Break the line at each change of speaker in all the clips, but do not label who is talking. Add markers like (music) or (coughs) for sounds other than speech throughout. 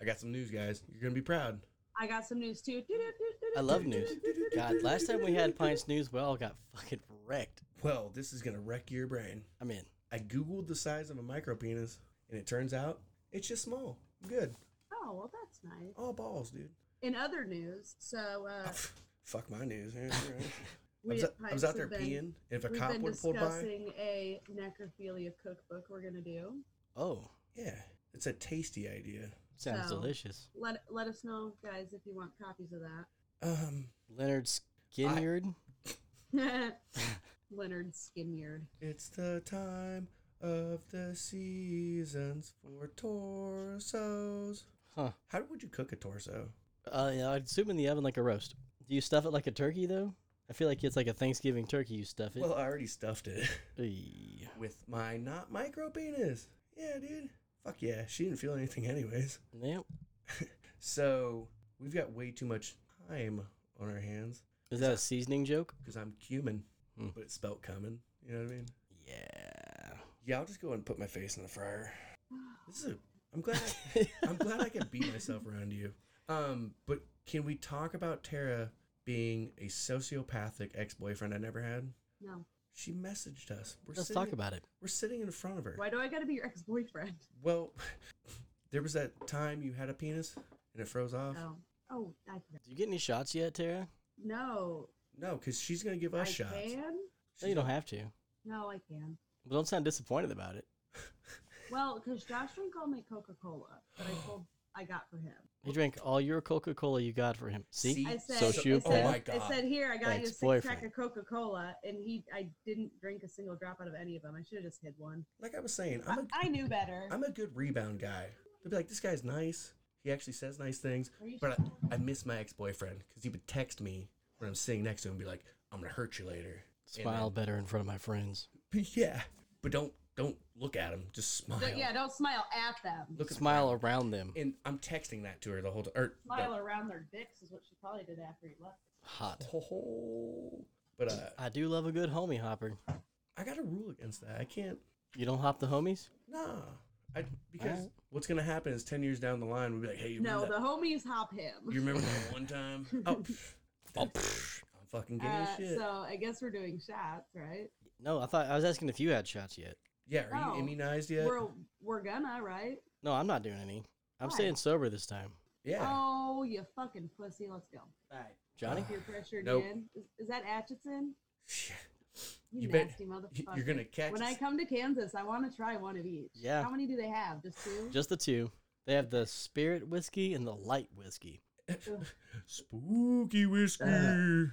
I got some news, guys. You're gonna be proud.
I got some news too.
I love news. God, last time we had Pines News, we all got fucking wrecked.
Well, this is gonna wreck your brain.
I'm in.
I googled the size of a micro penis, and it turns out it's just small. I'm good.
Oh well, that's nice.
All balls, dude.
In other news, so uh,
(laughs) Fuck my news. (laughs) I
we
was,
at
I was
Pikes
out there
have been-
peeing, and if a
We've
cop
been
would have pulled by,
discussing a necrophilia cookbook we're gonna do.
Oh,
yeah, it's a tasty idea.
sounds
So-
delicious.
Let let us know, guys, if you want copies of
Um,
Leonard Skinyard.
(laughs)
that. Leonard Skinyard.
It's the time of the seasons for torsos.
Huh.
How would you cook a torso?
Uh, yeah, I'd assume in the oven like a roast. Do you stuff it like a turkey though? I feel like it's like a Thanksgiving turkey. You stuff it.
Well, I already stuffed it
Ey.
with my not micro penis. Yeah, dude. Fuck yeah. She didn't feel anything, anyways.
yeah.
So we've got way too much time on our hands
Is that a seasoning joke?
because I'm cumin,
Hmm.
but it's spelt cumin. You know what I mean?
Yeah.
Yeah, I'll just go and put my face in the fryer. This is. A, I'm glad. I, I'm glad I can beat myself around you. Um, but can we talk about Tara being a sociopathic ex-boyfriend I never had?
(sighs) No.
She messaged us. We're
Let's
sitting,
talk about it.
We're sitting in front of her.
Why do I gotta be your ex boyfriend?
Well, (laughs) there was that time you had a penis and it froze off.
Oh. Oh, I can.
Do you get any shots yet, Tara?
No.
No, because she's gonna give us
I
shots.
can?
No, you don't have to.
No, I can.
But don't sound disappointed about it.
Well, because Josh drank all my Coca Cola
(gasps)
that I told I got for him.
He drank all your Coca Cola you got for him. See?
See?
I said,
So
I
she-
said,
oh my
God.
I said, here, I got you a six pack
Ex-boyfriend.
of Coca Cola, and he, I didn't drink a single drop out of any of them. I should have just hid one.
Like I was saying,
I
I'm a
I knew better.
I'm a good rebound guy. They'd be like, this guy's nice. He actually says nice things.
Are you
But I, Oh, I miss my ex boyfriend because he would text me when I'm sitting next to him and be like, I'm going to hurt you later. And
Smile better in front of my friends.
then- yeah. But don't don't look at him. Just smile.
But yeah, don't smile at them.
Look at the
Smile
ground.
around them.
And I'm texting that to her the whole time. Or,
Smile around their dicks is what she probably did after he left.
Hot.
Oh, but uh,
I do love a good homie hopper.
I got a rule against that. I can't.
You don't hop the homies?
Nah. I, because
Alright.
what's going to happen is 10 years down the line, we'll be like, hey, you
no,
remember,
the homies hop him.
that, you
(laughs)
remember that one time? Oh, pff, oh pff, I'm fucking giving
Uh,
a shit.
so I guess we're doing shots, right?
No, I thought I was asking if you had shots yet.
Yeah, are
Oh.
you immunized yet?
We're we're gonna, right?
No, I'm not doing any. I'm
Why?
staying sober this time.
yeah.
Oh, you fucking pussy! Let's go.
Johnny?
Peer pressure
Nope.
again. Is, is that Atchison?
Shit.
You,
You bet-
nasty
Y-
motherfucker.
You're gonna catch.
When I
us.
come to Kansas, I want to try one of each.
Yeah.
How many do they have? Just two.
Just the two. They have the spirit whiskey and the light whiskey.
spooky whiskey,
Uh,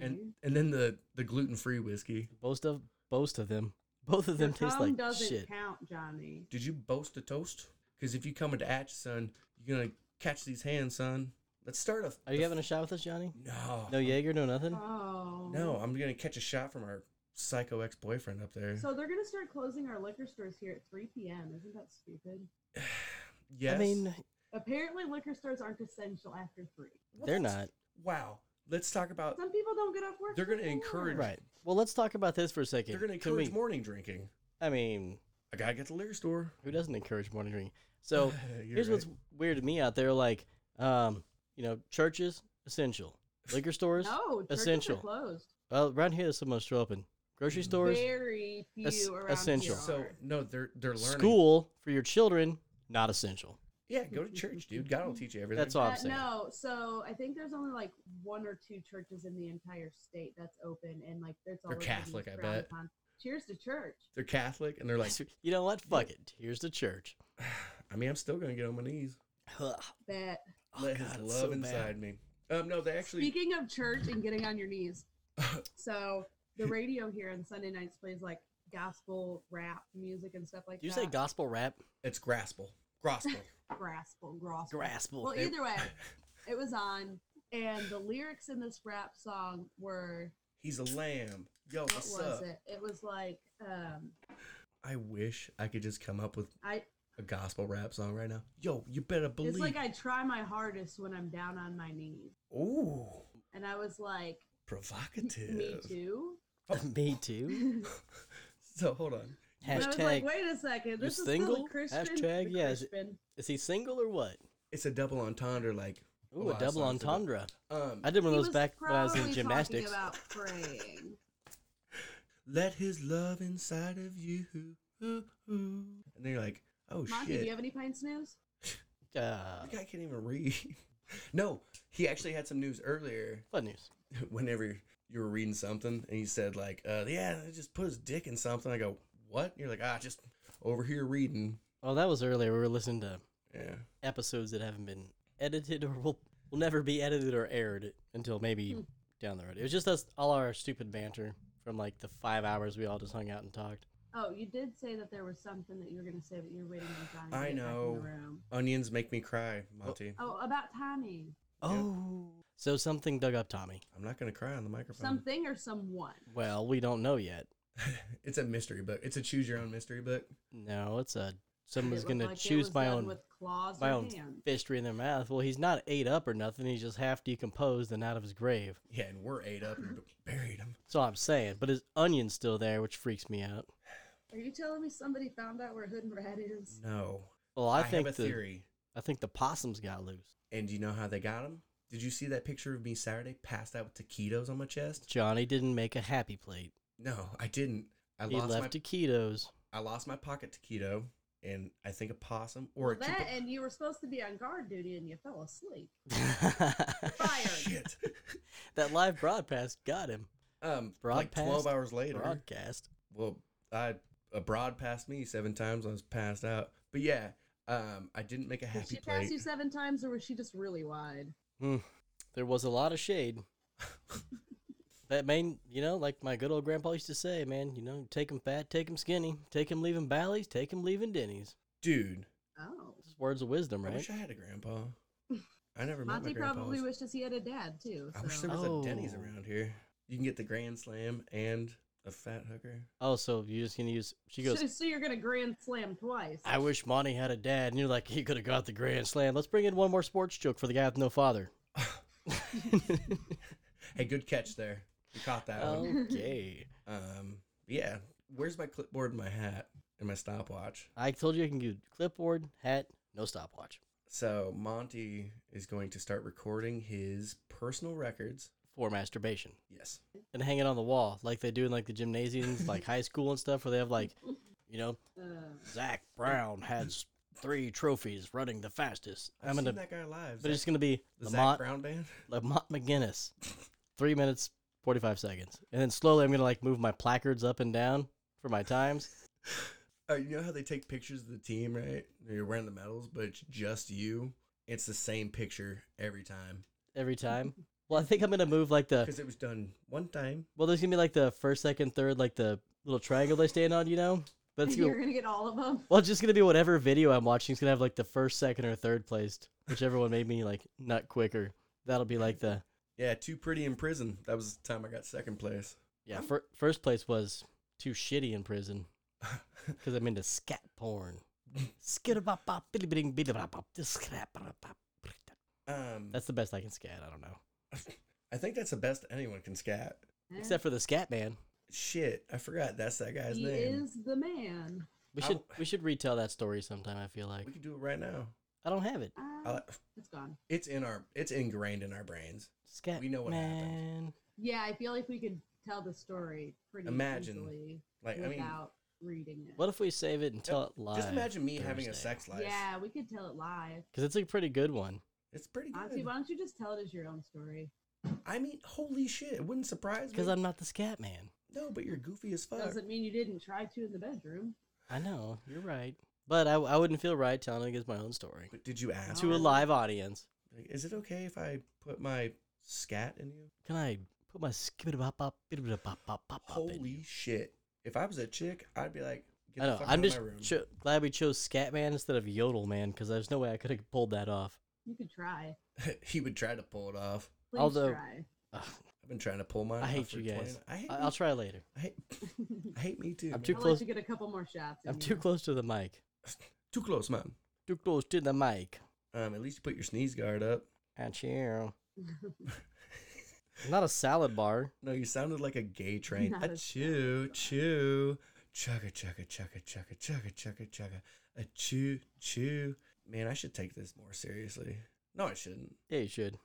and
Mhm.
and then the the gluten free whiskey.
Both of both of them. Both of them
Your
taste
cum
like
doesn't
shit.
count, Johnny.
Did you boast a toast? Because if you come into Atchison, you're gonna catch these hands, son. Let's start a.
Are you having a shot with us, Johnny?
No.
No Jaeger, no nothing?
Oh.
No, I'm gonna catch a shot from our psycho ex boyfriend up there.
So they're gonna start closing our liquor stores here at 3 p.m. Isn't that stupid?
yes.
I mean,
Apparently, liquor stores aren't essential after three.
they're
What?
not.
Wow. Let's talk about.
Some people don't get off work.
They're
till
gonna encourage-
four.
Right. Well, let's talk about this for a second.
They're gonna
Can
encourage
we-
morning drinking.
I mean,
I gotta get to the liquor store.
who doesn't encourage morning drinking? So
(laughs) You're
here's what's weird to me out there, like, um, you know, churches essential, liquor stores.
(laughs) No, churches
Essential.
Are closed.
Well, around here, there's some most are open. Grocery
Mm.
stores,
Very few
es-
around
essential.
Here
So
are.
no, they're they're learning.
school for your children, not essential.
Yeah, go to church, dude. God will teach you everything.
That's all I'm
Uh,
saying.
no, so I think there's only like one or two churches in the entire state that's open, and like it's all
They're Catholic, I bet.
Cheers to church.
They're Catholic, and they're like,
(laughs) You know what? Fuck it. Here's
(sighs)
the church.
I mean, I'm still gonna get on my knees.
Oh,
Bet.
Let
God,
his
it's
love
so bad.
inside me. Um, no, they actually.
Speaking of church and getting on your
(laughs)
knees, so the radio here on Sunday nights plays like gospel rap music and stuff like
Do you
that.
say gospel rap?
It's graspel. Graspel.
gospel, gospel,
Graspel.
Well,
They-
either way, it was on, and the lyrics in this rap song were
(laughs) He's a lamb. Yo,
what
Oh, what's
was
up?
it? It was like um,
I wish I could just come up with
I.
a gospel rap song right now. Yo, you better believe.
It's like I try my hardest when I'm down on my knees,
Ooh,
and I was like, me
provocative. Oh,
too. (laughs)
(laughs) Me too.
So hold on.
And I was like,
Hashtag.
wait a second, this is
single?
still a Christian.
Hashtag
the
yes.
Christian.
Is he single or what?
it's a double entendre. Like,
Ooh,
Oh, I
a double
saw it for the-
entendre.
um,
I did one
He
of those
was
back when I was
probably
in
talking
gymnastics. (laughs) Oh,
about praying.
let his love inside of you. Ooh, ooh. And then you're like, oh
Monty,
shit,
do you have any pints news?
Uh,
the guy can't even read. (laughs) no, he actually had some news earlier. (laughs)
fun news.
Whenever you were reading something, and he said like, uh, yeah, I just put his dick in something. I go, what? you're like, ah, just over here reading.
Oh, that was earlier. We were listening to
Yeah.
episodes that haven't been edited or will will never be edited or aired until maybe
Hmm.
down the road. It was just us, all our stupid banter from like the five hours we all just hung out and talked.
Oh, you did say that there was something that you were going to say, but you're waiting on Johnny. to
I
get back in the
know.
room.
Onions make me cry, Monty.
Oh, about Tommy.
Oh, so something dug up Tommy.
I'm not gonna cry on the microphone.
Something or someone.
Well, we don't know yet.
(laughs) it's a mystery book. It's a choose your own mystery book.
No, it's a
It
someone's
looked
gonna
like it
choose
was
my
done
own
with claws
my
or
own
hands.
fistry in their mouth. Well, he's not ate up or nothing. He's just half decomposed and out of his grave.
Yeah, and we're ate up and buried him.
That's all I'm saying. But his onion's still there, which freaks me out.
Are you telling me somebody found out where Hood and Rat is?
No,
Well, I,
have
think
a
the
theory.
I think the possums got loose.
And do you know how they got him? Did you see that picture of me Saturday passed out with taquitos on my chest?
Johnny didn't make a happy plate.
No, I didn't. I
he
lost
left
my
(laughs) taquitos.
I lost my pocket taquito and I think a possum or a
Well, that
chupa-
and you were supposed to be on guard duty and you fell asleep. Fired. (laughs)
Shit.
that live broadcast got him.
Um, like
Broadcast?
twelve hours later.
Broadcast.
well, I abroad passed me seven times. I was passed out. But yeah, um, I didn't make a
Did
happy
she pass
plate.
you seven times or was she just really wide?
There was a lot of shade. that main, you know, like my good old grandpa used to say, man, you know, take 'em fat, take 'em skinny, take 'em leaving Bally's, take 'em leaving Denny's.
Dude,
Oh.
This is words of wisdom,
I
right?
wish I had a grandpa. I never met my
Monty probably
grandpa.
wishes he had a dad too.
I wish
so-
there was a Denny's
Oh.
around here. You can get the Grand Slam and a fat hooker.
oh, so you're just gonna use? She
(laughs)
goes.
so, so you're gonna grand slam twice.
I wish Monty had a dad, and you're like, he could have got the grand slam. Let's bring in one more sports joke for the guy with no father. (laughs)
Hey, good catch there. You caught that one.
okay.
Um, yeah. Where's my clipboard, and my hat, and my stopwatch?
I told you I can do clipboard, hat, no stopwatch.
So Monty is going to start recording his personal records.
for masturbation
Yes.
and hang it on the wall like they do in like the gymnasiums, like high school and stuff, where they have like, you know,
Uh,
Zach Brown has three trophies running the fastest.
I've
I'm
seen
gonna,
that guy live.
but
Zach-
it's gonna be
the Zach
Lamont
Brown band.
Lamont McGinnis, three minutes forty five seconds, and then slowly I'm gonna like move my placards up and down for my times.
Uh, you know how they take pictures of the team, right? You're wearing the medals, but it's just you. It's the same picture every time
Every time. Well, I think I'm gonna move like the
because it was done one time.
well. There's gonna be like the first, second, third, like the little triangle they stand on, you know.
(laughs)
But it's
you're
gonna,
gonna get all of them.
well, it's just gonna be whatever video I'm watching. It's gonna have like the first, second, or third placed, whichever one made me like nut quicker. That'll be like the
Yeah, too pretty in prison. That was the time I got second place.
yeah. Fir- first place was too shitty in (laughs) prison because I'm into scat porn. (laughs) Skidabop, biddy-biddy, biddy-bop, just scrap-a-bop.
um,
That's the best I can scat. I don't know,
I think that's the best anyone can scat.
(laughs) except for the scat man.
Shit, I forgot that's that guy's
he
name.
is the man.
We
I
should
w-
we should retell that story sometime. I feel like
We can do it right now.
I don't have it.
Ah,
I,
it's gone.
it's in our, it's ingrained in our brains.
Scat
We know what happened.
man.
Yeah, I feel like we could tell the story pretty
Imagine,
easily
Like, I mean,
without reading it.
What if we save it and tell it live?
just imagine me having a
Thursday?
sex life.
yeah, we could tell it live.
Because it's a pretty good one.
it's pretty
Honestly,
good.
why don't you just tell it as your own story?
I mean, holy shit, it wouldn't surprise me.
Because I'm not the scat man.
no, but you're goofy as fuck.
Doesn't mean you didn't try to in the bedroom.
I know you're right, but I, I wouldn't feel right telling it as my own story
But did you ask?
to
No.
a live audience.
Like, is it okay if I put my scat in you?
Can I put my skibidi bop bop bop bop bop bop in?
Holy shit! If I was a chick, I'd be like, get
I
the
know.
fuck
I'm
out of
just
my room.
cho- glad we chose Scat Man instead of Yodel Man because there's no way I could have pulled that off.
You could try.
(laughs) he would try to pull it off.
Please
Although-
try. (laughs)
Ugh,
I've been trying to pull mine.
I
off
hate
for
you guys.
20 I hate.
I-
me-
I'll try later.
I hate, I hate me too.
I'm
man.
too
I'll
close-
let you get a couple more shots. in
I'm
(laughs)
you.
too close to the mic.
too close, man.
Too close to the mic.
Um, at least you put your sneeze guard up.
At you.
(laughs)
I'm not a salad bar.
No, you sounded like a gay train.
Not
A
a
chew, chew, chugga, chugga, chugga, chugga, chugga, chugga, chugga. A chew, chew, man, I should take this more seriously. No, I shouldn't. (laughs)
Yeah, you should.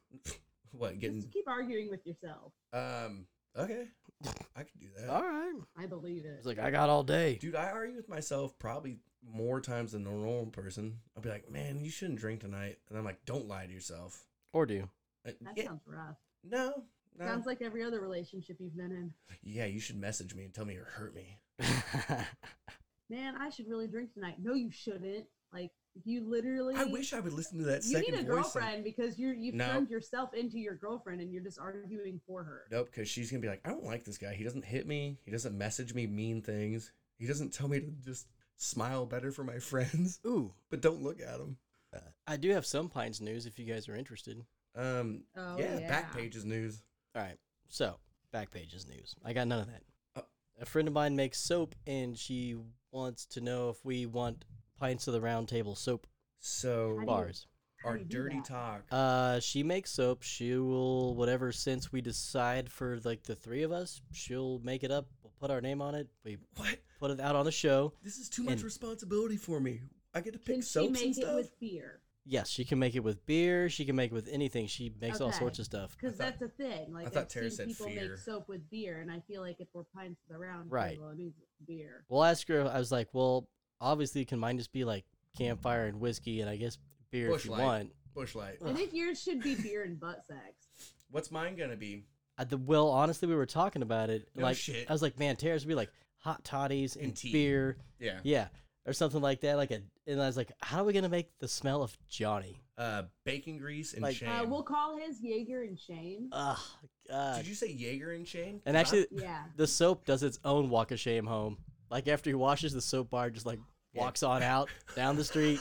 What
Just
getting?
keep arguing with yourself.
Um, okay, I could do that.
All right.
I believe it.
It's like I got all day.
Dude, I argue with myself probably more times than a normal person. I'll be like, man, you shouldn't drink tonight. And I'm like, don't lie to yourself.
Or do (laughs) you?
Uh,
that
yeah,
sounds rough.
no, no.
Sounds like every other relationship you've been in.
yeah, you should message me and tell me you're hurt me.
Man, I should really drink tonight. No, you shouldn't. Like you literally.
I wish I would listen to that
you
second
need a
voice. and-
girlfriend because you're you've
No.
turned yourself into your girlfriend and you're just arguing for her.
Nope, because she's gonna be like, I don't like this guy. He doesn't hit me. He doesn't message me mean things. He doesn't tell me to just smile better for my (laughs) friends,
Ooh,
but don't look at him.
I do have some Pines news if you guys are interested.
Um,
Oh
yeah,
yeah,
Backpages news.
All right. So, Backpages news. I got none of that.
Oh.
A friend of mine makes soap, and she wants to know if we want Pints of the Round Table soap
So
How do you-
bars.
how
our
do you do
dirty
that?
talk.
Uh, she makes soap. She will whatever since we decide for like the three of us, she'll make it up. We'll put our name on it. We
what?
put it out on the show.
This is too much
And-
responsibility for me. I get to pick
Can she
soaps and
make it
stuff.
with beer?
Yes, she can make it with beer. She can make it with anything. She makes all
Okay.
sorts of stuff.
Because
I thought-
that's a thing. Like
I thought
I've
Tara
seen
said
people
fear.
make soap with beer, and I feel like if we're pints of the round
Right.
table, it means it's beer.
Well, ask her. I was like, well, obviously, can mine just be like campfire and whiskey, and I guess beer if you
Bushlight.
want.
Bushlight.
I think yours should be beer and butt sex.
What's mine gonna be?
I, the, well, honestly, we were talking about it.
No
like,
shit.
I was like, man, Tara's would be like hot toddies and,
And tea.
beer,
Yeah.
yeah, or something like that. Like a, and I was like, how are we gonna make the smell of Johnny?
Uh, bacon grease and
Like-
shame.
Uh, we'll call his Jaeger and Shane.
Ugh, God.
Did you say Jaeger and shame?
and actually,
yeah.
(laughs) the soap does its own walk of shame home. Like after he washes the soap bar, just like
Yeah.
walks
(laughs)
on out down the street.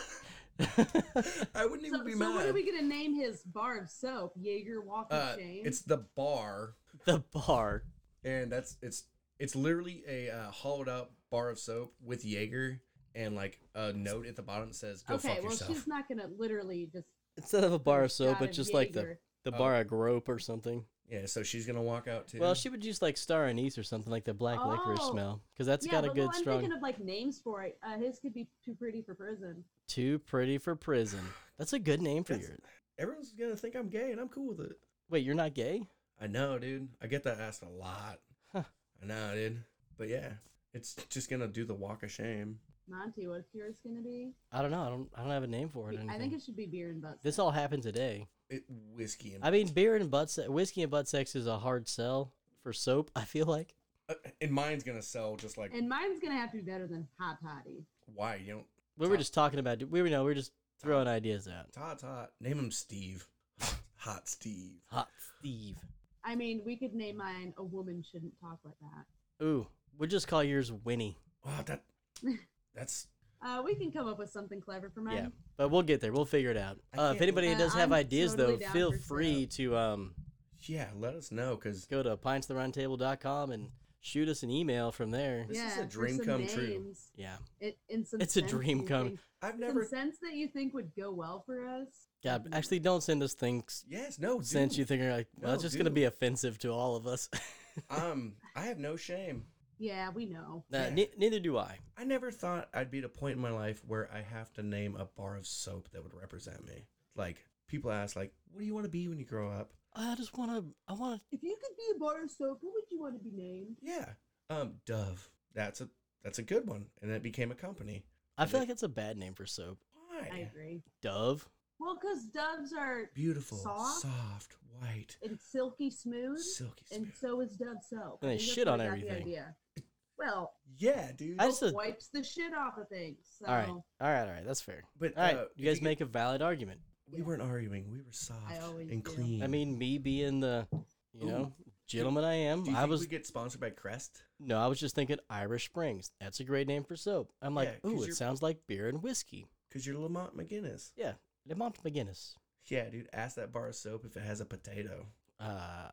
I wouldn't
So,
even be
so
mad.
what are we gonna name his bar of soap? Jaeger Walking
uh,
Shane.
it's the bar,
the bar.
and that's it's it's literally a uh, hollowed out bar of soap with Jaeger and like a note at the bottom that says "Go
okay.
fuck
well,
yourself."
she's not gonna literally just.
Instead of a bar of
shot
soap,
of
it's just like the,
Jaeger.
the
Oh.
bar of grope or something.
Yeah, so she's gonna walk out too.
Well, she would use like star anise or something like the black licorice
Oh.
smell because that's
yeah,
got a
but,
good
well, I'm
strong.
thinking of like names for it. Uh, his could be too pretty for prison.
Too pretty for prison. That's a good name for
That's-
your.
everyone's gonna think I'm gay, and I'm cool with it.
Wait, you're not gay?
I know, dude. I get that asked a lot.
Huh.
I know, dude. But yeah, it's just gonna do the walk of shame.
Monty, what's yours gonna be?
I don't know. I don't. I don't have a name for it. Or anything.
I think it should be beer and butt.
this all happened today.
It whiskey and
I mean, beer and butt se- whiskey and butt sex is a hard sell for soap. I feel like.
uh, and mine's gonna sell just like
And mine's gonna have to be better than hot toddy.
why you don't
We were
Top.
just talking about. We were you know, we were just throwing ideas out.
tot tot name him Steve, (laughs) hot Steve.
Hot Steve.
I mean, we could name mine a woman shouldn't talk like that.
Ooh, we'll just call yours Winnie.
Oh, that that's
Uh, we can come up with something clever for mine.
Yeah, but we'll get there. We'll figure it out.
I
Uh, if
can't-
anybody
Uh,
does have
I'm
ideas,
totally
though,
down
feel
for
free to um,
yeah. Let us know because
go to pintstheroundtable.com and shoot us an email from there.
This is
Yeah,
a
for
dream
some
come true.
names.
Yeah,
It, and some
It's a
scents
dream
you
come-
think-
I've
some
never
scents that you think would go well for us.
God, actually, don't send us things
yes no Oh,
since
dude.
you think are like well, that's
No,
just gonna
dude.
be offensive to all of us. (laughs)
um I have no shame.
Yeah, we know.
Nah,
Yeah.
ne- neither do I.
I never thought I'd be at a point in my life where I have to name a bar of soap that would represent me. Like people ask like, what do you want to be when you grow up?
I just wanna. I wanna.
If you could be a bar of soap, what would you want to be named?
Yeah. Um, Dove. That's a that's a good one, and it became a company.
I
And
feel
it-
like it's a bad name for soap.
Why?
I agree.
Dove.
Well, because doves are
Beautiful, soft,
Soft?
white,
and silky smooth,
silky
and
smooth.
so is dove soap.
And
I
they
think that's
shit
where
on
I got the
everything.
idea. Well,
Yeah, dude.
I just. all
wipes the shit off of things. So.
right. All right. All right. That's fair.
but
All right.
uh,
you guys
if
make a valid argument.
We weren't arguing. We were soft
always
and
do. I
clean.
I mean, me being the, you
Ooh.
know, gentleman I am,
do you
I
think
was
we get sponsored by Crest?
No, I was just thinking Irish Springs. That's a great name for soap. I'm like,
Yeah, 'cause
ooh, it
you're-
sounds like beer and whiskey.
Cause you're Lamont McGinnis.
Yeah, Lamont McGinnis.
Yeah, dude. Ask that bar of soap if it has a potato.
Uh,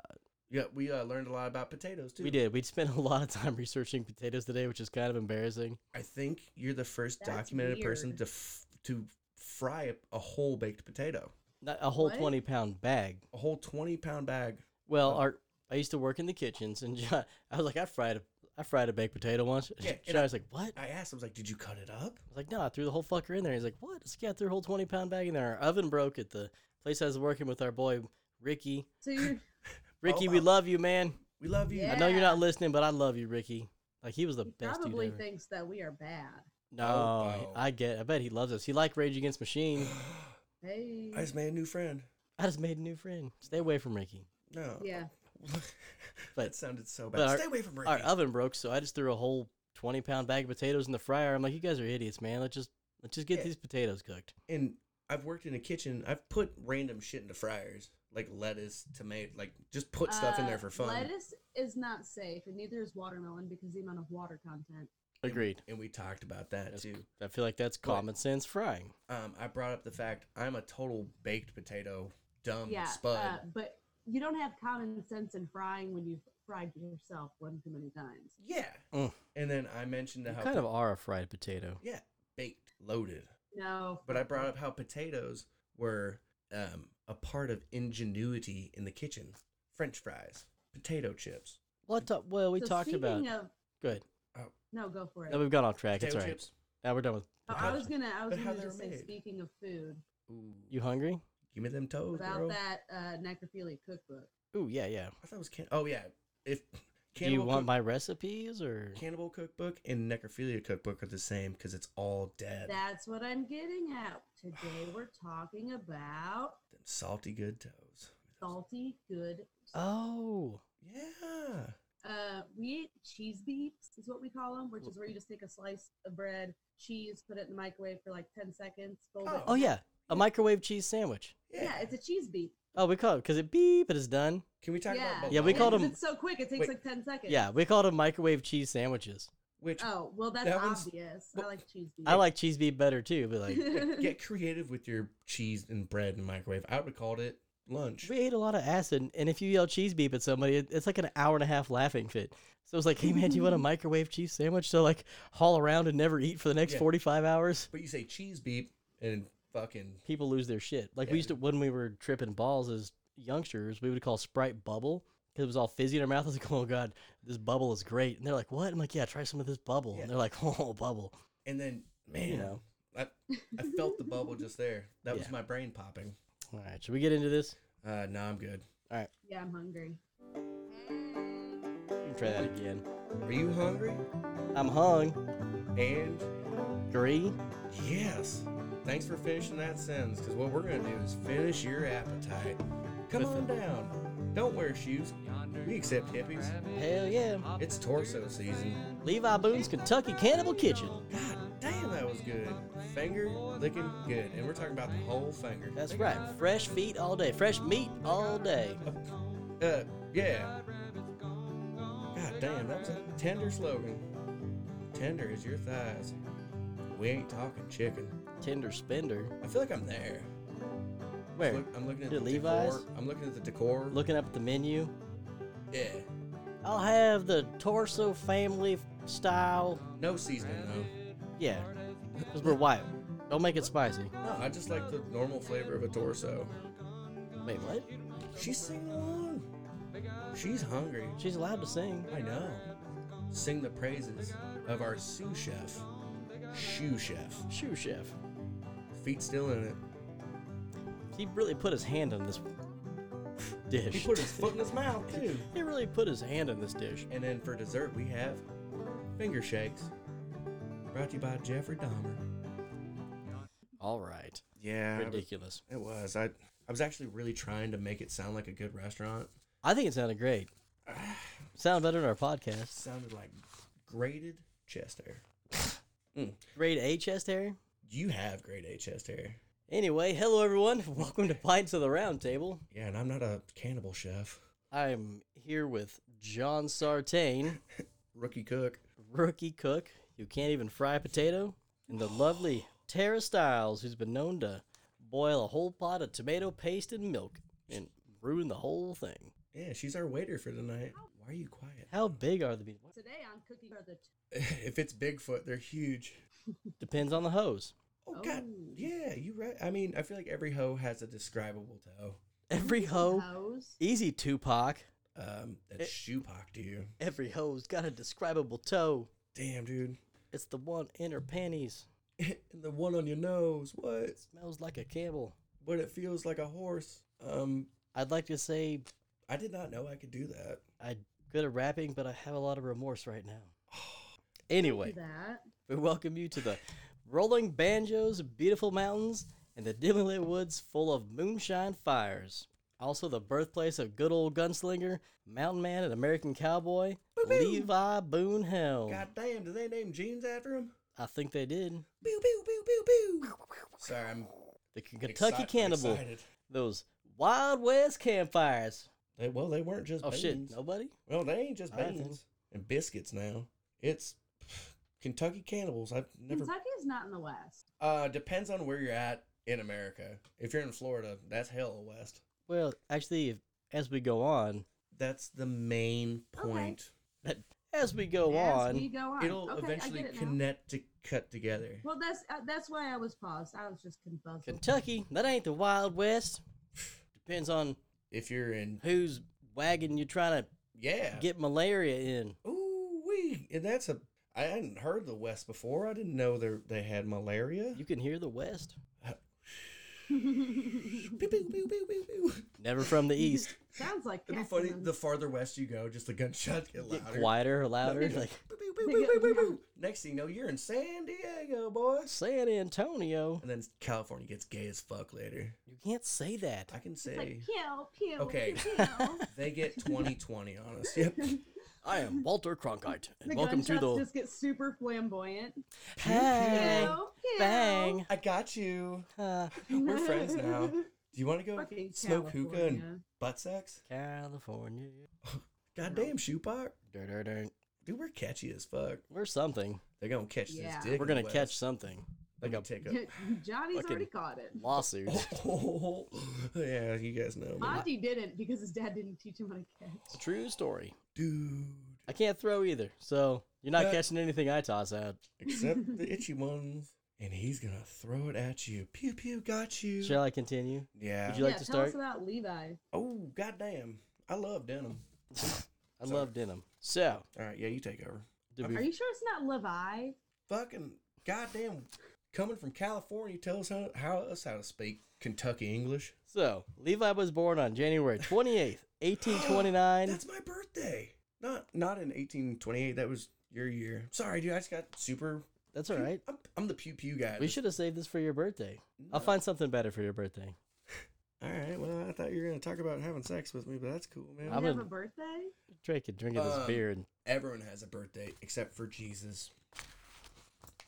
Yeah, we uh, learned a lot about potatoes too.
we did. We spent (laughs) a lot of time researching potatoes today, which is kind of embarrassing.
I think you're the first
That's
documented person
weird.
to f- to fry a, a whole baked potato,
Not a whole
What?
twenty pound bag.
a whole twenty pound bag.
Well,
Oh.
(laughs) our I used to work in the kitchens, and John, I was like, I fried a, I fried a baked potato once. (laughs)
Yeah, and
Shadow's like, what?
I
I
asked, I was like, did you cut it up?
was like, no, I threw the whole fucker in there. He's like, what? Just yeah, I threw a whole twenty pound bag in there. Our oven broke at the place I was working with our boy Ricky.
So you're
Ricky, we
Oh, wow.
love you, man.
We love you.
I know you're
Yeah.
not listening, but I love you, Ricky. Like he was (laughs) the
he
best dude
probably
ever.
thinks that we are bad.
no,
Oh, wow.
I get. I bet he loves us. He liked Rage
(sighs)
Against Machine.
Hey.
(gasps) I just made a new friend.
I just made a new friend. Stay away from Ricky.
No. (laughs)
Yeah.
But-
that sounded so
but
bad.
our-
Stay away from Ricky.
Our oven broke, so I just threw a whole twenty pound bag of potatoes in the fryer. I'm like, you guys are idiots, man. Let's just let's just get
Yeah.
these potatoes cooked.
and I've worked in a kitchen. I've put random shit into fryers, like lettuce, tomato, like just put stuff in
Uh,
there for fun.
Lettuce is not safe, and neither is watermelon because the amount of water content.
Agreed.
And we talked about that
That's-
too.
I feel like that's
But-
common sense frying.
Um, I brought up the fact I'm a total baked potato dumb
yeah,
Um, spud.
uh, but you don't have common sense in frying when you've fried yourself one too many times.
yeah.
Mm.
And then I mentioned
You
how
kind of are a fried potato.
yeah baked loaded.
No,
But I brought up how potatoes were um, a part of ingenuity in the kitchen. French fries, potato chips.
What? ta- well, we
So
talked about.
speaking Of,
Go ahead.
no, go for it.
No, we've gone off track. It's
Potato
all right.
chips.
Now we're done with.
I- I
potatoes.
was gonna, I was
But how
gonna
they
just
were
say,
made.
speaking of food,
Ooh,
You hungry?
give me them
Oh,
toes,
about
girl.
that uh, necrophilia cookbook.
Ooh, yeah, yeah.
I thought it was can. Oh yeah, if
Do you
cannibal,
want
cook-
my recipes or?
cannibal cookbook and necrophilia cookbook are the same because it's all dead.
That's what I'm getting at. Today we're talking about
Them salty good toes.
salty good.
Oh,
Yeah.
Uh, we eat cheese beats is what we call them, which is where you just take a slice of bread, cheese, put it in the microwave for like ten seconds. fold it.
Oh,
oh yeah, a
yeah.
microwave cheese sandwich.
Yeah.
yeah, it's a cheese beat.
Oh, we call it because it beep, but it's done.
Can we talk
yeah,
about
Yeah, we
bologna,
called
'cause
them-
It's so quick; it takes
Wait.
like ten seconds.
Yeah, we call it microwave cheese sandwiches.
(laughs) which
Oh well, that's
That one's-
obvious. I
well,
like cheese beats. (laughs)
I like cheese beep better too,
(laughs)
but
(laughs)
like
get creative with your cheese and bread and microwave. I would have called it lunch.
we ate a lot of acid, and if you yell cheese beep at somebody, it, it's like an hour and a half laughing fit. So it's like, hey man, do you
(laughs)
want a microwave cheese sandwich? So like, haul around and never eat for the next
Yeah.
forty five hours.
But you say cheese beep and fucking
people lose their shit. Like
Yeah.
we used to when we were tripping balls as youngsters, we would call Sprite bubble because it was all fizzy in our mouth. I was like, oh god, this bubble is great. And they're like, what? I'm like, yeah, try some of this bubble.
Yeah.
And they're like, (laughs) oh, bubble.
and then man,
You know.
I I felt the bubble just there. That was
Yeah.
my brain popping.
All right, should we get into this?
Uh, now I'm good.
Yeah, I'm hungry.
We can try that again.
Are you hungry?
I'm hung.
And
Gree.
Yes. Thanks for finishing that sentence, because what we're going to do is finish your appetite. Come
With
on down. Don't wear shoes. We accept hippies.
Hell yeah.
It's torso season.
Levi Boone's Kentucky Cannibal Kitchen.
God damn, that was good. Finger licking good. And we're talking about the whole finger.
That's right. Fresh feet all day. Fresh meat all day.
Uh, yeah. God damn, that was a tender slogan. Tender as your thighs. We ain't talking chicken.
Tender spender.
I feel like I'm there.
Where?
Look, I'm looking at
Your
the
Levi's?
decor. I'm looking at the decor.
Looking up at the menu.
Yeah.
I'll have the torso family style
No seasoning though.
Yeah. Because we're white. Don't make it spicy.
No, I just like the normal flavor of a torso.
Wait, what?
She's singing along. She's hungry.
She's allowed to sing.
I know. Sing the praises of our sous chef, shoe chef.
Shoe chef.
Feet still in it.
He really put his hand on this (laughs) dish.
He put his foot in his mouth too.
He really put his hand on this dish.
And then for dessert we have finger shakes. Brought to you by Jeffrey Dahmer.
All right.
Yeah, I was-
Ridiculous.
it was. I I was actually really trying to make it sound like a good restaurant.
I think it sounded great.
uh,
Sound better than our podcast.
sounded like grated chest hair.
Grade A chest hair.
You have grade A chest hair.
Anyway, hello everyone. (laughs) Welcome to Pints of the Round Table.
Yeah, and I'm not a cannibal chef.
I'm here with John Sartain,
Rookie cook.
rookie cook who can't even fry a potato, and the lovely Tara Styles, who's been known to boil a whole pot of tomato paste and milk and ruin the whole thing.
Yeah, she's our waiter for tonight. Why are you quiet? (laughs)
How big are the beans?
Today I'm cooking for the.
if it's Bigfoot, they're huge.
Depends on the hose.
Oh, God.
Oh.
Yeah, you right. I mean, I feel like every hoe has a describable toe.
Every hoe,
toes.
easy Tupac.
um, that's
It-
shoepocked you.
Every hoe's got a describable toe.
Damn, dude. (laughs)
It's the one in her panties.
and the one on your nose. What?
It smells like a camel.
But it feels like a horse. Um,
I'd like to say
I did not know I could do that.
I'm good at rapping, but I have a lot of remorse right now. (sighs) Anyway,
that.
we welcome you to the rolling banjos, beautiful mountains, and the dimly lit woods full of moonshine fires. Also, the birthplace of good old gunslinger, mountain man, and American cowboy,
boo.
Levi Boone Helm.
God damn, did they name jeans after him?
I think they did.
Boo, boo, boo, boo, boo. Sorry, I'm
The K- Kentucky
exci-
Cannibal.
excited.
Those Wild West campfires.
They, well, they weren't just
Oh,
beans.
shit. Nobody?
Well, they ain't just
I think-
beans and biscuits now. It's (sighs) Kentucky Cannibals. I've never.
Kentucky's not in the West.
Uh, depends on where you're at in America. If you're in Florida, that's hell west.
Well, actually, if, as we go on,
That's the main
Okay.
point.
as we go
As
on,
we go on.
It'll
okay, I
eventually
get it now.
connect to cut together.
Well, that's uh, that's why I was paused. I was just confuzzled. (laughs)
Kentucky, that ain't the Wild West. Depends on
If you're in,
whose wagon you're trying to
yeah.
get malaria in.
Ooh wee, and that's a. I hadn't heard the West before. I didn't know they they had malaria.
You can hear the West.
Pew, pew, pew, pew, pew, pew.
Never from the (laughs) East.
Sounds like
It'd be
cats
funny.
and
The farther west you go, just the gunshots get
Get
louder.
quieter or louder.
Yeah.
Like
Boop, boop, boop,
They
boop,
go-
boop,
yeah.
boop. Next thing you know, you're in San Diego, boys.
San Antonio.
And then California gets gay as fuck later.
You can't say that.
I can say
It's like pew pew.
Okay.
pew, pew.
they
(laughs)
get 2020 on us. Yep. (laughs)
I am Walter Cronkite, and
the
welcome to
gunshots
the
just get super flamboyant.
Hey,
Pew, pew.
bang.
I got you.
Uh,
We're friends now. Do you want to go
(laughs) Fucking
smoke hookah and
California.
butt sex?
California.
Goddamn, shoepock.
Dur, dur, dur.
Dude, we're catchy as fuck.
We're something.
They're going to catch
Yeah.
this dick.
We're
in
gonna
the
catch
West.
something.
They're
like
going
a-
to
(laughs)
take a. (laughs)
Johnny's
Fucking-
already caught it.
Lawsuit. (laughs)
yeah, you guys know. Me.
Monty didn't because his dad didn't teach him how to catch.
Oh. True story.
Dude.
I can't throw either, so you're not
Uh,
catching anything I toss out.
Except
(laughs)
the itchy ones. And he's going to throw it at you. Pew, pew, got you.
Shall I continue?
Yeah.
Would you like
yeah,
to
tell
start?
us about Levi.
Oh, goddamn. I love denim.
I
Sorry.
love denim. So,
All right, yeah, you take over.
did
Are
we,
you sure it's not Levi?
Fucking goddamn coming from California tells how, how us how to speak Kentucky English.
so Levi was born on January 28th, 1829.
That's my birthday. Not not in 1828. That was your year. Sorry, dude. I just got super.
(gasps) That's all right.
I'm, I'm the pew pew guy.
We should have saved this for your birthday. I'll
No.
find something better for your birthday.
All right. Well, I thought you were gonna talk about having sex with me, but that's cool, man.
You
I'm
have
a-
a birthday?
Drake and drinking this
Um,
beer and
Everyone has a birthday except for Jesus.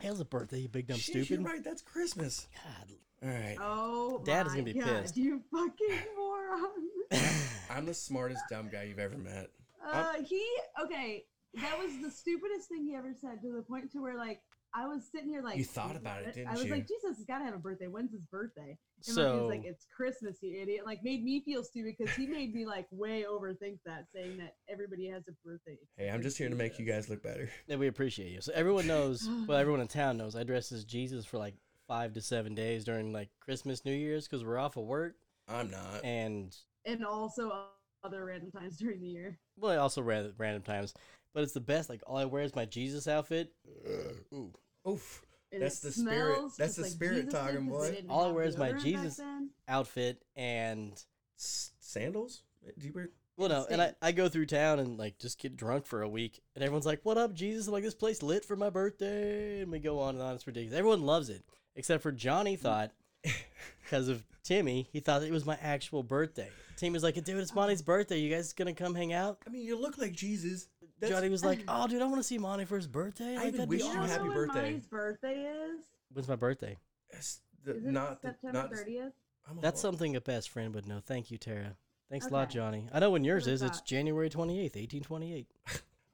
how's a birthday, you big dumb
Shit,
stupid.
You're right. That's Christmas.
(laughs)
All right.
Oh,
Dad is
my
gonna be
God,
pissed.
You fucking (laughs)
(laughs)
moron.
God.
I'm the smartest dumb guy you've ever met.
Uh, he okay. That was the stupidest thing he ever said to the point to where like I was sitting here like
You thought about it, didn't
I was
you?
like, Jesus has got to have a birthday. When's his birthday? And so,
so,
like, it's Christmas, you idiot. Like made me feel stupid because he made me like way overthink that, saying that everybody has a birthday.
Hey, I'm just here to make you guys look better.
and we appreciate you. So
(gasps)
everyone knows, well, everyone in town knows. I dress as Jesus for like five to seven days during like Christmas, New Year's, because we're off of work
I'm not.
and
and also other random times during the year.
well, I also ran random times. But it's the best. Like all I wear is my Jesus outfit. Ooh.
Oof.
And
That's
it
the spirit-
smells
that's
just
the spirit
Jesus did,
talking,
'cause they
boy.
didn't
All I
have
wear is my
deodorant back
Jesus-
then.
outfit and
S- sandals? Do you wear?
well no and I,
Same.
I go through town and like just get drunk for a week and everyone's like what up jesus I'm like this place lit for my birthday and we go on and on it's ridiculous everyone loves it except for johnny
Mm. (laughs)
thought because of timmy he thought it was my actual birthday timmy's like dude it's monty's birthday you guys gonna come hang out
I mean, you look like Jesus. That's,
johnny was
(laughs)
like oh dude i want to see monty for his birthday
I
like,
even
that'd be
wish you
You
awesome."
happy
know when
birthday.
Monty's birthday is?
when's my birthday
It's the-
Is it
not the-
September
not the-
thirtieth?
I'm a
that's
whore.
something a best friend would know thank you tara thanks a lot
Okay.
johnny i know when yours
What
is it's
about-
january 28th 1828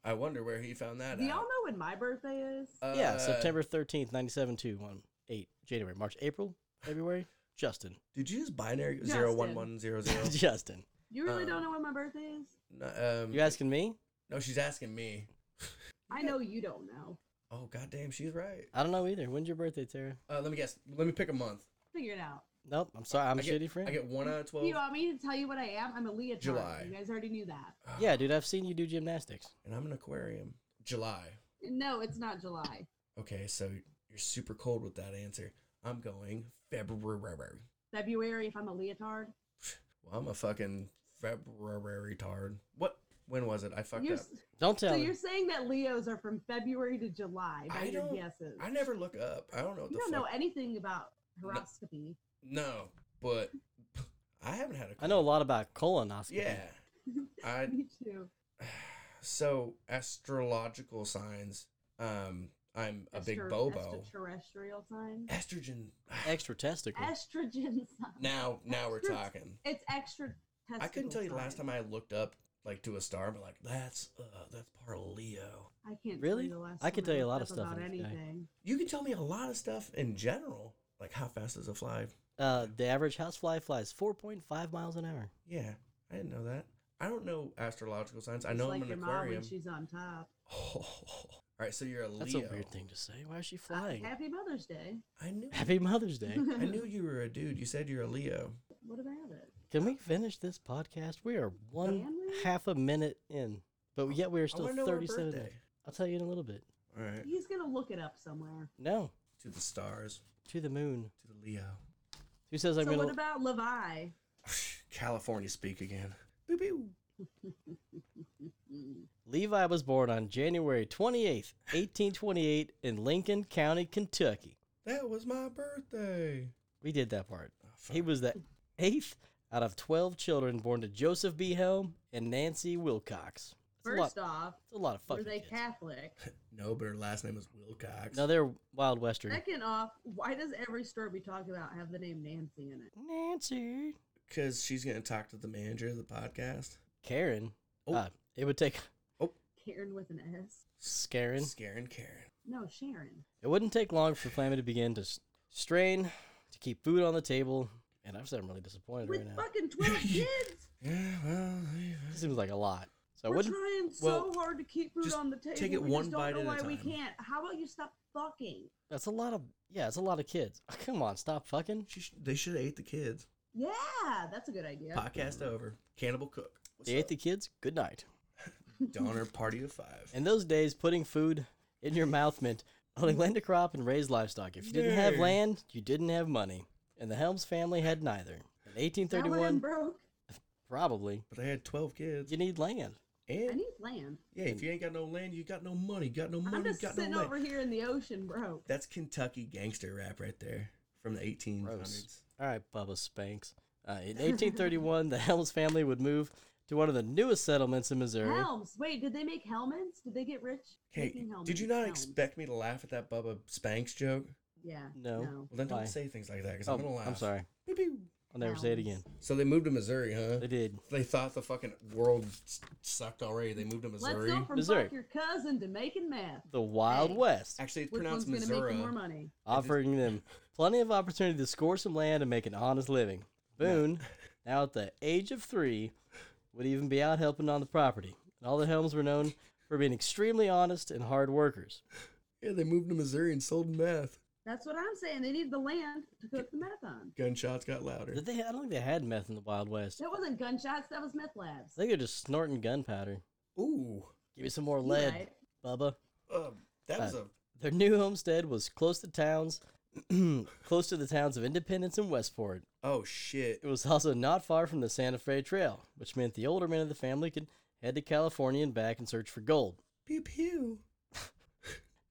I wonder where he found that
Do y'all
out.
know when my birthday is?
Yeah,
Uh,
September 13th, 97, 2, 1, 8, um, January, March, April, February, Justin. (laughs)
Did you just binary zero one
Justin.
one zero zero?
Justin.
you really
um,
don't know when my birthday is?
No, um,
You asking me?
no, she's asking me.
I know you don't know.
Oh goddamn, she's right.
I don't know either. When's your birthday, Tara?
Uh, let me guess. Let me pick a month.
Figure it out.
Nope. I'm sorry. I'm
I
a
get-
shitty friend.
I get one out of
Do
twelve,
you want me to tell you what I am? I'm a leotard.
July.
You guys already knew that.
(sighs) yeah, dude. I've seen you do gymnastics.
Ah, and I'm an aquarium. July.
No, it's not July.
Okay, so you're super cold with that answer. I'm going February.
February, if I'm a leotard.
Well, I'm a fucking February tard. What? When was it? I fucked
You're,
up.
s-
Don't tell
so
me.
you're saying that Leos are from February to July by
I
your
don't-
guesses.
I never look up. I don't know what
you
the
don't know
fuck.
anything about horoscopy.
No, but I haven't had a.
I know a
cold.
lot about colonoscopy.
Yeah. I
(laughs)
(sighs)
Me too.
so astrological signs. Um, I'm a big
Astro-
bobo.
Extraterrestrial sign.
Estrogen.
Extra testicle.
Estrogen (laughs) sign.
(sighs) Now, now we're
Estro-
talking.
It's extra.
I couldn't tell you the last
testicle
time I looked up like to a star, but like that's uh, that's part of Leo.
sign. I can't
Really?
Tell you the last
I could
time
tell you a lot
looked
of
up
stuff
about
in this guy.
anything.
You can tell me a lot of stuff in general, like how fast does it fly?
Uh, the average housefly flies 4.5 miles an hour.
Yeah, I didn't know that. I don't know astrological signs. I
Just
know
like
I'm
your
an
mom when
aquarium. (laughs)
she's on top.
All right, so you're a
That's
Leo.
a weird thing to say. Why is she
Uh,
flying?
Happy Mother's Day.
I knew.
Happy Mother's
(laughs)
Day.
I knew you were a dude. You said you're a Leo.
What about it?
Can we finish this podcast? We are one
Can we?
half a minute in, but yet we are
I
still
want to know her
37 minutes.
birthday.
I'll tell you in a little bit.
All right.
He's gonna look it up somewhere.
No,
To the stars.
to the moon.
To the Leo. (sighs)
Who says I'm
so
gonna?
what about Levi?
California speak again. Boo boo.
Levi was born on January 28th, 1828, in Lincoln County, Kentucky.
That was my birthday.
We did that part.
Oh, fuck.
He was the eighth out of 12 children born to Joseph B. Helm and Nancy Wilcox. It's a lot,
First off,
it's a lot of
were
fucking
they
(laughs)
kids.
Catholic?
no, but her last name is Wilcox.
No, they're Wild Western.
Second off, why does every story we talk about have the name Nancy in it?
Nancy.
Because she's going to talk to the manager of the podcast.
Karen.
Oh.
Uh, it would take
Karen with an S?
Scarin.
Scaring Karen.
No, Sharon.
It wouldn't take long for Flammy to begin to s- strain, to keep food on the table. And I'm I'm really disappointed
With
right now.
(laughs)
fucking twelve kids.
Yeah, well, yeah.
It seems like a lot. So I
We're
wouldn't.
trying so
well,
hard to keep food
just
on the table.
take it
we
one
just don't
bite
know
at a
why we
time.
can't. How about you stop fucking?
That's a lot of. Yeah, it's a lot of kids. (laughs) Come on, stop fucking.
She sh- they should have ate the kids.
Yeah, that's a good idea.
Podcast over. Cannibal Cook. What's
They ate
up?
the kids. Good night.
Donner Party of Five.
In those days, putting food in your mouth meant owning land to crop and raise livestock. If you didn't have
Yay.
land, you didn't have money, and the Helms family had neither. In
Now when I'm
1831,
broke.
probably
but I had 12 kids.
you need land.
I
And
need land.
yeah, if you ain't got no land, you got no money. Got no
I'm
money,
just
got no
sitting
land.
over here in the ocean broke.
That's Kentucky gangster rap right there from the 1800s.
All right, Bubba Spanks. Uh, in 1831, the Helms family would move to one of the newest settlements in Missouri.
Helms. Wait, did they make helmets? Did they get rich?
Hey,
Making helmets.
did you not
Helms.
expect me to laugh at that Bubba Spanks joke?
Yeah.
No.
Well, then don't
Why?
say things like that because
Oh,
I'm gonna laugh.
I'm sorry.
Pew, pew.
I'll never say it
Helms.
again.
So they moved to Missouri, huh?
They did.
They thought the fucking world s- sucked already. They moved to Missouri.
Let's go from
Missouri.
fuck your cousin to making math.
The Wild
Hey.
West,
Actually, it's
Which one's
pronounced
going to make
Missouri.
you more money?
offering them plenty of opportunity to score some land and make an honest living. Boone, now at the age of three, would even be out helping on the property. And all the Helms were known for being extremely honest and hard workers.
Yeah, they moved to Missouri and sold meth.
That's what I'm saying. They need the land to cook the meth on.
Gunshots got louder.
Did they? I don't think they had meth in the Wild West.
That wasn't gunshots. That was meth labs.
I think they're just snorting gunpowder.
Ooh,
Give me some more
You
lead,
right.
Bubba.
uh, that was a
Their new homestead was close to towns, (clears throat) close to the towns of Independence and Westport.
oh shit.
It was also not far from the Santa Fe Trail, which meant the older men of the family could head to California and back and search for gold.
Pew pew.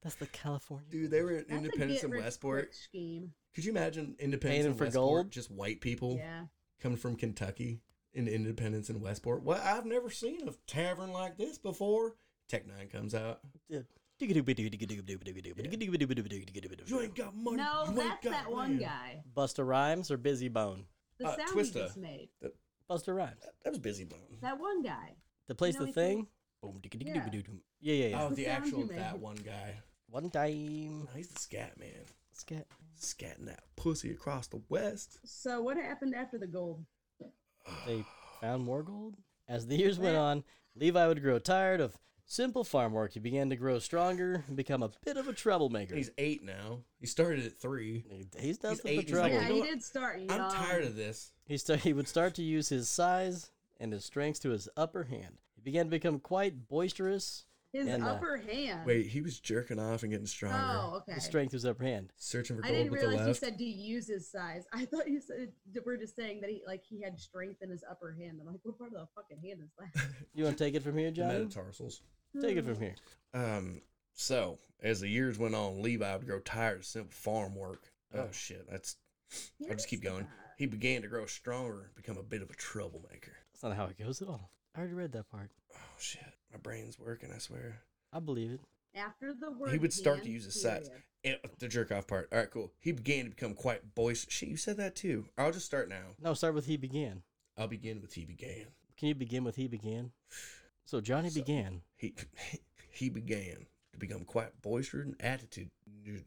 That's the California.
Dude, they were in
That's a
Independence
get
and
rich
Westport.
quick scheme.
Could you imagine Independence
Paying
and
for
Westport?
gold?
Just white people
Yeah.
coming from Kentucky in Independence and Westport. Well, I've never seen a tavern like this before. Tech Nine comes out. You ain't got money. oh,
No,
you ain't
that's
got
that one
land.
guy.
Busta Rhymes or Busy Bone?
The
Uh,
sound
Twista.
he just made.
Busta Rhymes.
That was Busy Bone.
That one guy.
To place
know
the
he
thing.
plays-
Boom, digga, digga, digga, doo, doo. Yeah, yeah, yeah.
Oh,
The
the
sound
actual
you made.
that one guy.
One time.
No, he's the scat man.
Scat.
Scatting that pussy across the west.
So what happened after the gold?
They found more gold? As the years went on, Levi would grow tired of Simple farm work. He began to grow stronger and become a bit of a troublemaker.
He's eight now. He started at three.
He- he's nothing
eight,
but
he's like,
trouble.
yeah,
you know
he
what?
did start. You
I'm tired of this.
He, sta- he would start to use his size and his strengths to his upper hand. He began to become quite boisterous.
his
and, uh,
upper hand.
Wait, he was jerking off and getting stronger.
oh, okay.
His strength to his upper hand.
Searching for
I
gold
didn't
with the
realize you
left.
said to use his size. (laughs) I thought you said that we're just saying that he like he had strength in his upper hand. I'm like, what part of the fucking hand is that?
You want to take it from here,
the
Johnny?
metatarsals.
Take it from here.
Um. So as the years went on, Levi would grow tired of simple farm work. Oh,
Oh.
shit, that's.
He
I'll just keep
already
going.
said that.
He began to grow stronger, become a bit of a troublemaker.
That's not how it goes at all. I already read that part.
Oh shit, my brain's working. I swear.
I believe it.
After the word,
would start to
hand,
use his size.
period.
Eh, the jerk off part. All right, cool. He began to become quite boisterous. Shit, you said that too. I'll just start now.
No, start with he began.
I'll begin with he began.
Can you begin with he began? So Johnny
So-
began.
He (laughs) he began to become quite boisterous and attitude.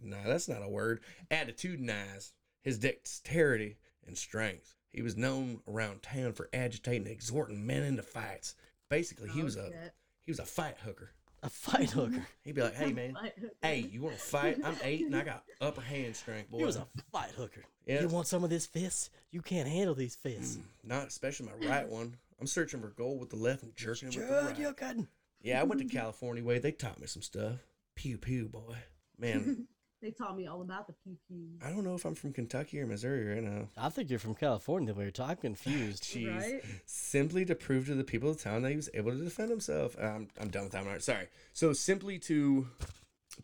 Nah, that's not a word. Attitudinized his dexterity and strength. He was known around town for agitating, and exhorting men into fights. Basically, he
Oh,
was a
shit.
he was a fight hooker.
A
(laughs)
fight hooker.
He'd be like, "Hey man,
(laughs) Like,
hey, you want to fight? I'm eight and I got upper hand strength, boy.
He was a fight hooker.
Yeah. Mm,
You want some of this fist? You can't handle these fists.
Not especially my right one. I'm searching for gold with the left and jerking it with the
Sure
right.
you can.
Yeah, I went
(laughs)
to California way. They taught me some stuff. Pew pew, boy. Man,
they taught me all about the pew pew.
I don't know if I'm from Kentucky or Missouri right now.
I think you're from California, the way you're talking. Confused.
Jeez.
Right?
Simply to prove to the people of the town that he was able to defend himself. Um, I'm done with that one. All right, Sorry. So simply to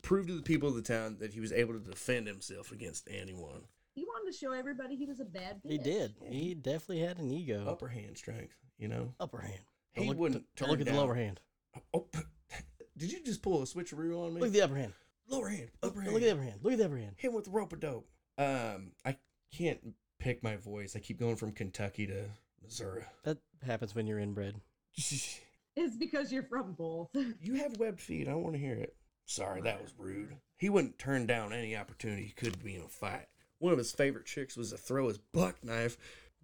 prove to the people of the town that he was able to defend himself against anyone.
He wanted to show everybody he was a bad bitch.
He did. He definitely had an ego.
Upper hand strength, you know.
Upper hand.
He
look,
wouldn't
Uh, don't look
turn
at the lower
down-
hand.
Oh, (laughs) did you just pull a switcheroo on me?
Look at the upper hand.
lower hand, upper hand.
Look at the upper hand. Look at the upper hand.
hit with the rope a dope. Um, I can't pick my voice. I keep going from Kentucky to Missouri. (laughs)
That happens when you're inbred.
It's because you're from both.
you have webbed feet. I want to hear it. Sorry, that was rude. He wouldn't turn down any opportunity he could be in a fight. One of his favorite tricks was to throw his buck knife,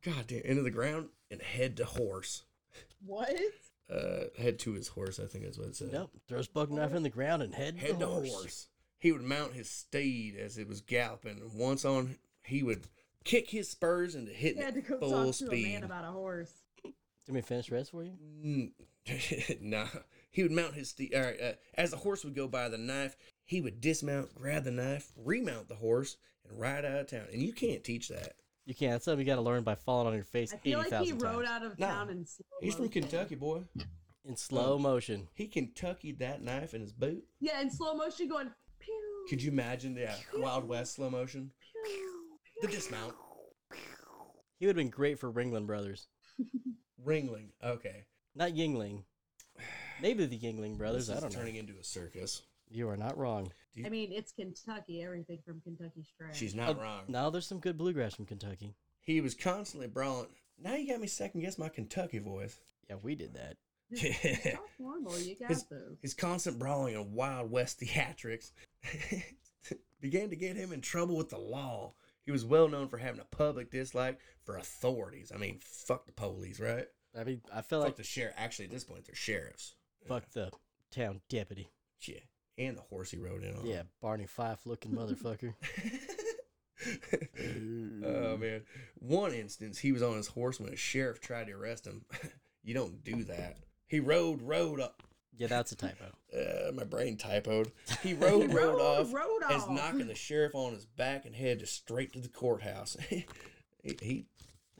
goddamn, into the ground and head to horse.
(laughs) what?
Uh, head to his horse. I think that's what it said.
Nope. Throws buck knife in the ground and head,
head to horse. He would mount his steed as it was galloping, and once on, he would kick his spurs into
He
hitting
had to
it
go
full
talk
speed.
to a man about a horse.
Let me finish rest for you.
Mm, (laughs) nah, he would mount his steed. All right, uh, as the horse would go by the knife, he would dismount, grab the knife, remount the horse, and ride out of town. And you can't teach that.
You can't. That's something you got to learn by falling on your face
I feel
eighty
like he
thousand
rode
times
out of
No.
town and slow
He's from
motion.
Kentucky, boy.
in slow motion.
He Kentuckyed that knife in his boot.
Yeah, in slow motion going pew.
Could you imagine the uh, Wild West slow motion?
pew,
The
pew.
dismount,
He would have been great for Ringling Brothers,
ringling. Okay,
not Yingling. Maybe the Yingling Brothers.
This
I
is
don't know.
turning into a circus.
You are not wrong.
I mean, it's Kentucky. Everything from Kentucky's trash.
She's not
Oh,
wrong.
Now there's some good bluegrass from Kentucky.
He was constantly brawling. Now you got me second guess my Kentucky voice.
Yeah, we did that.
(laughs)
Just
Yeah.
talk normal. You got
His-
this.
His constant brawling and Wild West theatrics (laughs) began to get him in trouble with the law. He was well known for having a public dislike for authorities. I mean, fuck the police, right?
I mean, I felt
fuck
like
the sheriff. Actually, at this point, they're sheriffs.
fuck the town deputy.
Yeah. And the horse he rode in on.
Yeah, Barney Fife looking motherfucker.
(laughs) oh, man. One instance, he was on his horse when a sheriff tried to arrest him. (laughs) you don't do that. He rode, rode up.
Yeah, that's a typo.
Uh, my brain typoed. He
(laughs)
rode, rode
Rode,
off
rode
as
off.
knocking the sheriff on his back and head just straight to the courthouse. (laughs) he, he,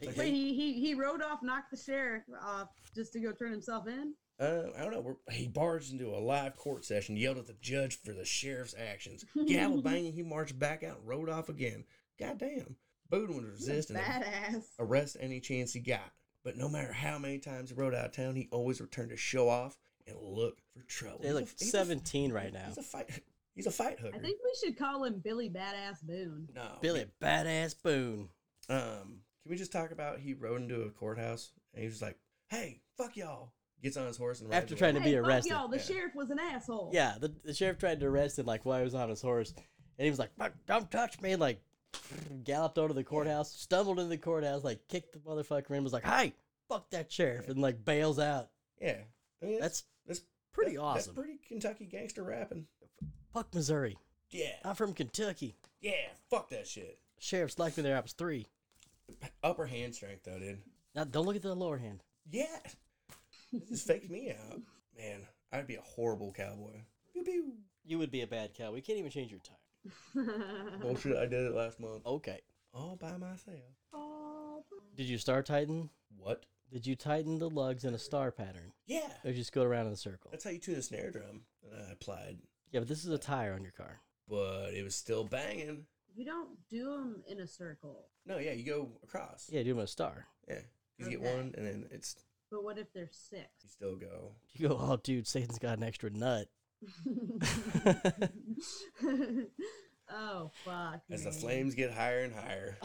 Wait, he, he he rode off, knocked the sheriff off just to go turn himself in.
uh, I don't know. we're- He barged into a live court session, yelled at the judge for the sheriff's actions. Gavel banging, he marched back out and rode off again. Goddamn. Bowden would
He's a
resist and
Badass.
arrest any chance he got. But no matter how many times he rode out of town, he always returned to show off and look for trouble.
They're
He's a-
like
he's a-
17 right now.
He's a fight. He's a fight hooker.
I think we should call him Billy Badass Boone.
no,
Billy Badass Boone.
Um, can we just talk about he rode into a courthouse and he was like, "Hey, fuck y'all!" Gets on his horse and rides
After
away.
trying to be
Hey, fuck
arrested.
y'all! The
Yeah.
sheriff was an asshole. (laughs)
Yeah, the, the sheriff tried to arrest him like while he was on his horse, and he was like, "Fuck, "Don't touch me!" and, Like, (laughs) galloped over to the courthouse, stumbled into the courthouse, like kicked the motherfucker in, was like, "Hey, fuck that sheriff!" and like bails out.
yeah, I mean, that's
That's
that's
Pretty
That's-
awesome.
That's pretty Kentucky gangster rapping.
Fuck Missouri.
Yeah,
I'm from Kentucky.
yeah. Fuck that shit.
Sheriff's liked me there. I was three.
Upper hand strength though, dude.
Now don't look at the lower hand.
Yeah. This just faked me out, man. I'd be a horrible cowboy. Pew pew.
You would be a bad cow. We can't even change your tire.
Bullshit. I did it last month
Okay.
all by myself.
Oh,
Did you star tighten?
What?
Did you tighten the lugs in a star pattern?
Yeah.
Or just go around in a circle?
That's how you tune a snare drum. And I applied,
Yeah, but this is a tire on your car.
but it was still banging.
you don't do them in a circle.
No, yeah, you go across.
Yeah, do them in a star.
Yeah. You get
Okay.
one, and then it's
But what if they're six? (laughs)
you still go.
You go, oh, dude, Satan's got an
(laughs)
extra nut.
oh fuck.
As the
me.
flames get higher and higher.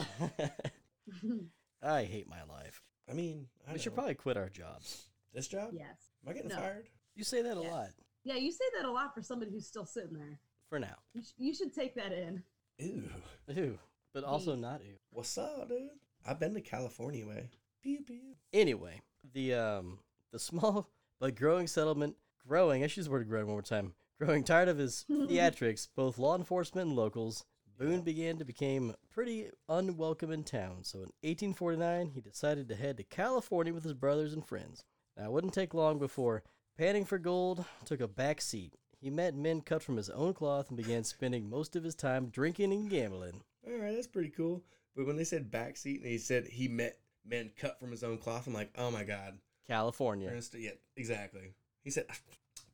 I hate my life.
I mean, I
we should
know.
probably quit our jobs.
this job.
(laughs) yes.
Am I getting
No.
fired?
You say that a
Yeah.
lot
Yeah, you say that a lot for somebody who's still sitting there.
for now.
You, sh- you should take that in.
Ew.
Ew. But also
Ew.
not ew.
What's up, dude? I've been to California way. Pew pew.
Anyway, the um the small (laughs) but growing settlement growing, I should use the word growing one more time. Growing tired of his theatrics, both law enforcement and locals, Boone began to become pretty unwelcome in town. So in 1849, he decided to head to California with his brothers and friends. Now, it wouldn't take long before panning for gold took a back seat. He met men cut from his own cloth and began spending most of his time drinking and gambling.
All right, that's pretty cool. But when they said backseat and he said he met men cut from his own cloth, I'm like, oh my god.
California.
Ernest, yeah, exactly. He said,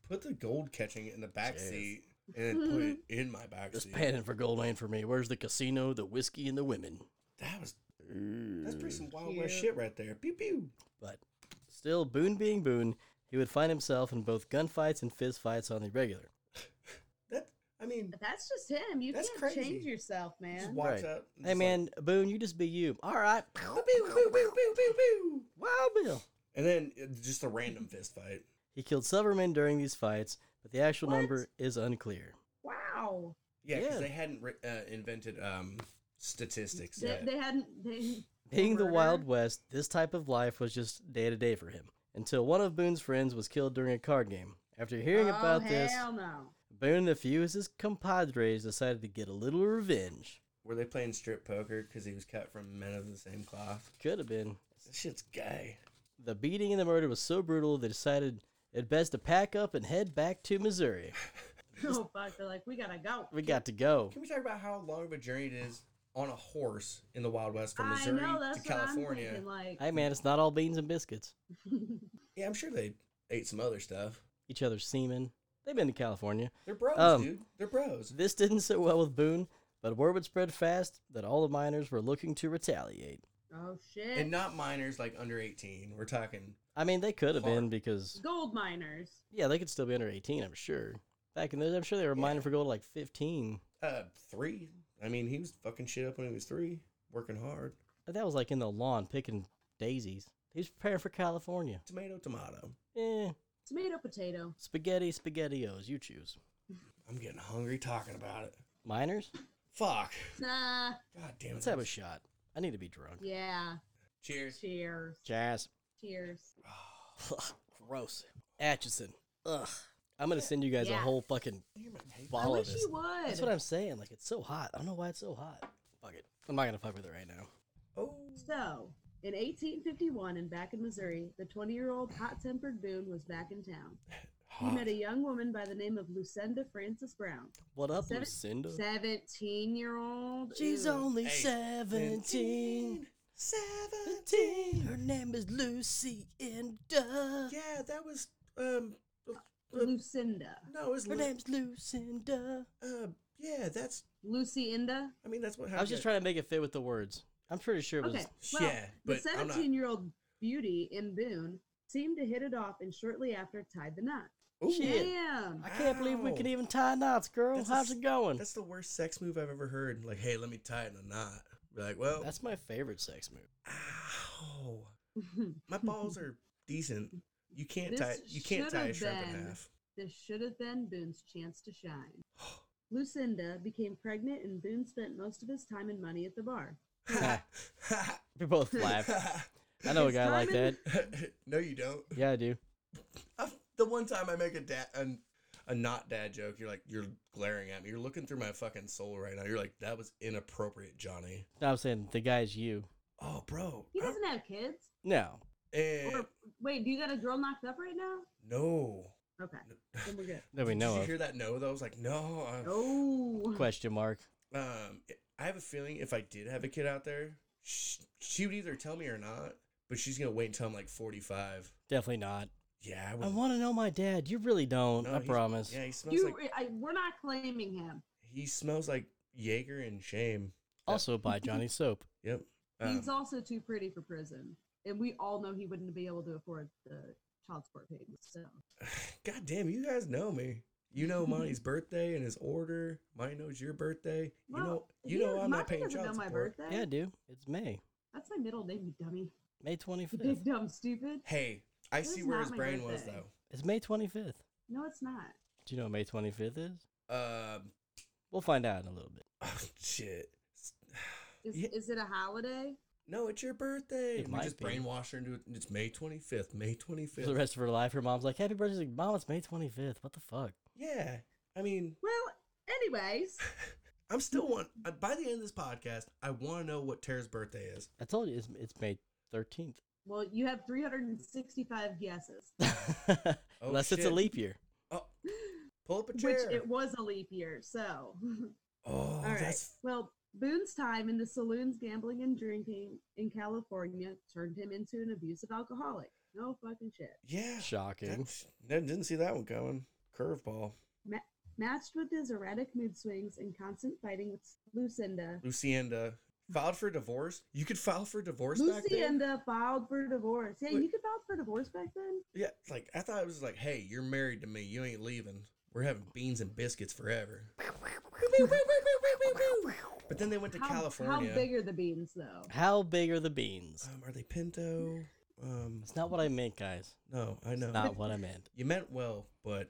put the gold catching in the
Jeez.
backseat and then put it in my
Just
backseat.
panning for gold ain't for me. Where's the casino, the whiskey, and the women?
That was that's pretty some wild west
Cute.
shit right there. Pew pew.
But still, Boone being Boone, he would find himself in both gunfights and fistfights on the regular.
That I mean,
But that's just him. You
That's
can't change
crazy.
yourself,
just
man.
walks
Right.
up. and
Hey,
just
man, Boone, you just be you. All right.
like, pew, pew, pew, pew, pew, pew.
Wow, Bill.
And then uh, just a
(laughs)
random fist fight.
He killed several men during these fights, but the actual
What?
number is unclear.
Wow.
Yeah, because
Yeah.
they hadn't ri- uh, invented um, statistics
They,
yet.
they hadn't. They,
Being the
Murder?
Wild West, this type of life was just day to day for him until one of Boone's friends was killed during a card game. After hearing
oh,
about
hell
this,
no. (laughs)
Boone and a few of his compadres decided to get a little revenge.
Were they playing strip poker because he was cut from men of the same cloth?
Could have been.
This shit's gay.
The beating and the murder was so brutal they decided it best to pack up and head back to Missouri.
Oh fuck! They're like, we gotta go.
(laughs) We got to go.
Can we talk about how long of a journey it is on a horse in the Wild West from
I
Missouri
know that's
to
what
California?
I'm thinking. Like,
Hey man, it's not all beans and biscuits.
yeah, I'm sure they ate some other stuff.
Each other's semen. They've been to California.
They're bros,
Um,
dude. They're bros.
This didn't sit well with Boone, but word would spread fast that all the miners were looking to retaliate.
(laughs) oh shit.
And not minors like under 18. We're talking
I mean, they could have been
Hard.
because
Gold miners.
yeah, they could still be under eighteen. I'm sure. Back in those, I'm sure they were mining for gold at like fifteen.
uh three. I mean, he was fucking shit up when he was three, working hard.
But that was like in the lawn picking daisies. He was preparing for California.
Tomato, tomato.
Eh,
Tomato, potato.
spaghetti, spaghettios. You choose.
I'm getting hungry talking about it.
Miners,
Fuck.
Nah.
God damn it.
let's have a shot. I need to be drunk.
Yeah.
Cheers.
Cheers.
Jazz. (laughs)
Cheers.
Gross. Atchison. Ugh. I'm gonna send you guys a
Yeah.
whole fucking
Damn it, Nate.
I
bottle of
wish
this.
you would.
That's what I'm saying. Like it's so hot. I don't know why it's so hot. Fuck it. I'm not gonna fuck with it right now.
Oh.
So, in 1851, and back in Missouri, the 20 year old hot tempered Boone was back in town. He met a young woman by the name of Lucinda Frances Brown.
What up,
Seven-
Lucinda?
17 year old.
She's only
Hey,
17. 17. Her name is Lucy and Duh.
Yeah, that was um
Lucinda.
no, it was
Her
Lu-
name's Lucinda.
uh yeah, that's
Lucinda?
I mean that's what happened.
I was just trying to make it fit with the words. I'm pretty sure it was.
Okay. Well,
Yeah, but
the
I'm not-
17 year old beauty in Boone seemed to hit it off and shortly after tied the knot.
Ooh,
Shit.
Damn. (laughs)
I can't believe we
Ow.
can even tie knots, girl.
That's a
How's
s-
it going?
That's the worst sex move I've ever heard. Like, hey, let me tighten a knot. Be like, well,
That's my favorite sex move.
ow. My balls are decent. You can't
This
tie you can't tie a
should've
shrimp in
been-
half.
This should have been Boone's chance
(gasps)
to shine. Lucinda became pregnant, and Boone spent most of his time and money at the bar. (laughs)
We both laugh. (laughs) I know a
(laughs)
It's
guy like that.
Diamond-
no, you don't.
Yeah, I do.
I've the one time I make a dad an, a not dad joke, you're like you're glaring at me. You're looking through my fucking soul right now. You're like that was inappropriate, Johnny.
No, I'm saying the guy's you.
Oh, bro.
He
I-
doesn't have kids.
No.
eh,
Or wait, do you got a girl knocked up right now?
no. (laughs)
Okay, then we're good.
That we
Did
know
you
of.
hear that? No, though. I was like, no. uh,
Oh,
Question mark.
Um, I have a feeling if I did have a kid out there, she, she would either tell me or not. But she's gonna wait until I'm like 45.
Definitely not.
Yeah, I
I
would.
want to know my dad. You really don't.
No,
I
he's-
promise.
Yeah, he smells
you,
like
I, we're not claiming him.
he smells like Jaeger and shame.
Also
(laughs)
by Johnny Soap.
Yep. Um,
He's also too pretty for prison, and we all know he wouldn't be able to afford the child support payments. So
God damn, you guys know me. You
(laughs)
know Monty's birthday and his order. Monty knows your birthday. You
Well,
know, you
he-
know I'm not
Monty
paying
doesn't
child
know my
support.
birthday.
Yeah, dude. It's May.
That's my middle name, you dummy.
May
You
25th.
big dumb stupid.
Hey, I
That
see
is
where
not
his
my
brain was
birthday.
though.
It's May 25th.
No, it's not.
Do you know what May 25th is?
Um, (laughs)
We'll find out in a little bit.
oh, shit.
Is,
Yeah.
is it a holiday?
No, it's your birthday.
It
we
might
just
be.
brainwash her into it. It's May 25th. May
For the
25th.
rest of her life, her mom's like, Happy birthday. She's like, Mom, it's May 25th. What the fuck?
Yeah. I mean,
Well, anyways,
I'm still one. uh, By the end of this podcast, I want to know what Tara's birthday is.
I told you it's, it's May 13th. (laughs)
well, you have 365 guesses,
Oh,
Unless it's a
shit.
leap year.
Oh, pull up a chair.
which it was a leap year. So, (laughs)
oh,
all right.
that's
Well, Boone's time in the saloons, gambling, and drinking in California turned him into an abusive alcoholic. No fucking shit.
yeah.
Shocking.
That's- that- didn't see that one coming. Curveball.
Matched with his erratic mood swings and constant fighting with Lucinda,
Lucienda filed for divorce. You could file for divorce back then.
Lucinda filed for divorce. Yeah,
Wait.
you could file for divorce back then.
Yeah, it's like I thought it was like, hey, you're married to me. You ain't leaving. We're having beans and biscuits forever. But then they went to
How-
California.
How big are the beans, though?
How big are the beans?
um, are they Pinto? Um,
It's not what I meant, guys.
no, I know.
It's not what I meant.
You meant well, but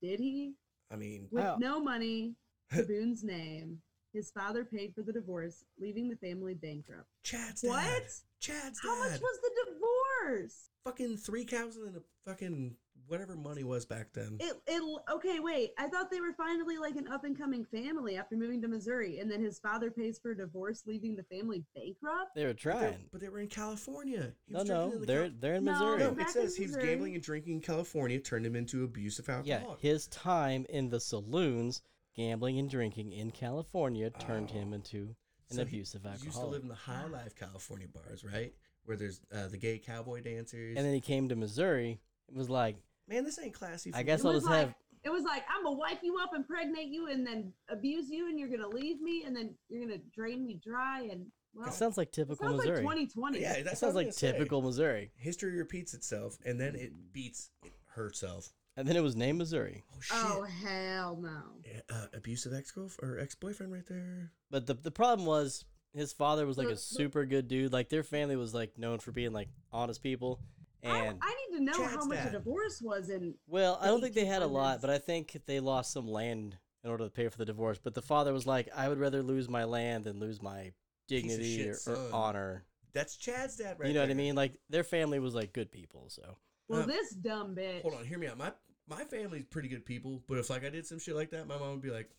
Did he?
I mean,
With
Wow.
(laughs)
no money to Boone's name, his father paid for the divorce, leaving the family bankrupt.
Chad's dad.
What?
Chad's dad.
How much was the divorce?
fucking three thousand and a fucking whatever money was back then?
It, it okay wait i thought they were finally like an up and coming family after moving to missouri and then his father pays for a divorce leaving the family bankrupt
They were
But they-
trying.
But they were in California. He
No,
was
no,
drinking in the
they're
Cal-
they're in
No,
Missouri.
no.
back in
It says he was
Missouri.
gambling and drinking in California, turned him into abusive
yeah,
alcoholic.
his time in the saloons, gambling and drinking in California turned him
Oh.
into
So
an
he-
abusive
He used to
alcoholic.
live in the high life California bars, right? Where there's uh, the gay cowboy dancers.
And then he came to Missouri. It was like,
man, this ain't classy.
I
for
guess
It
me.
I'll
was
just
like-
have.
it was like i'm gonna wipe you up impregnate you and then abuse you and you're gonna leave me and then you're gonna drain me dry and well
That sounds like
it
typical
sounds like
Missouri.
2020
yeah, that
that sounds like typical Missouri.
History repeats itself, and then it beats herself.
And then it was named Missouri.
Oh shit!
oh hell no
Yeah, Uh, abusive ex girlfriend or ex boyfriend, right there.
But the the problem was his father was like a
Look, look.
super good dude. Like their family was like known for being like honest people.
I,
And
I need to know
Chad's
how much
dad.
a divorce was in
Well, I
the
don't think they had a lot,
1800s.
but I think they lost some land in order to pay for the divorce. But the father was like, I would rather lose my land than lose my
Piece of
dignity
shit
or, or
son.
honor.
That's Chad's dad, right?
you know what I
there.
mean? Like their family was like good people, so
well
Um,
this dumb bitch
Hold on, hear me out. My my family's pretty good people, but if like I did some shit like that, my mom would be like,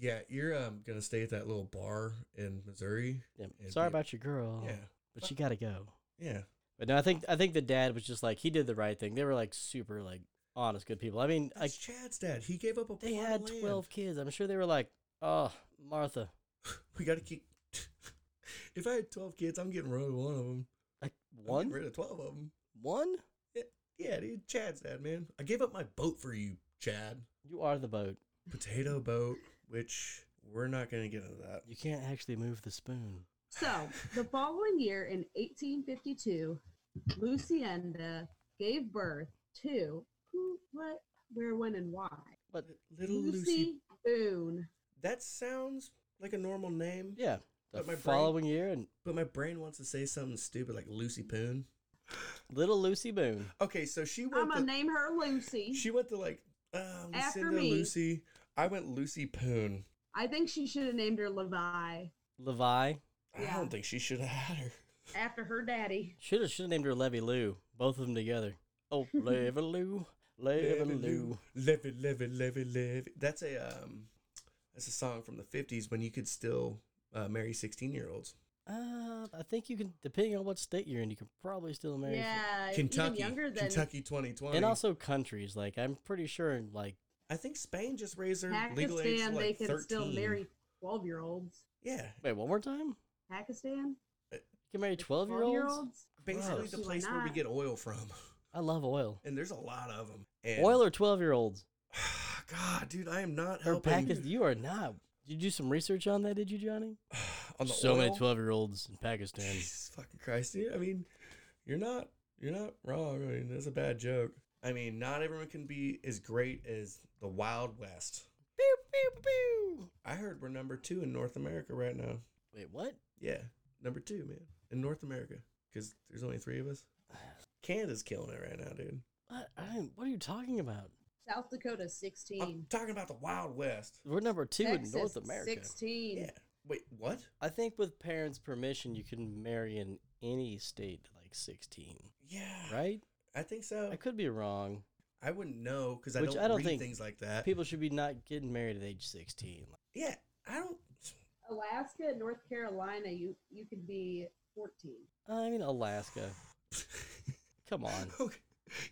"Yeah, you're um gonna stay at that little bar in Missouri."
yeah.
Yeah,
sorry
dude.
about your girl,
Yeah,
but she gotta go.
yeah.
But no, I think I think the dad was just like he did the right thing. They were like super like honest, good people. I mean, like
That's Chad's dad. He gave up a.
they
plot of
had
land.
twelve kids. I'm sure they were like, oh Martha,
We gotta keep. (laughs) if I had twelve kids, I'm getting rid of one of them.
like
I'm
one,
getting rid of twelve of them.
one.
Yeah, dude. Chad's dad, man. I gave up my boat for you, Chad.
You are the boat.
Potato boat, which we're not gonna get into that.
You can't actually move the spoon.
So, the following year in 1852, Lucienda gave birth to who, what, where, when, and why?
But
Little Lucy.
Boone.
That sounds like a normal name.
yeah, the
But my brain-
following year and
But my brain wants to say something stupid like Lucy Poon.
Little Lucy Boone.
Okay, so she
I'm
went.
gonna
To,
name her Lucy.
she went to like uh,
After
Lucinda,
me.
Lucy. I went Lucy Poon.
I think she should have named her Levi
Levi
I
Yeah.
don't think she should have had her.
after her daddy.
should have should have named her Levy Lou. Both of them together. Oh, Levy Lou, Live and Lou.
live it, live it, live it, live it. That's a um, that's a song from the '50s when you could still uh, marry 16-year-olds.
Uh, I think you can, depending on what state you're in, you can probably still marry.
Yeah,
Kentucky,
Uh, even younger than
Kentucky 2020.
And also countries. Like, I'm pretty sure, in, like,
I think Spain just raised their legal age to
Pakistan,
like
they can
13.
still marry twelve-year-olds.
Yeah,
wait, one more time? You
Pakistan,
can marry 12 year olds?
basically
Gross.
the
Why
place where we
not?
get oil from, (laughs)
I love oil.
and there's a lot of them.
Oil or 12 year olds?
(sighs) God, dude, I am not
Or
helping.
Pakistan? You are not. Did you do some research on that, did you, Johnny?
(sighs) on the
so many
oil?
12 year olds in Pakistan.
Jesus fucking Christ, dude. I mean, you're not you're not wrong. I mean, that's a bad joke. I mean, not everyone can be as great as the Wild West.
pew, pew, pew.
I heard we're number two in North America right now.
Wait, what?
Yeah, number two, man, in North America because there's only three of us. Canada's killing it right now, dude.
What, I don't- what are you talking about?
South Dakota,
I'm
sixteen.
talking about the Wild West.
We're number two
Texas,
in North America.
sixteen.
Yeah. Wait, what?
I think with parents' permission, you can marry in any state like 16,
Yeah.
right?
I think so.
I could be wrong.
I wouldn't know because I
Which
don't,
I don't
read
think
things like that.
People should be not getting married at age 16.
yeah, I don't.
Alaska and North Carolina, you you could be fourteen.
I
(laughs)
mean, Alaska. Come on.
okay.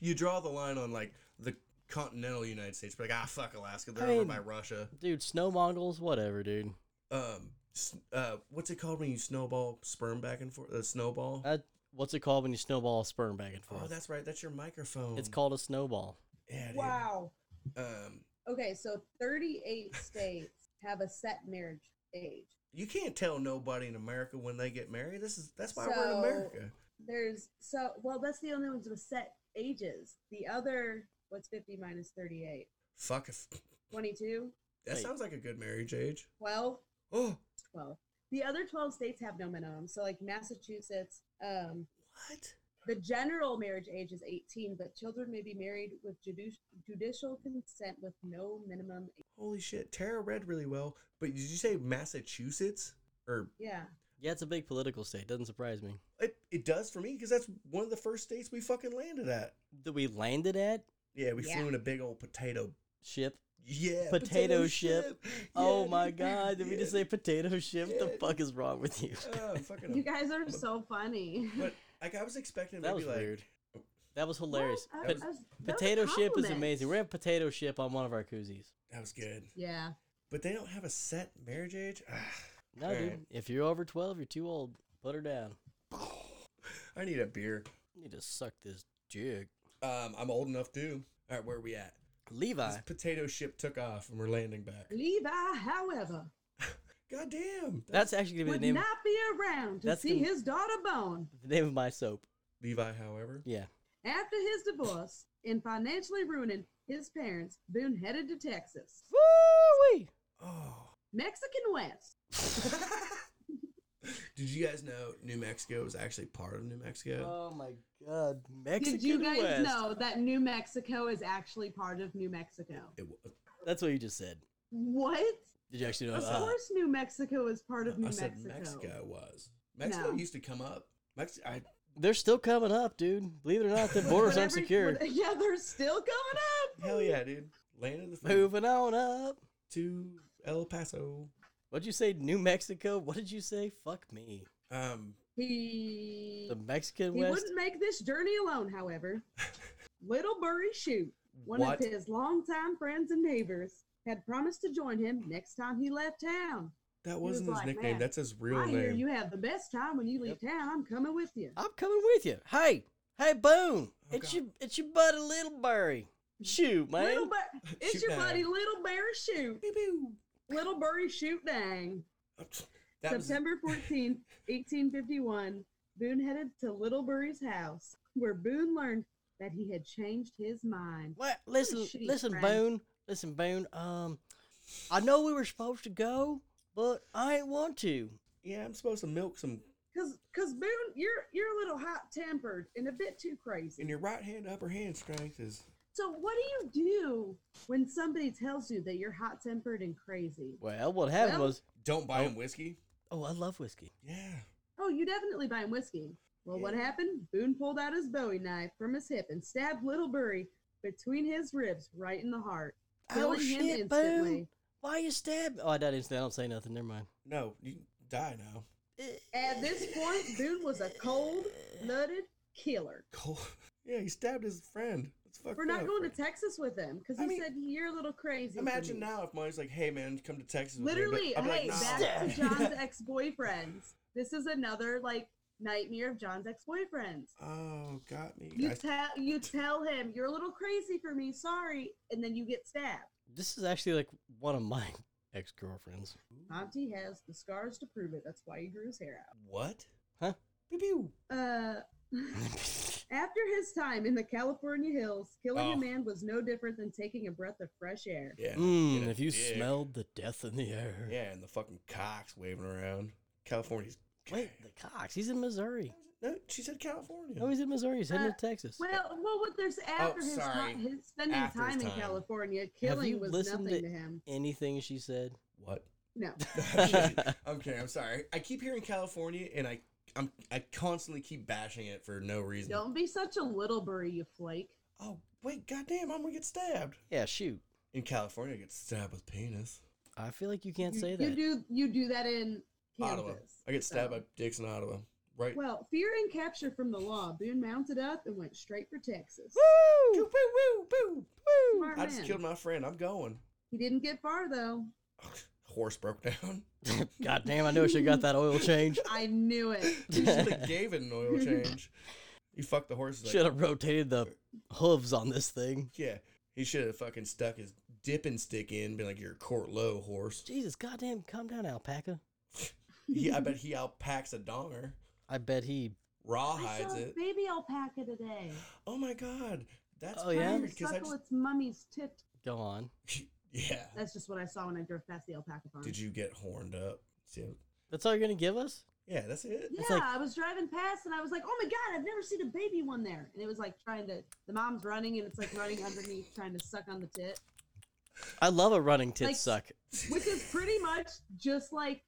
You draw the line on like the continental United States, but like ah fuck Alaska, they're
I
over
mean-
by Russia.
Dude, snow Mongols, whatever, dude.
Um, s- uh, what's it called when you snowball sperm back and forth? A snowball.
That, what's it called when you snowball a sperm back and forth?
oh, that's right. That's your microphone.
it's called a snowball.
Yeah, dude.
Wow.
Um,
Okay, so thirty-eight (laughs) states have a set marriage age.
you can't tell nobody in America when they get married. This is that's why we're in
So-
America.
There's so well, that's the only ones with set ages. The other, what's fifty minus 38?
Fuck if
22,
that
Hey.
sounds like a good marriage age.
12,
Oh,
12. The other 12 states have no minimum. So, like Massachusetts, um,
what?
the general marriage age is 18, but children may be married with judici- judicial consent with no minimum age.
Holy shit, Tara read really well. But did you say Massachusetts? Or
Yeah.
Yeah, it's a big political state. Doesn't surprise me.
it, it does for me because that's one of the first states we fucking landed at.
That we landed at?
Yeah, we
Yeah.
flew in a big old potato.
Ship.
Yeah,
Potato ship.
(laughs) Yeah,
oh
dude.
my god, did
(laughs)
we
Yeah,
just say potato ship?
Yeah,
the
dude.
fuck is wrong with you?
dude. Oh, I'm fucking.
You guys are so funny. (laughs)
but like I was expecting
That
maybe
was
like
weird. That was hilarious.
What? I-
Pot-
I was- that was a
potato ship is
compliment.
amazing. We're gonna have potato ship on one of our koozies.
that was good.
Yeah.
But they don't have a set marriage age. Ah, (laughs)
No,
Alright.
dude. If you're over twelve, you're too old. Put her down.
I need a beer.
You need to suck this jig.
Um, I'm old enough too. All right, where are we at?
Levi.
This potato ship took off and we're landing back.
Levi, however,
God damn.
That's actually gonna be
would
the name
not be around to
That's
see
gonna-
his daughter bone
the name of my soap.
Levi, however.
Yeah.
after his divorce and financially ruining his parents. Boone headed to Texas,
Woo
Oh. (laughs)
Mexican West.
Did you guys know New Mexico is actually part of New Mexico?
Oh my god. Mexican
Did you guys
West.
know that New Mexico is actually part of New Mexico?
It wa-
That's what you just said.
What?
Did you actually know
Of
uh,
course, New Mexico is part of New
I
Mexico.
said Mexico was. Mexico
No.
used to come up. Mex- I,
they're still coming up, dude. Believe it
(laughs)
or not, the border's
Whatever-
unsecured.
what- yeah, they're still coming up.
hell yeah, dude. Landed the food
(laughs) Moving on up.
to El Paso.
What'd you say? New Mexico? What did you say? Fuck me.
Um,
He
The Mexican
he
West.
wouldn't make this journey alone,
(laughs)
however. Little Burry Shoot, one
what?
of his longtime friends and neighbors, had promised to join him next time he left town.
That
He was
wasn't his
like,
nickname.
"Man,
That's his real
I hear
name. (laughs)
you have the best time when you leave town. I'm coming with you.
I'm coming with you. Hey, hey,
Oh,
Boone. it's
God.
your it's your buddy Little Burry. Shoot, man.
Little Bur- it's
Shoot
your
Dang.
buddy, Little Burry Shoot.
Pew, pew.
Little Burry Shoot Dang.
That was-
September
(laughs)
14th, 1851, Boone headed to Little Burry's house, where Boone learned that he had changed his mind.
What? Listen,
shitty
listen,
friend.
Boone. Listen, Boone. Um, I know we were supposed to go, but I ain't want to.
yeah, I'm supposed to milk some
Cause, Cause Boone, you're you're a little hot tempered and a bit too crazy.
and your right hand upper hand strength is
So what do you do when somebody tells you that you're hot tempered and crazy?
Well, what happened
Well-
was,
don't buy him whiskey.
oh, I love whiskey.
Yeah.
Oh, you definitely buy him whiskey. Well, what happened? Boone pulled out his Bowie knife from his hip and stabbed Little Burry between his ribs, right in the heart,
Oh
killing him
shit,
instantly.
boom! Why you stab? Oh, I died instantly. I don't say nothing. Never mind.
No, you die now.
At this point, Boone was a cold-blooded killer.
Cole. (laughs) Yeah, he stabbed his friend. That's fucked
We're not
up.
going to Texas with him because
I
he
mean,
said you're a little crazy. for
Imagine
me."
now if Molly's like, "Hey man, come to Texas." with me," but
Literally,
I'm like,
hey,
"Nah." (laughs)
back to John's ex-boyfriends. This is another like nightmare of John's ex-boyfriends.
Oh, got me.
You
I-
tell you tell him you're a little crazy for me, sorry, and then you get stabbed.
This is actually like one of my (laughs) ex
(laughs)
girlfriends.
Monty has the scars to prove it. That's why he grew his hair
what?
Huh?
Pew pew.
out. Uh, after his time in the California hills, killing
Oh.
a man was no different than taking a breath of fresh air.
Yeah.
Mmm,
get a
if you
dick.
smelled the death in the air.
Yeah, and the fucking cocks waving around. California's.
Wait, the Cox, he's in Missouri.
No, she said California.
No, Oh, he's in Missouri. He's heading
Uh,
to Texas.
Well, well, what there's after his
Oh, sorry.
time, his spending
After his
time, in
time.
California,
you
killing was
listened
nothing to,
to-
him.
Anything
(laughs)
she said. (laughs)
what? (laughs)
No,
okay, I'm sorry. I keep hearing California, and I, I'm, I constantly keep bashing it for no reason.
don't be such a little bury, you flake.
Oh wait, goddamn! I'm gonna get stabbed.
Yeah, shoot.
In California, I get stabbed with penis.
I feel like you can't
you,
say
you
that.
do you do that in Kansas.
Ottawa. I get stabbed
so.
by dicks in Ottawa. Right.
Well, fearing capture from the law, Boone mounted up and went straight for Texas.
Pew,
Woo!
pew, pew, pew, pew.
Smart
I just
man.
killed my friend. I'm going.
He didn't get far though.
Horse broke down.
(laughs) God damn, I know she got that
(laughs)
oil change.
I knew it.
(laughs) He should
(laughs)
have gave it an oil change. He fucked the horses. Like,
Should have rotated the hooves on this thing.
Yeah. He should have fucking stuck his dipping stick in, been like, you're a court low horse.
Jesus, goddamn, calm down, alpaca.
He,
(laughs)
I bet he outpacks a donger,
I bet he.
I
rawhides
saw a
it.
baby alpaca today.
Oh my God. That's
Oh, yeah?
Trying to
weird because I
suckle its mummy's tit.
Go on.
just. (laughs) Yeah.
That's just what I saw when I drove past the alpaca farm.
Did you get horned up? See,
That's all you're gonna give us?
yeah, that's it.
Yeah,
It's like-
I was driving past and I was like, "Oh my god, I've never seen a baby one there." And it was like trying to. The mom's running and it's like running underneath, trying to suck on the tit,
I love a running tit
Like-
suck. (laughs)
which is
(laughs)
pretty much just like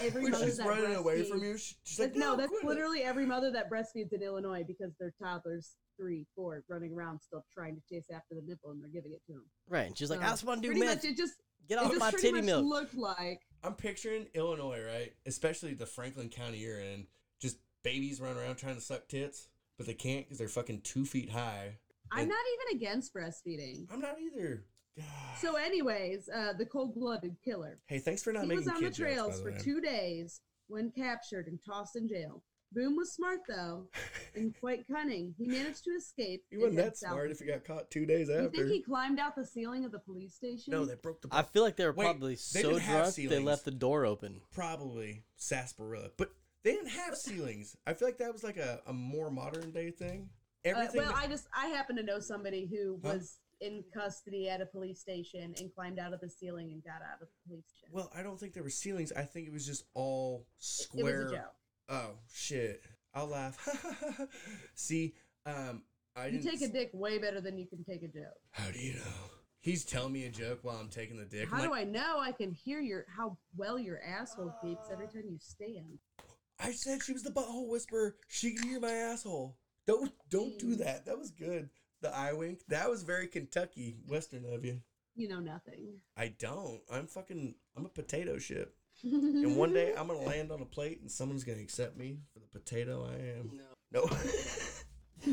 every
Which
mother
is
that
running away
breastfeeds.
from you. She- She's
That-
like,
no,
no,
that's
quit it."
literally every mother that breastfeeds in Illinois because their toddlers, three, four, running around still trying to chase after the nipple and they're giving it to them.
Right. And she's like, I
So,
just want to do
pretty
meth.
much, it just
Get
it
off
just
my
pretty
titty
much
milk.
looked like
I'm picturing Illinois, right? Especially the Franklin County you're in. Just babies running around trying to suck tits, but they can't because they're fucking two feet high.
I'm
And-
not even against breastfeeding.
I'm not either.
So, anyways, uh, the cold-blooded killer.
(sighs) hey, thanks for not
he
making
was on the
kid jokes, by
trails
the
for
way.
two days when captured and tossed in jail. Boone was smart though and quite cunning. He managed to escape.
You wasn't
and head
that smart
south.
if you got caught two days
You
after.
think he climbed out the ceiling of the police station? Uh,
no, they broke the.
I feel like they were
Wait,
probably so
didn't have
drunk they
ceilings.
left the door
(laughs)
open.
probably sarsaparilla, but they didn't have ceilings. I feel like that was like a, a more modern day thing.
Uh,
Everything.
well, I just I happen to know somebody who
Huh?
was in custody at a police station and climbed out of the ceiling and got out of the police station.
well, I don't think there were ceilings. I think it was just all
it
square.
was a joke.
Oh shit! I'll laugh. (laughs) See, um, I
You
didn't.
take a dick way better than you can take a joke.
How do you know? He's telling me a joke while I'm taking the dick.
How
I'm
do
like,
I know? I can hear your how well your asshole beeps every time you stand.
I? said she was the butthole whisperer. She can hear my asshole. Don't don't do
Jeez.
that. That was good. The eye wink. That was very Kentucky Western of you.
You know nothing.
I don't. I'm fucking. I'm a potato chip. And one day I'm gonna land on a plate, and someone's gonna accept me for the potato I am. No. (laughs)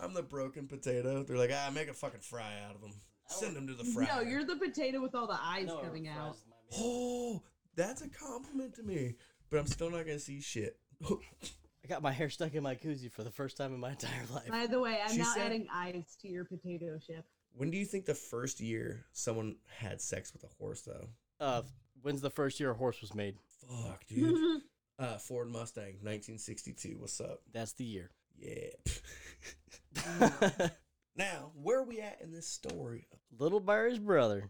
I'm the broken potato. They're like, ah, make a fucking fry out of them. Send them to the fry.
Oh. No, you're the potato with all the eyes coming out.
Oh, that's a compliment to me. But I'm still not gonna see shit. (laughs)
I got my hair stuck in my koozie for the first time in my (laughs) entire life.
By the way, I'm
She
now
said-
adding eyes to your potato chip.
when do you think the first year someone had sex with a horse though?
Uh, when's the first year a horse was made?
Fuck, (laughs)
(laughs)
dude. uh, Ford Mustang, 1962. What's up?
That's the year.
Yeah. (laughs)
Mm.
now, where are we at in this story?
(laughs) Little Barry's brother,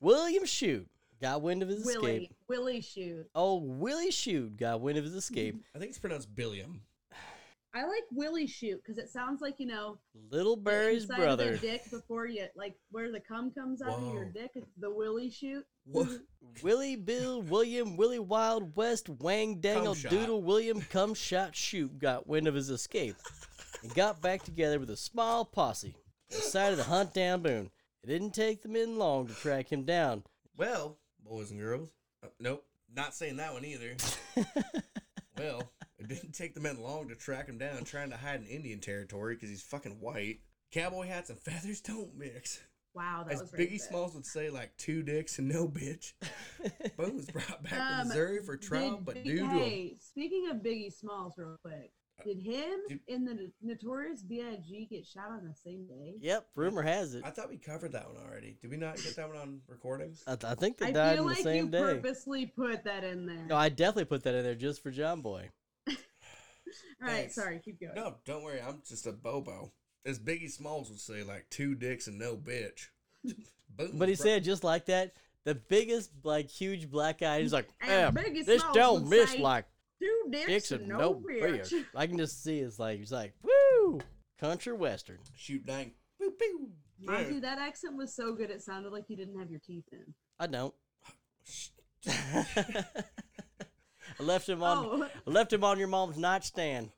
William Shute, got wind of his
Willy,
escape.
Willy shoot.
Oh, Willie Shute got wind of
(laughs)
his escape.
I think it's pronounced Billiam.
I like Willy shoot because it sounds like you know
Little
the
Barry's
inside
brother.
of their dick before you like where the cum comes out of your
Whoa.
dick. It's the Willy shoot.
What?
(laughs)
Willie Bill William Willie Wild West Wang Dangle
shot.
Doodle William Come Shot Shoot got wind of his escape and got back together with a small posse. decided to hunt down Boone. It didn't take the men long to track him down.
Well, boys and girls. Uh, nope, not saying that one
(laughs)
either. well, it didn't take the men long to track him down trying to hide in Indian territory because he's fucking white. Cowboy hats and feathers don't mix.
Wow, that
As
was
Biggie
racist.
Smalls would say, like two dicks and no
(laughs)
bitch. Boone was brought back to
Um,
Missouri for trial,
Did
but
Big-
due to a, Uh,
hey, speaking of Biggie Smalls, real quick, did him
Did-
and the notorious B.I.G. get shot on the same day?
Yep, rumor has it.
I thought we covered that one already. Did we not get that one on recordings?
I, I think they
I
died
feel
on
like
the same
you
day.
purposely put that in there.
No, I definitely put that in there just for John Boy.
All right,
thanks.
sorry, keep going.
No, don't worry. I'm just a bobo. As Biggie Smalls would say, like two dicks and no
(laughs)
bitch. Boone
But he
was brought-
said just like that, the biggest like huge black guy. He's like,
And
"Em,
Biggie
this
Smalls
don't
would
miss
say,
like
Two dicks,
dicks
and
and no
bitch.
bitch." I can just see it's like he's like, "Woo, country western."
shoot dang. Pew, pew.
Mind
Yeah. (laughs)
you, that accent was so good it sounded like you didn't have your teeth in.
I (laughs) don't.
Sh-
I left him on.
oh, (laughs)
I left him on your mom's nightstand.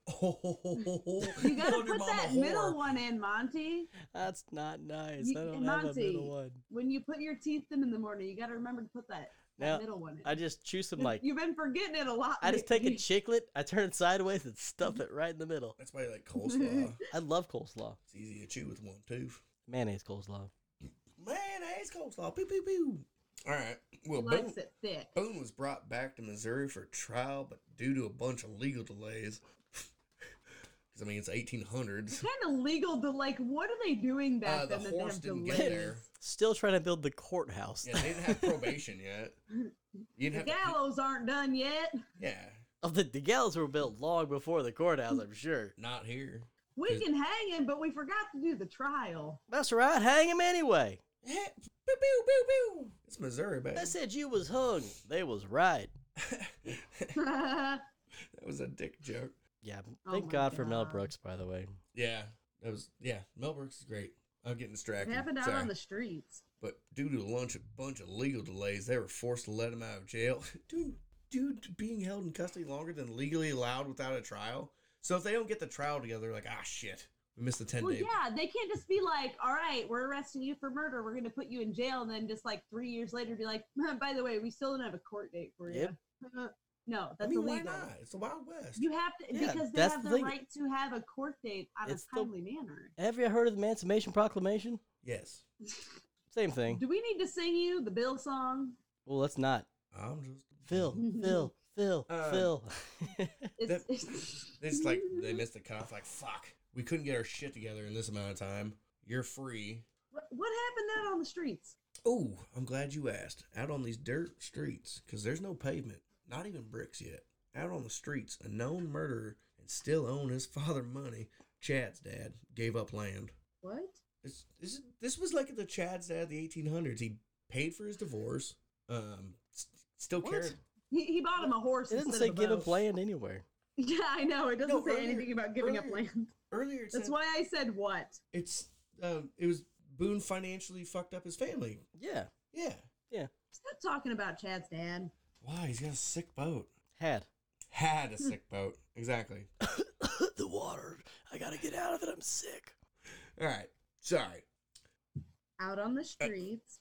Oh,
you gotta
called your
put
mom a
that
whore.
middle one in, Monty.
That's not nice.
You-
I don't have a
Monty.
middle one.
When you put your teeth in in the morning, you gotta remember to put that, that
Now
middle one in.
I just chew some
You-
like.
You've been forgetting it a lot.
I just take a
(laughs) lately.
chiclet, I turn it sideways, and stuff it right in the middle.
That's why I like
(laughs)
coleslaw.
I love coleslaw,
it's easy to chew with one tooth.
mayonnaise coleslaw.
Man, I hate coleslaw. Pew pew pew. All right. Well,
He
Boone,
likes it thick.
Boone was brought back to Missouri for trial, but due to a bunch of legal delays, (laughs) because I mean it's 1800s.
Kind of legal to like. What are they doing back
Uh, the
then that they
horse
have
didn't
delays?
get there.
Still trying to build the courthouse. (laughs)
Yeah, they didn't have
(laughs)
probation yet. You
The
didn't have.
gallows aren't done yet.
Yeah,
Oh, the, the gallows were built long before the courthouse, I'm sure.
not here. (laughs)
We
Is-
can hang him, but we forgot to do the trial. (laughs)
That's right, hang him anyway.
Yeah. Pew pew pew pew. It's Missouri, baby.
They said you was hung. They was right.
(laughs) that
oh
was a dick joke.
Yeah,
Oh
thank
my
God for Mel
God.
Brooks, by the way.
Yeah, that was yeah. Mel Brooks is great. I'm getting
it
distracted.
happened out
Sorry.
on the streets.
but due to a bunch of, bunch of legal delays, they were forced to let him out of jail. (laughs) Dude, dude, being held in custody longer than legally allowed without a trial. So if they don't get the trial together, they're like, ah, shit, we missed the ten
Well,
day.
yeah, they can't just be like, "All right, we're arresting you for murder. We're going to put you in jail," and then just like three years later, be like, "Huh, "By the way, we still don't have a court date for you." Uh,
Yep.
no,
I
that's
mean, why
illegal.
not? It's the Wild West.
You have to
Yeah,
because they
that's
have
the
the,
thing.
right to have a court date on
It's
a
the-
timely manner.
Have you heard of the Emancipation Proclamation?
yes,
Same thing.
Do we need to sing you the Bill song?
Well, let's not.
I'm just.
(laughs)
Phil, Phil, Phil,
Uh,
(laughs) Phil.
It's,
That- (laughs)
it's-
They
(laughs)
just like they missed the cutoff. Like fuck, we couldn't get our shit together in this amount of time. You're free.
What- what happened out on the streets?
Oh, I'm glad you asked. Out on these dirt streets, 'cause there's no pavement, not even bricks yet. Out on the streets, a known murderer and still own his father money. Chad's dad gave up land.
What?
This this, is- this was like the Chad's dad of the 1800s. He paid for his divorce. Um, s- still
What?
cared.
He, he bought him a horse.
it didn't
instead
say
of a
give
boat.
up land anywhere.
(laughs) Yeah, I know. It doesn't
No,
say
earlier-
anything about giving up
earlier-
land.
Earlier, it
That's
said
why I said what.
it's um, it was Boone financially fucked up his family.
Yeah,
Yeah.
Stop talking about Chad's dad.
Why? He's got a sick boat.
had.
Had a sick boat. Exactly.
(coughs) the water. I gotta get out of it. I'm sick.
All right. Sorry.
Out on the streets.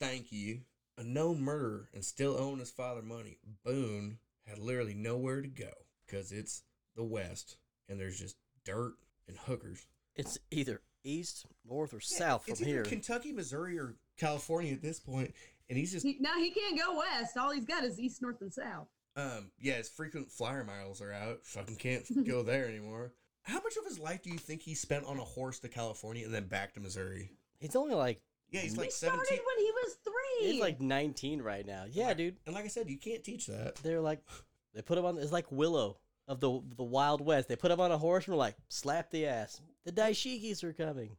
Thank you. A known murderer and still owing his father money, Boone had literally nowhere to go because it's the West and there's just dirt and hookers.
It's either east, north, or south
it's
from
either
here.
Kentucky, Missouri, or California at this point, and he's just
He, now he can't go west. All he's got is east, north, and south.
Hmm.
um yeah, his frequent flyer miles are out. Fucking can't (laughs) go there anymore. How much of his life do you think he spent on a horse to California and then back to Missouri?
He's only like
Yeah, he's
He
like
he started
seventeen.
when he was three.
he's like 19 right now. Yeah,
Like-
dude.
And like I said, you can't teach that.
They're like they put him on. It's like Willow of the the Wild West. They put him on a horse and were like slap the ass. The Daishikis are coming,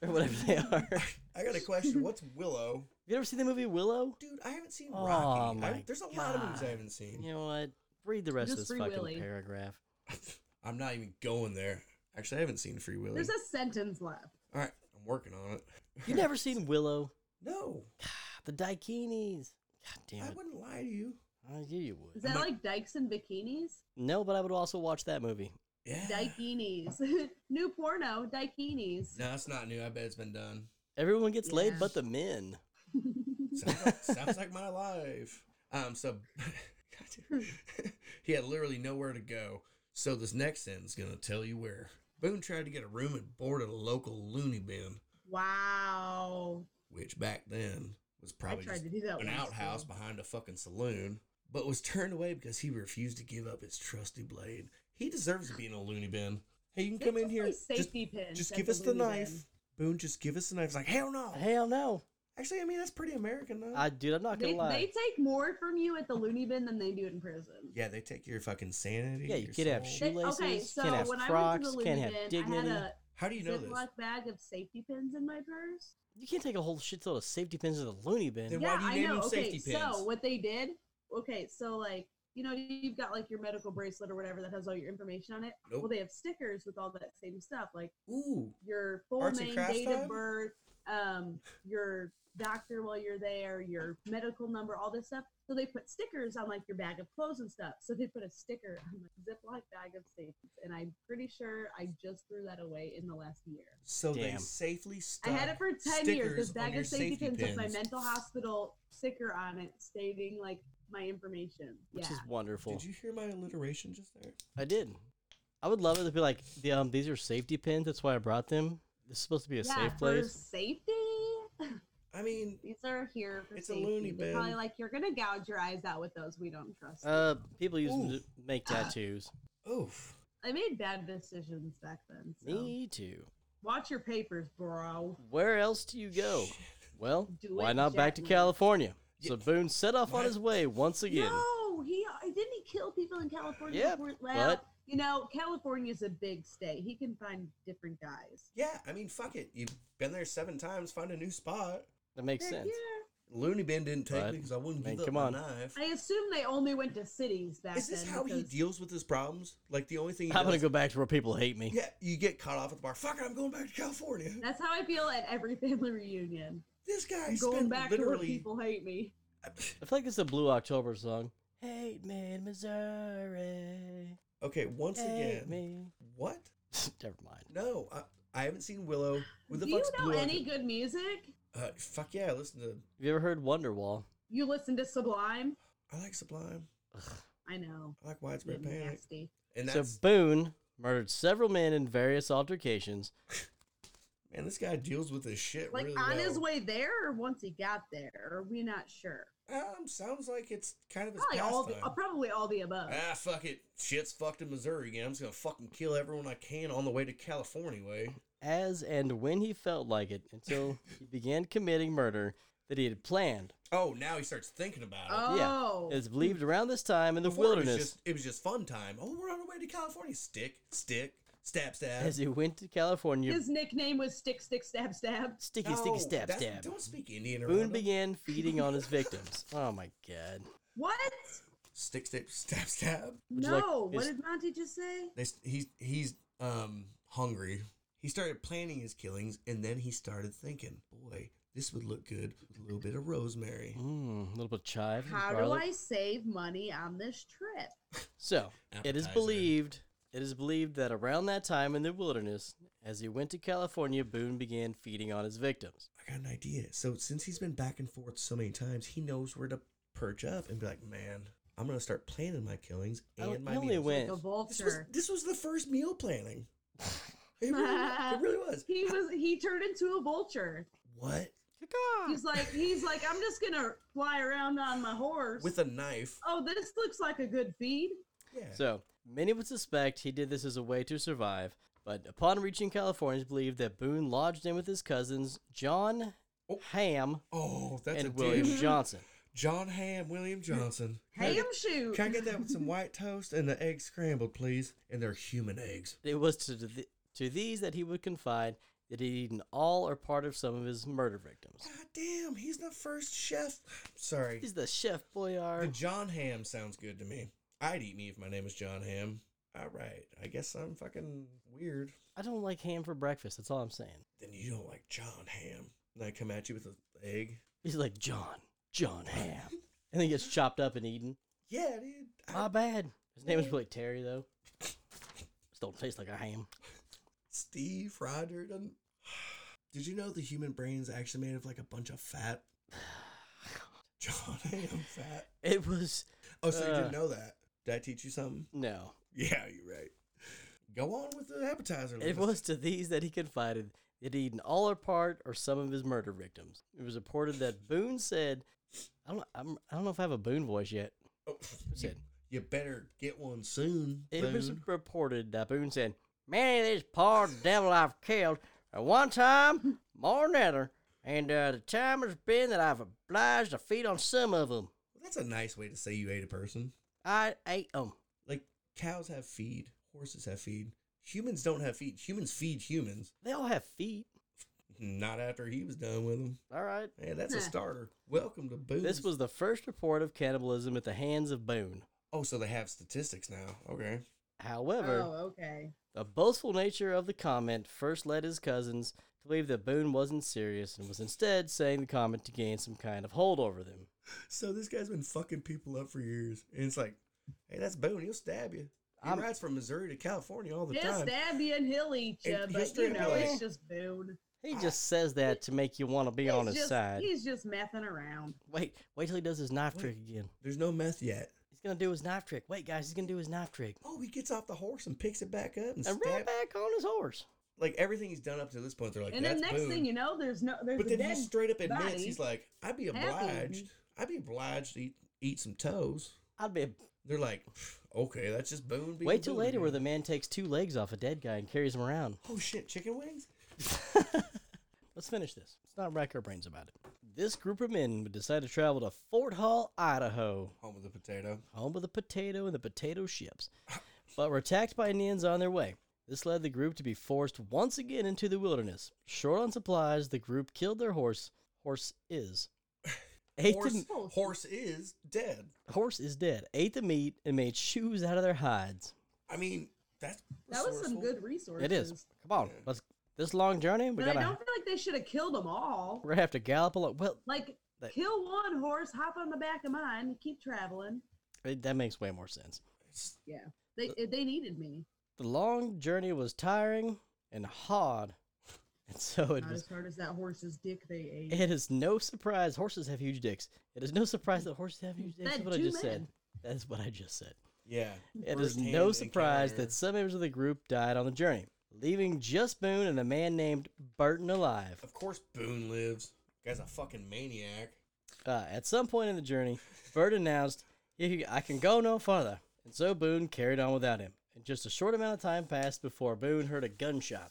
or whatever they are. (laughs) Have
I got a
(laughs)
question. What's Willow?
you ever seen the movie Willow?
Dude, I haven't seen
Oh,
Rocky. I-
my
there's a lot of movies I
God.
haven't seen.
You know what? Read the
Just
rest of this
Free
fucking
Willy.
paragraph.
I'm not even going there. Actually, I haven't seen Free Willy.
There's a sentence left.
All right, I'm working on it.
You never seen Willow?
No,
The Daikinis. God damn
I
it!
wouldn't lie to you.
I knew you would.
Is that
But-
like dykes and bikinis?
No, but I would also watch that movie.
Yeah.
Daikinis. (laughs) New porno, Daikinis.
No, it's not new. I bet it's been
(laughs)
done.
Everyone gets
Yeah.
laid but the men.
Sounds like, sounds like my life. Um, so (laughs) he had literally nowhere to go. So this next sentence is gonna tell you where. Boone tried to get a room and board at a local loony bin,
wow.
which back then was probably
I tried
just
to do that
an
once,
outhouse
though.
behind a fucking saloon, but was turned away because he refused to give up his trusty blade. He deserves to be in a loony bin. Hey, you can
They
come in
just
here.
play
Just,
Safety pins
just
at
give us the
Looney
knife.
Bin.
Boone, just give us the knife. He's like, hell no.
Hell no.
Actually, I mean that's pretty American though.
I dude, I'm not gonna
They,
lie.
they take more from you at the loony bin than they do in prison.
Yeah, they take your fucking sanity.
Yeah, you
your
could have
soul.
shoe-
They- okay,
Shoelaces,
so
can't have
when I
Crocs,
went to the
can't
loony
have
bin,
dignity.
I had
How do you
a
know this?
Ziploc bag of safety pins in my purse.
you can't take a whole shitload of safety pins to the loony bin.
Then
yeah,
why do you
I
name
know.
them
okay,
safety pins?
so what they did? Okay, so like you know you've got like your medical bracelet or whatever that has all your information on it.
Nope.
Well, they have stickers with all that same stuff, like
Ooh,
your full
Arts and
name,
crafts
date
time?
of birth, um, your doctor while you're there, your medical number, all this stuff. So they put stickers on like your bag of clothes and stuff. So they put a sticker on my Ziploc bag of safes, and I'm pretty sure I just threw that away in the last year.
so they
Damn.
safely
I
stuck.
had it for ten years. This
stickers on
bag
your
of safety,
safety
pins, with my
pins.
mental hospital sticker on it, stating like my information.
Which
yeah.
is wonderful.
Did you hear my alliteration just there?
I did. I would love it to be like, the, um, these are safety pins. That's why I brought them. This is supposed to be a
yeah,
safe
for
place.
safety.
I mean,
These are here for
It's a
safety.
loony
They're probably
bin.
like you're gonna gouge your eyes out with those. We don't trust. you."
Uh, people use them
Oof.
to make
Ah,
tattoos.
oof.
I made bad decisions back then. So.
Me too.
Watch your papers, bro.
Where else do you go? Well,
Do
why
it
not back to
gently.
California?
Yeah.
So Boone set off
What?
on his way once again.
No, he I- didn't he kill people in California.
Yeah,
before, well,
but-
you know California's a big state. He can find different guys.
Yeah, I mean, fuck it. You've been there seven times. Find a new spot.
That makes
Heck
sense.
yeah.
Looney Bin didn't take
But,
me because I wouldn't
I mean,
give up
come
my
on.
knife.
I assume they only went to cities back
Is this
then.
how he
because-
deals with his problems? Like the only thing he
I'm gonna
does,
go back to where people hate me.
Yeah, you get caught off at the bar. Fuck it, I'm going back to California.
That's how I feel at every (laughs) family reunion.
This guy
I'm going
spent
back to where
literally.
people hate me.
I feel like it's a Blue October song. Hate me, in Missouri.
okay, once
hate
again,
me.
what?
Never mind.
No, I, I haven't seen Willow. Who the
Do you
fuck's
know
Blue
any
Octo-
good music?
Uh, fuck yeah, I listen to.
Have you ever heard Wonderwall?
You listen to Sublime?
I like Sublime.
I know.
I like Widespread Panic.
Nasty.
And
So
that's
Boone murdered several men in various altercations.
man, this guy deals with his shit
Like
really
on
well.
his way there, or once he got there, are we not sure?
Um, sounds like it's kind of his
Probably all, the,
pastime.
uh, probably all the above.
Ah, fuck it. Shit's fucked in Missouri again. I'm just gonna fucking kill everyone I can on the way to California way.
as and when he felt like it
(laughs)
until he began committing murder that he had planned.
Oh, now he starts thinking about it.
oh,
It's believed around this time in the
Before It was,
wilderness
just, it was just fun time. Oh, we're on our way to California. Stick, stick, stab, stab.
as he went to California.
his nickname was Stick Stick Stab Stab.
sticky,
No,
sticky, stab,
that's-
stab.
Don't speak Indian around.
Boone
him. (laughs)
began feeding on his victims. Oh my god.
What?
Stick, stick, stab, stab.
Would you like-
no. what
is-
did Monty just say?
They, s- he's he's um hungry. He started planning his killings, and then he started thinking, "Boy, this would look good with a little bit of rosemary."
Mm, a little bit of chive. and
How do
garlic.
I save money on this trip?
So it is
Appetizer.
believed it is believed that around that time in the wilderness, as he went to California, Boone began feeding on his victims.
I got an idea. So since he's been back and forth so many times, he knows where to perch up and be like, "Man, I'm gonna start planning my killings
I
and
o-
my
I Oh, only
meals."
went-
The
This
This was
vulture.
this was the first meal
(laughs)
planning. It really, wa- it really was.
He was he turned into a vulture.
What
He's like he's like I'm just gonna fly around on my horse.
with a knife?
oh, this looks like a good feed.
Yeah.
So many would suspect he did this as a way to survive, but upon reaching California, it's believed that Boone lodged in with his cousins John
Oh.
Ham
oh, that's a
and
William
William
(laughs) dude.
Johnson.
John Ham, William Johnson.
Ham shoot.
Can I get that with some white toast and the eggs scrambled, please? And they're human eggs.
It was to th- to these that he would confide that he'd eaten all or part of some of his murder victims.
God damn, he's the first chef. Sorry.
He's the chef
The
boyard.
John Ham sounds good to me. I'd eat me if my name was John Ham. All right. I guess I'm fucking weird.
I don't like ham for breakfast. That's all I'm saying.
Then you don't like John Ham. And I come at you with an egg.
He's like John, John Ham, and then he gets chopped up and eaten.
Yeah, dude. I- (laughs)
My bad. His name is really Terry though. don't taste like a ham.
Steve Roger doesn't. (sighs) Did you know the human brain's actually made of like a bunch of
(sighs)
fat? John, I am fat.
It was
Oh, so you
Uh.
didn't know that? Did I teach you something?
no.
Yeah, you're right. Go on with the appetizer.
It
list.
was to these that he confided that he'd eaten all or part or some of his murder victims. It was reported that Boone said, "I don't, I'm, I don't know if I have a Boone voice yet."
Oh, you,
(laughs) Said
you better get one soon.
it was
Boone.
reported that Boone said, "Many of these poor devil I've killed at one time more than another, and uh, the time has been that I've obliged to feed on some of them.
That's a nice way to say you ate a person.
I ate them.
Like cows have feed, horses have feed. Humans don't have feet. Humans feed humans. (laughs)
They all have feet.
Not after he was done with them.
All right."
Man, that's a
Huh.
starter. Welcome to Boone.
This was the first report of cannibalism at the hands of Boone.
Oh, so they have statistics now. Okay.
However,
Oh, okay.
the boastful nature of the comment first led his cousins to believe that Boone wasn't serious and was instead saying the comment to gain some kind of hold over them.
So this guy's been fucking people up for years, and it's like, hey, that's Boone. He'll stab you. He
I'm-
rides from Missouri to California all the
He'll
time.
stab you and he'll eat you,
And he's
but you
straight
know
up
it's
like-
just Boone.
He just says that to make you want to be on
he's
his
just,
side.
He's just messing around.
Wait, wait till he does his knife
Wait.
trick again.
There's no meth yet.
He's gonna do his knife trick. Wait, guys, he's gonna do his knife trick
Oh, he gets off the horse and picks it back up and,
and
stab.
right back on his horse.
Like everything he's done up to this point, they're like,
and
that's
then next
Boone.
thing you know, there's no there's
but
a
then he
dead.
straight up admits
body.
he's like, I'd be
Happy.
obliged. I'd be obliged to eat, eat some toes.
I'd be
They're like, okay, that's just Boone. Being
wait till
Boone
later where the
again."
man takes two legs off a dead guy and carries him around.
oh shit, chicken wings.
Let's finish this. Let's not rack our brains about it. This group of men would decide to travel to Fort Hall, Idaho,
Home of the potato.
home of the potato and the potato ships, but were attacked by Indians on their way. This led the group to be forced once again into the wilderness. Short on supplies, the group killed their horse. Horse is. (laughs) Ate
Horse,
the,
horse is dead.
horse is dead. Ate the meat and made shoes out of their hides.
I mean, that's
that was some
resourceful.
good resources.
It is. Come on. Let's, this long journey, we
But I
gotta,
don't feel like they should have killed them all.
(laughs) we're gonna have to gallop along. Well,
Like,
That-
kill one horse, hop on the back of mine, and keep traveling.
it, that makes way more sense.
It's-
Yeah, they they needed me.
The long journey was tiring and hard, (laughs) and so it
Not
was.
as hard as that horse's dick they ate.
It is no surprise horses have huge dicks. It is no surprise that horses have huge dicks. That's
That
what I
two
just said.
men.
That is what I just said.
Yeah.
It is
Firsthand
no surprise
encounter.
that some members of the group died on the journey, leaving just Boone and a man named Burton alive.
Of course, Boone lives. Guy's a fucking maniac.
Uh, at some point in the journey, Bert announced, "If you- I can go no farther. And so Boone carried on without him. And just a short amount of time passed before Boone heard a gunshot.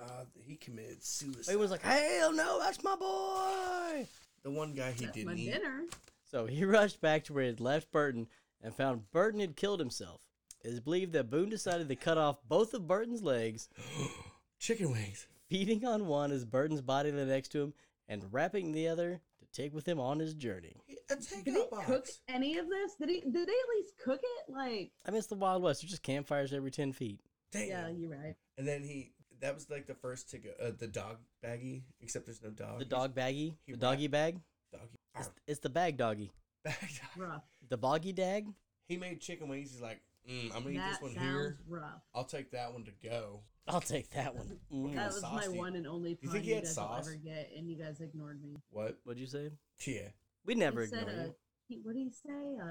Uh, he committed suicide.
He was like, hell no, that's my boy!
the one guy he
That's my
didn't eat.
dinner.
So he (laughs) rushed back to where he had left Burton and found Burton had killed himself. It is believed that Boone decided to cut off both of Burton's legs, (laughs)
(gasps) Chicken wings.
feeding on one as Burton's body lay next to him, and wrapping the other to take with him on his journey.
He- A
Did he
takeout
cook
box.
any of this? Did he? Did they at least cook it? Like,
I mean, it's the Wild West. There's just campfires every 10 feet.
Damn.
yeah, you're right.
And then he. That was like the first to go. Uh, the dog baggie, except there's no dog.
The
Oh, He's
dog baggie,
he
the doggy bag.
Doggy.
It's,
Arr,
it's the bag doggy.
bag dog.
Rough.
The boggy dag?
He made chicken wings. He's like, mm, I'm gonna eat
That
this one
sounds
here.
rough.
I'll take that one to go.
I'll take that one. Mm.
Yeah,
That was my
sauce, dude.
one and only
think
pun
he
you
had
guys
sauce?
will ever get, and you guys ignored me.
What?
What'd you say?
Yeah.
We never
he said
ignore
a,
you.
he, what did he say? Uh,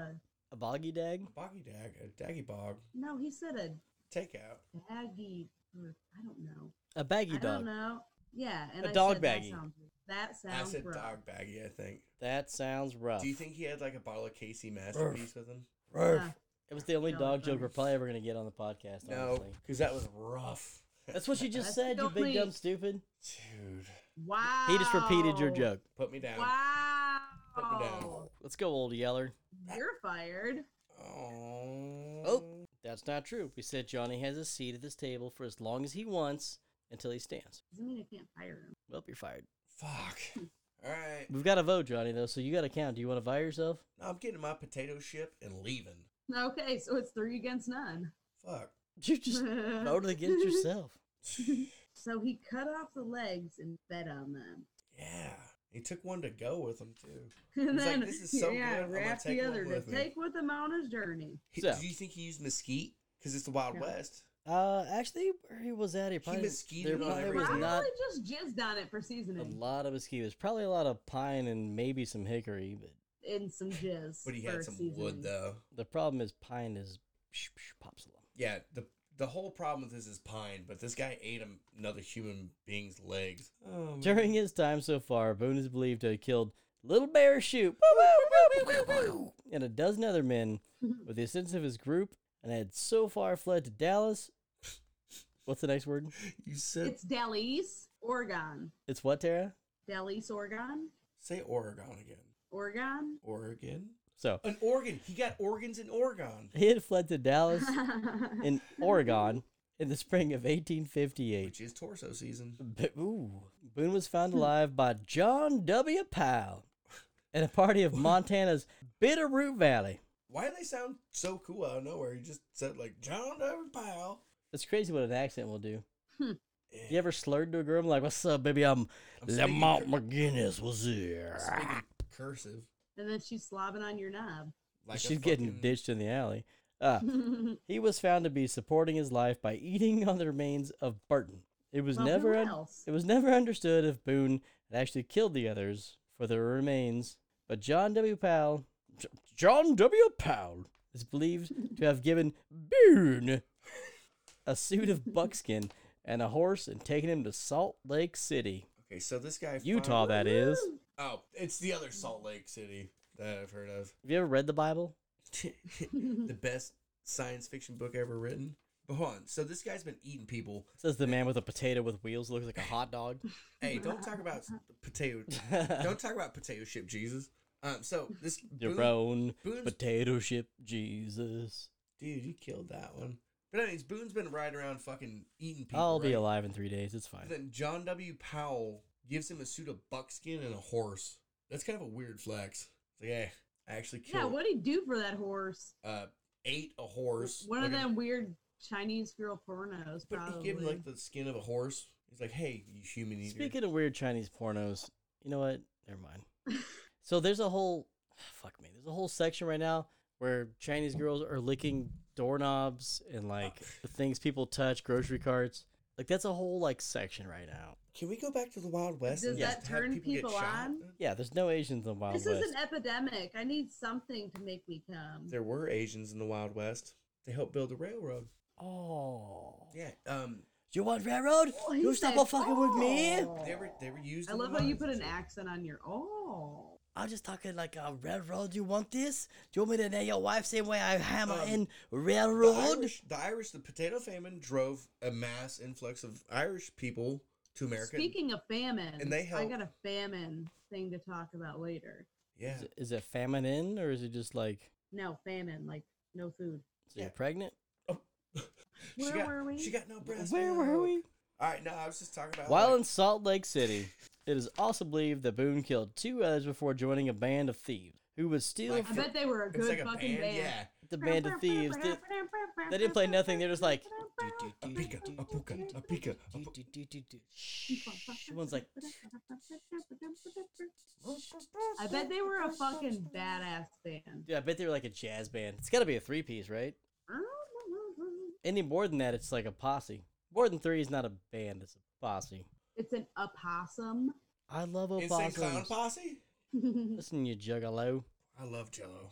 A boggy dag?
Boggy dag. A daggy bog.
no, he said a
Takeout.
baggy, or I don't know.
A baggy
I don't
dog.
know. Yeah, and
A
I
dog
said,
baggie.
That sounds, that
I
sounds
said
rough.
dog baggie. I think.
That sounds rough.
Do you think he had like a bottle of Casey masterpiece with him?
Yeah.
It was the only
No,
dog
I
joke
don't.
we're probably ever gonna get on the podcast.
No,
honestly.
because that was rough. (laughs)
that's what you just
That's
said. You
the
big dumb
only-
stupid.
Dude,
Wow.
He just repeated
Oh.
your joke.
put me down. Put me down.
Wow.
Let's go, old yeller.
You're fired.
Oh.
Oh. That's not true. We said Johnny has a seat at this table for as long as he wants until he stands.
Doesn't mean I can't fire him.
Well, you're fired.
Fuck. All right.
We've got to vote, Johnny, though, so you got to count. Do you want to fire yourself?
Now I'm getting my potato chip and leaving.
Okay, so it's three against none.
Fuck.
(laughs)
(laughs)
You just voted against yourself.
so he cut off the legs and fed on them. (laughs)
Yeah. He took one to go with him, too. He's
And
like,
then
"This is so
yeah,
good, I'm gonna
wrapped
take
the
one
other to
with me."
take with him on his journey.
He,
So-
Do you think he used mesquite? because it's the Wild
Yeah.
West.
Uh, actually, where he was at, he probably
mesquited
there
on
probably
everything.
was
Probably
not
just jizzed on it for
a
seasoning
lot of mosquitoes. Probably a lot of pine and maybe some hickory. But
and some jizz.
But he
for
had some
seasoning.
wood though.
the problem is pine is psh, psh, pops along.
Yeah, the the whole problem with this is pine, but this guy ate him- another human being's legs. Oh, man.
During his time so far, Boone is believed to have killed Little Bear Shoot and a dozen other men with the assistance of his group, and had so far fled to Dallas. What's the next word?
(laughs) you said
It's Dallas, Oregon.
It's what, Tara?
Dallas, Oregon.
say Oregon again.
Oregon.
Oregon.
So
An organ. He got organs in Oregon.
he had fled
(laughs)
to Dallas in Oregon in the spring of 1858.
Which is torso season.
B- Ooh. Boone was found alive by John W. Powell and a party of Montana's Bitterroot Valley.
Why do they sound so cool out of nowhere? He just said like John W. Powell.
It's crazy what an accent will do.
Eh,
You ever slurred to a girl? I'm like, what's up, baby? I'm
I'm speaking
Lamont
cur-
McGinnis. Was here.
speaking cursive.
and then she's slobbing on
(laughs)
your knob.
Like a
She's getting
fucking-
ditched in the alley.
(laughs)
Uh, he was found to be supporting his life by eating on the remains of Burton. It was
Well, who
never un-
else?
it was never understood if Boone had actually killed the others for their remains, but John W. Powell, J- John W. Powell, is believed to have given Boone a suit of buckskin and a horse and taken him to Salt Lake City,
Okay, so this guy
Utah. That is.
Oh, it's the other Salt Lake City that I've heard
(laughs)
of.
Have you ever read the Bible?
the best science fiction book ever written. But hold on. So this guy's been eating people.
Says the man with a potato with wheels looks like a hot dog.
Hey, don't talk about s- potato. (laughs) Don't talk about potato chip Jesus. Um. So this
(laughs) Your
Boone-
own
Boone's-
potato chip, Jesus.
dude, you killed that one. But anyways, Boone's been riding around fucking eating people.
I'll be
right?
alive in three days. It's
And
fine.
then John W. Powell gives him a suit of buckskin and a horse. That's kind of a weird flex. It's like, hey, I actually
Yeah,
killed
what would he do for that horse?
uh ate a horse.
One of
like a-
them weird Chinese girl pornos,
But
probably.
he gave him like the skin of a horse. He's like, hey, you human eater.
Speaking of weird Chinese pornos, you know what? Never mind.
(laughs)
so there's a whole fuck me. There's a whole section right now where Chinese girls are licking doorknobs and like the things people touch, grocery carts. Like that's a whole like section right now.
Can we go back to the Wild West?
Does
and just
that
have
turn
people, get
people
shot?
on?
Yeah, there's no Asians in the Wild
this
West.
is an epidemic. I need something to make me come.
There were Asians in the Wild West. They helped build the railroad.
e-
oh.
Yeah. Um.
You want railroad?
Oh, he
you stop
said,
a fucking with me?
"Oh."
They were they were used.
I
in the
love how you
mines
put
and
an
shit.
accent on your oh.
I'm just talking like a railroad. You want this? Do you want me to nail your wife same way I hammer
Um,
in
The
railroad?
Irish, the Irish, the potato famine drove a mass influx of Irish people to America.
Speaking of famine,
And they
I
help-
got a famine thing to talk about later.
yeah,
Is it- Is it famine in, or is it just like
No, famine, like no food.
so you're
Yeah.
pregnant?
she
Where
got,
were we?
She got no breast. milk. All right, no, I was just talking about.
While
like,
in Salt Lake City, it is also believed that Boone killed two others before joining a band of thieves who would steal
Like,
I
from
bet they were a
it's
good
like a
fucking
band,
band.
yeah.
the band of thieves. They, they didn't play nothing. They're just like.
A pika, a puka, a pika, a pu-
Shh. One's like,
I bet they were a fucking badass band.
dude, I bet they were like a jazz band. It's got to be a three piece, right? Any more than that, it's like a posse. More than three is not a band; it's a posse.
It's an opossum. (laughs)
I love
Insane clown
opossums.
posse.
Listen, you juggalo.
I love Jello,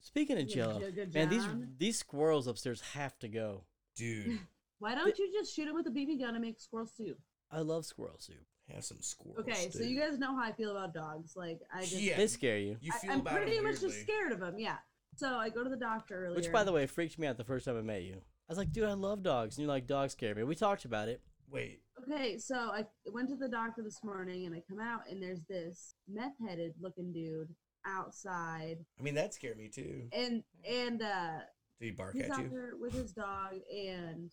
Speaking of
You
jello,
jugga
man, these
John.
these squirrels upstairs have to go.
(laughs)
dude.
Why don't you just shoot them with a BB gun and make squirrel soup?
I love squirrel soup.
Have some squirrels.
Okay, so
dude.
you guys know how I feel about dogs. Like I just,
Yeah.
They scare you.
You
I,
feel
I'm
about
pretty
it
much just
weirdly.
scared of them. Yeah. So I go to the doctor earlier.
Which, by the way, freaked me out the first time I met you. I was like, dude, I love dogs. And you're like, dogs scare me. We talked about it.
Wait,
Okay, so I went to the doctor this morning and I come out and there's this meth headed looking dude outside
I mean that scared me too.
and and uh
Did he bark
he's
at
out
you?
there with his dog and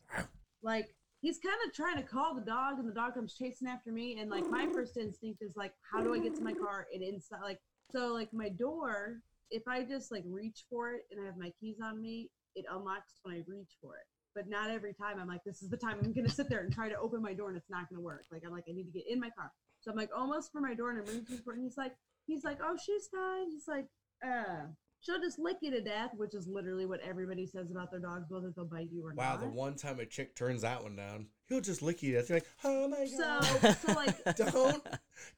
like he's kind of trying to call the dog and the dog comes chasing after me and like my first instinct is like how do i get to my car and inside like so like my door if i just like reach for it and i have my keys on me it unlocks when i reach for it but not every time i'm like this is the time i'm gonna sit there and try to open my door and it's not gonna work like i'm like i need to get in my car so i'm like almost for my door and i'm reaching for it and he's like he's like oh she's fine he's like uh She'll just lick you to death, which is literally what everybody says about their dogs, whether they'll bite you or
Wow,
not.
the one time a chick turns that one down, he'll just lick you. to death. You're like, oh my
So,
god,
so like
don't,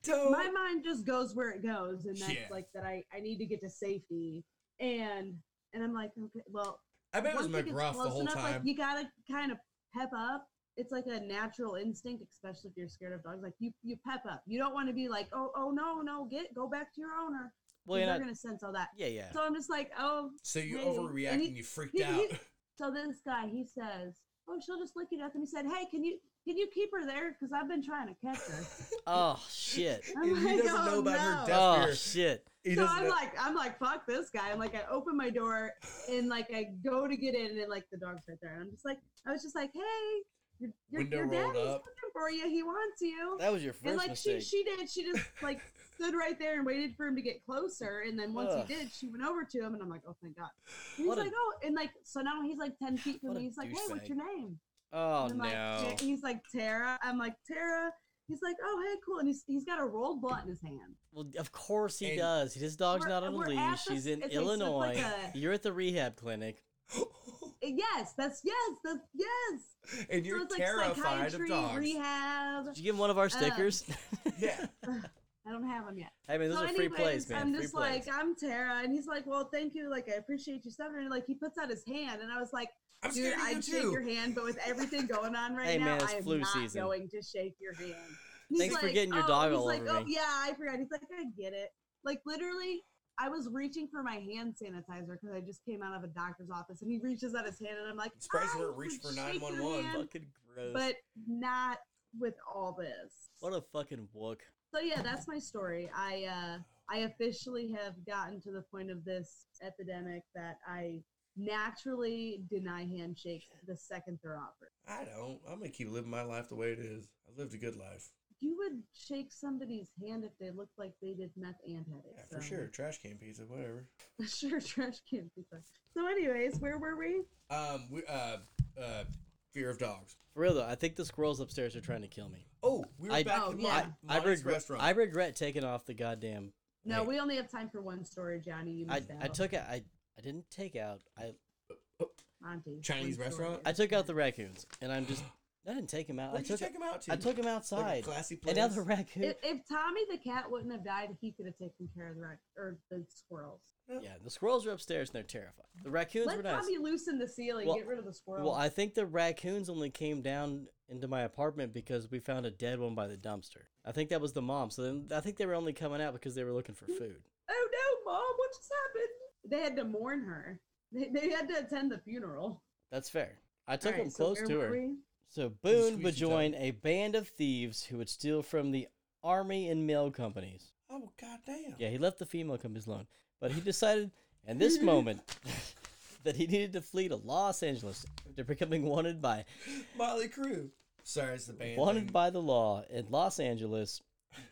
don't.
(laughs) my mind just goes where it goes and that's
Yeah.
like that I, I need to get to safety and and i'm like okay well
I bet it was
once it gets
McGruff the
close
whole
enough, like
time.
you gotta kind of pep up it's like a natural instinct especially if you're scared of dogs like you you pep up you don't want to be like oh oh no no get go back to your owner 'cause
Well, you're
they're
not.
gonna sense all that
Yeah, yeah.
so i'm just like oh
so you
Maybe.
overreact
And he-
and you freaked
he-
out. (laughs)
he- so this guy he says oh she'll just lick you to death and he said hey can you can you keep her there because i've been trying to catch her
Oh shit. (laughs)
I'm
And he
like,
doesn't know
"Oh,
about her
no."
death
Oh
fear.
shit.
(laughs) He
so
doesn't
I'm
know-
like, I'm like, fuck this guy. I'm like, I open my door and like I go to get in, and then, like the dog's right there. And I'm just like, I was just like, hey, your, your,
Window
your
rolled
daddy's
up.
looking for you. He wants you.
That was your first
And like she,
mistake.
she did, she just
(laughs)
like stood right there and waited for him to get closer. And then once
Ugh.
he did, she went over to him, and I'm like, oh thank God. And he's
What a-
like, oh, and like so now he's like ten feet from
What a
me. He's like, hey, what's
douchebag.
your name?
oh
And I'm
no.
like, "Ta-" he's like Tara. I'm like Tara. He's like, oh hey, cool. And he's he's got a rolled blunt in his hand.
Well, of course he
And-
does. His dog's
We're-
not on a
we're at
leash.
the-
He's
it's
in
like- so it's
Illinois.
like a-
You're at the rehab clinic.
(laughs)
Yes, that's yes, that's yes.
and you're
so it's like
terrified of
psychiatry,
dogs.
rehab.
Did you give him one of
Uh, (laughs)
our stickers? (laughs)
Yeah.
I don't have them yet.
I mean, those
so
are free plays, man.
I'm
free
just
plays.
like, I'm Tara, and he's like, well, thank you, like I appreciate you stuff. And like he puts out his hand, and I was like,
I'm
dude,
scared of you
I'd shake your
too.
hand, but with everything going on right
Hey,
now,
man, it's
I am
flu
not
season.
going to shake your hand. And he's
Thanks for
like,
getting your
oh,
dog
he's
all
like,
over
oh,
me."
Yeah, I forgot. He's like, I get it. Like literally. I was reaching for my hand sanitizer because I just came out of a doctor's office, and he reaches out his hand, and I'm like,
I'm surprised you
I
weren't reaching
would
for
shake your
911.
hand.
fucking gross.
um, but not with all this.
what a fucking wook.
So yeah, that's my story. I uh, I officially have gotten to the point of this epidemic that I naturally deny handshakes the second they're offered.
I don't. I'm gonna keep living my life the way it is. I lived a good life.
You would shake somebody's hand if they looked like they did meth and headaches.
Yeah, for sure. Trash can pizza, whatever.
(laughs) sure, trash can pizza. So, anyways, where were we?
Um, we, uh, uh, fear of dogs.
For real though, I think the squirrels upstairs are trying to kill me.
Oh, we were
I-
back
Oh,
to
yeah.
Mon-
I
Monty's
regret.
restaurant.
I regret taking off the goddamn.
No,
Hey.
we only have time for one story, Johnny. You
I,
missed
I
out.
took out. I I didn't take out. I
Monty,
Chinese
one story.
restaurant?
I took out the raccoons, and I'm just. I didn't take them out.
Where'd
I took.
you take him out to?
I took them
like a
outside,
classy place.
and now the raccoon.
If, if Tommy the cat wouldn't have died, he could have taken care of the rac- or the squirrels.
yeah, the squirrels are upstairs, and they're terrified. The raccoons
Let
were nice.
Tommy loosen the ceiling.
Well-
get rid of the squirrel.
Well, I think the raccoons only came down into my apartment because we found a dead one by the dumpster. I think that was the mom. So then I think they were only coming out because they were looking for food.
oh no, mom, what just happened? They had to mourn her. They, they had to attend the funeral.
That's fair. I took
Alright,
them
so
close
where
to
were
her.
we?
So
squeeze
Boone
each
bejoined a band of thieves who would steal from the army and mail companies.
Oh goddamn.
Yeah, he left the female companies alone, but he decided
(laughs)
in this moment (laughs) that he needed to flee to Los Angeles after becoming wanted by
Motley Crue. Sorry, it's the band.
Wanted
name.
by the law in Los Angeles,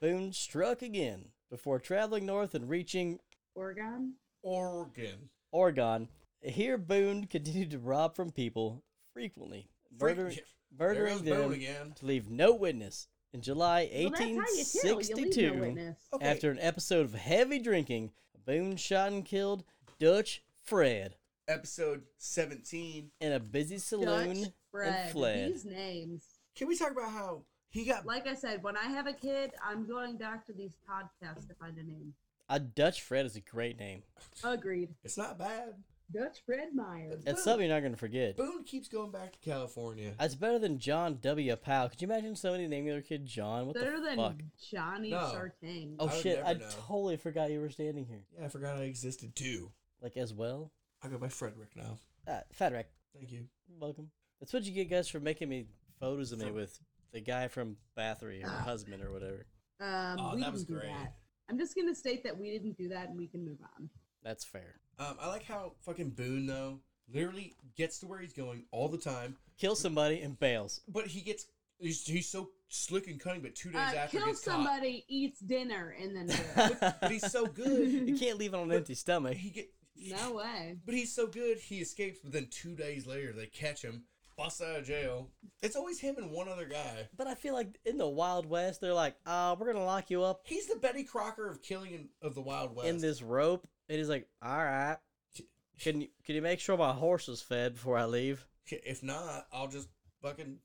Boone struck again before traveling north and reaching
Oregon.
Oregon.
Oregon. Here, Boone continued to rob from people frequently,
Freak-
murdering,
yeah, there goes
murdering
Boone
them
again.
to leave no witness. In July
Well, that's how you kill. You leave no
1862,
witness.
Okay.
after an episode of heavy drinking, Boone shot and killed Dutch Fred
Episode 17.
in a busy saloon
Dutch Fred.
and fled.
These names.
Can we talk about how he got
Like I said, when I have a kid, I'm going back to these podcasts to find a name.
A Dutch Fred is a great name.
Agreed.
It's not bad.
Dutch Fred Meyer.
It's
Boone.
something you're not going to forget.
Boone keeps going back to California.
That's better than John W. Powell. Could you imagine somebody naming their kid John? What
Better
the
than
fuck?
Johnny
No.
Sartain.
Oh
I would
shit!
never
I
know.
totally forgot you were standing here.
yeah, I forgot I existed too.
Like as well.
I go by Frederick now.
Uh, Fat Rack,
Thank you.
you're welcome. That's what you get, guys, for making me photos of me
For-
with the guy from Bathory, her husband or whatever.
Um,
Oh,
we
that was
didn't do
great.
that. I'm just gonna state that we didn't do that, and we can move on.
That's fair.
Um, I like how fucking Boone though literally gets to where he's going all the time,
Kill somebody and bails.
but he gets he's, he's so slick and cunning. But two days
Uh,
after, he
kill
gets
somebody, eats dinner, and then do
Caught.
(laughs)
But, but he's so
(laughs)
good.
You can't leave it on an
But-
empty stomach.
He get
it. no way.
But he's so good, he escapes. But then two days later, they catch him, bust out of jail. It's always him and one other guy.
But I feel like in the Wild West, they're like, "Ah, we're gonna lock you up
He's the Betty Crocker of killing in, of the Wild West.
in this rope And he's like, "All right, can you can you make sure my horse is fed before I leave?"
If not, I'll just fucking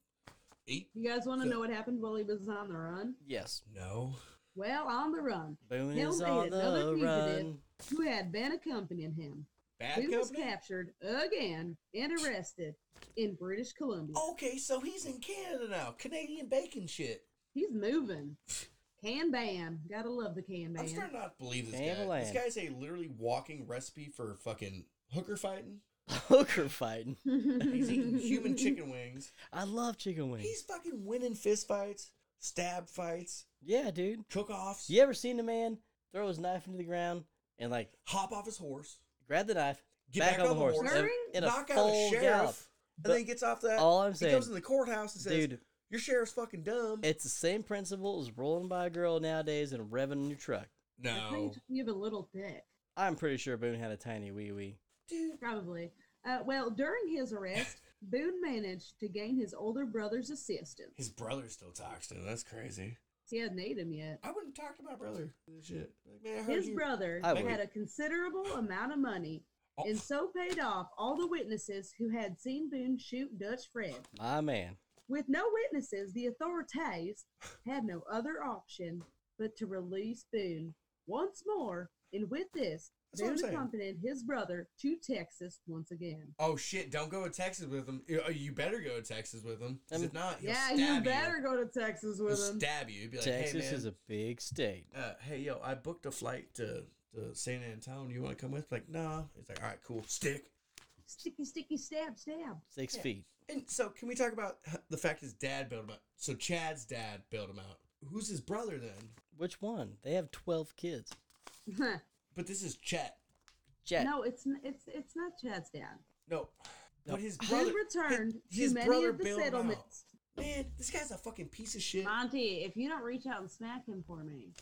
eat.
You guys want to
So-
know what happened while he was on the run?
Yes.
No.
Well, on the run,
Boone
Hell
is
man,
on
another
the
fugitive.
(laughs) run.
who had been accompanying him,
Bad
who was
company.
captured again and arrested in British Columbia.
Okay, so he's in Canada now. Canadian bacon shit.
He's moving. Can ban. Gotta love the can
I'm
ban.
starting to not believe this guy. This
Candyland.
guy's a literally walking recipe for fucking hooker fighting.
Hooker fighting.
He's
(laughs)
eating human chicken
(laughs)
wings.
I love chicken wings.
He's fucking winning fist fights, stab fights,
Yeah, dude.
cook offs,
You ever seen a man throw his knife into the ground and like
hop off his horse,
grab the knife,
get
back, on the horse,
horse.
and-
During
in a
knock out a
full
sheriff,
gallop?
and then gets off that.
All I'm
he
saying,
goes in the courthouse and says,
dude,
Your sheriff's fucking dumb.
it's the same principle as rolling by a girl nowadays and revving your truck.
I think you have a little dick.
I'm pretty sure Boone had a tiny wee wee.
Dude.
Probably. Uh, well, during his arrest, Boone managed to gain his older brother's assistance.
His brother still talks to him. That's crazy.
He hasn't ate him yet.
I wouldn't talk to my brother. Shit. Like, man, Oh, I heard
His
you.
brother
I
had
would.
a considerable amount of money
Oh,
and so paid off all the witnesses who had seen Boone shoot Dutch Fred.
My man.
With no witnesses, the authorities had no other option but to release Boone once more. And with this,
That's what I'm
Boone
saying.
accompanied his brother to Texas once again.
oh, shit. Don't go to Texas with him. You- oh, You better go to Texas with him. 'Cause
Um,
if not, he'll
yeah,
stab
you
you
better go to Texas
He'll
with him.
stab you. He'd be like,
Texas
hey, man,
is a big state.
uh, hey, yo, I booked a flight to, to San Antonio. You want to come with? Like, nah. It's like, all right, cool. Stick.
Sticky, sticky, stab, stab.
Six
Yeah.
feet.
And so, can we talk about h- the fact his dad bailed him out? So, Chad's dad bailed him out. Who's his brother then?
Which one? They have 12 kids.
But this is Chet.
(laughs)
Jet.
No, it's n- it's it's not Chad's dad.
No.
No.
But his
Boone
brother.
returned
his- his
to many
brother
of the
bailed him out.
settlements.
Man, this guy's a fucking piece of shit.
Monty, if you don't reach out and smack him for me,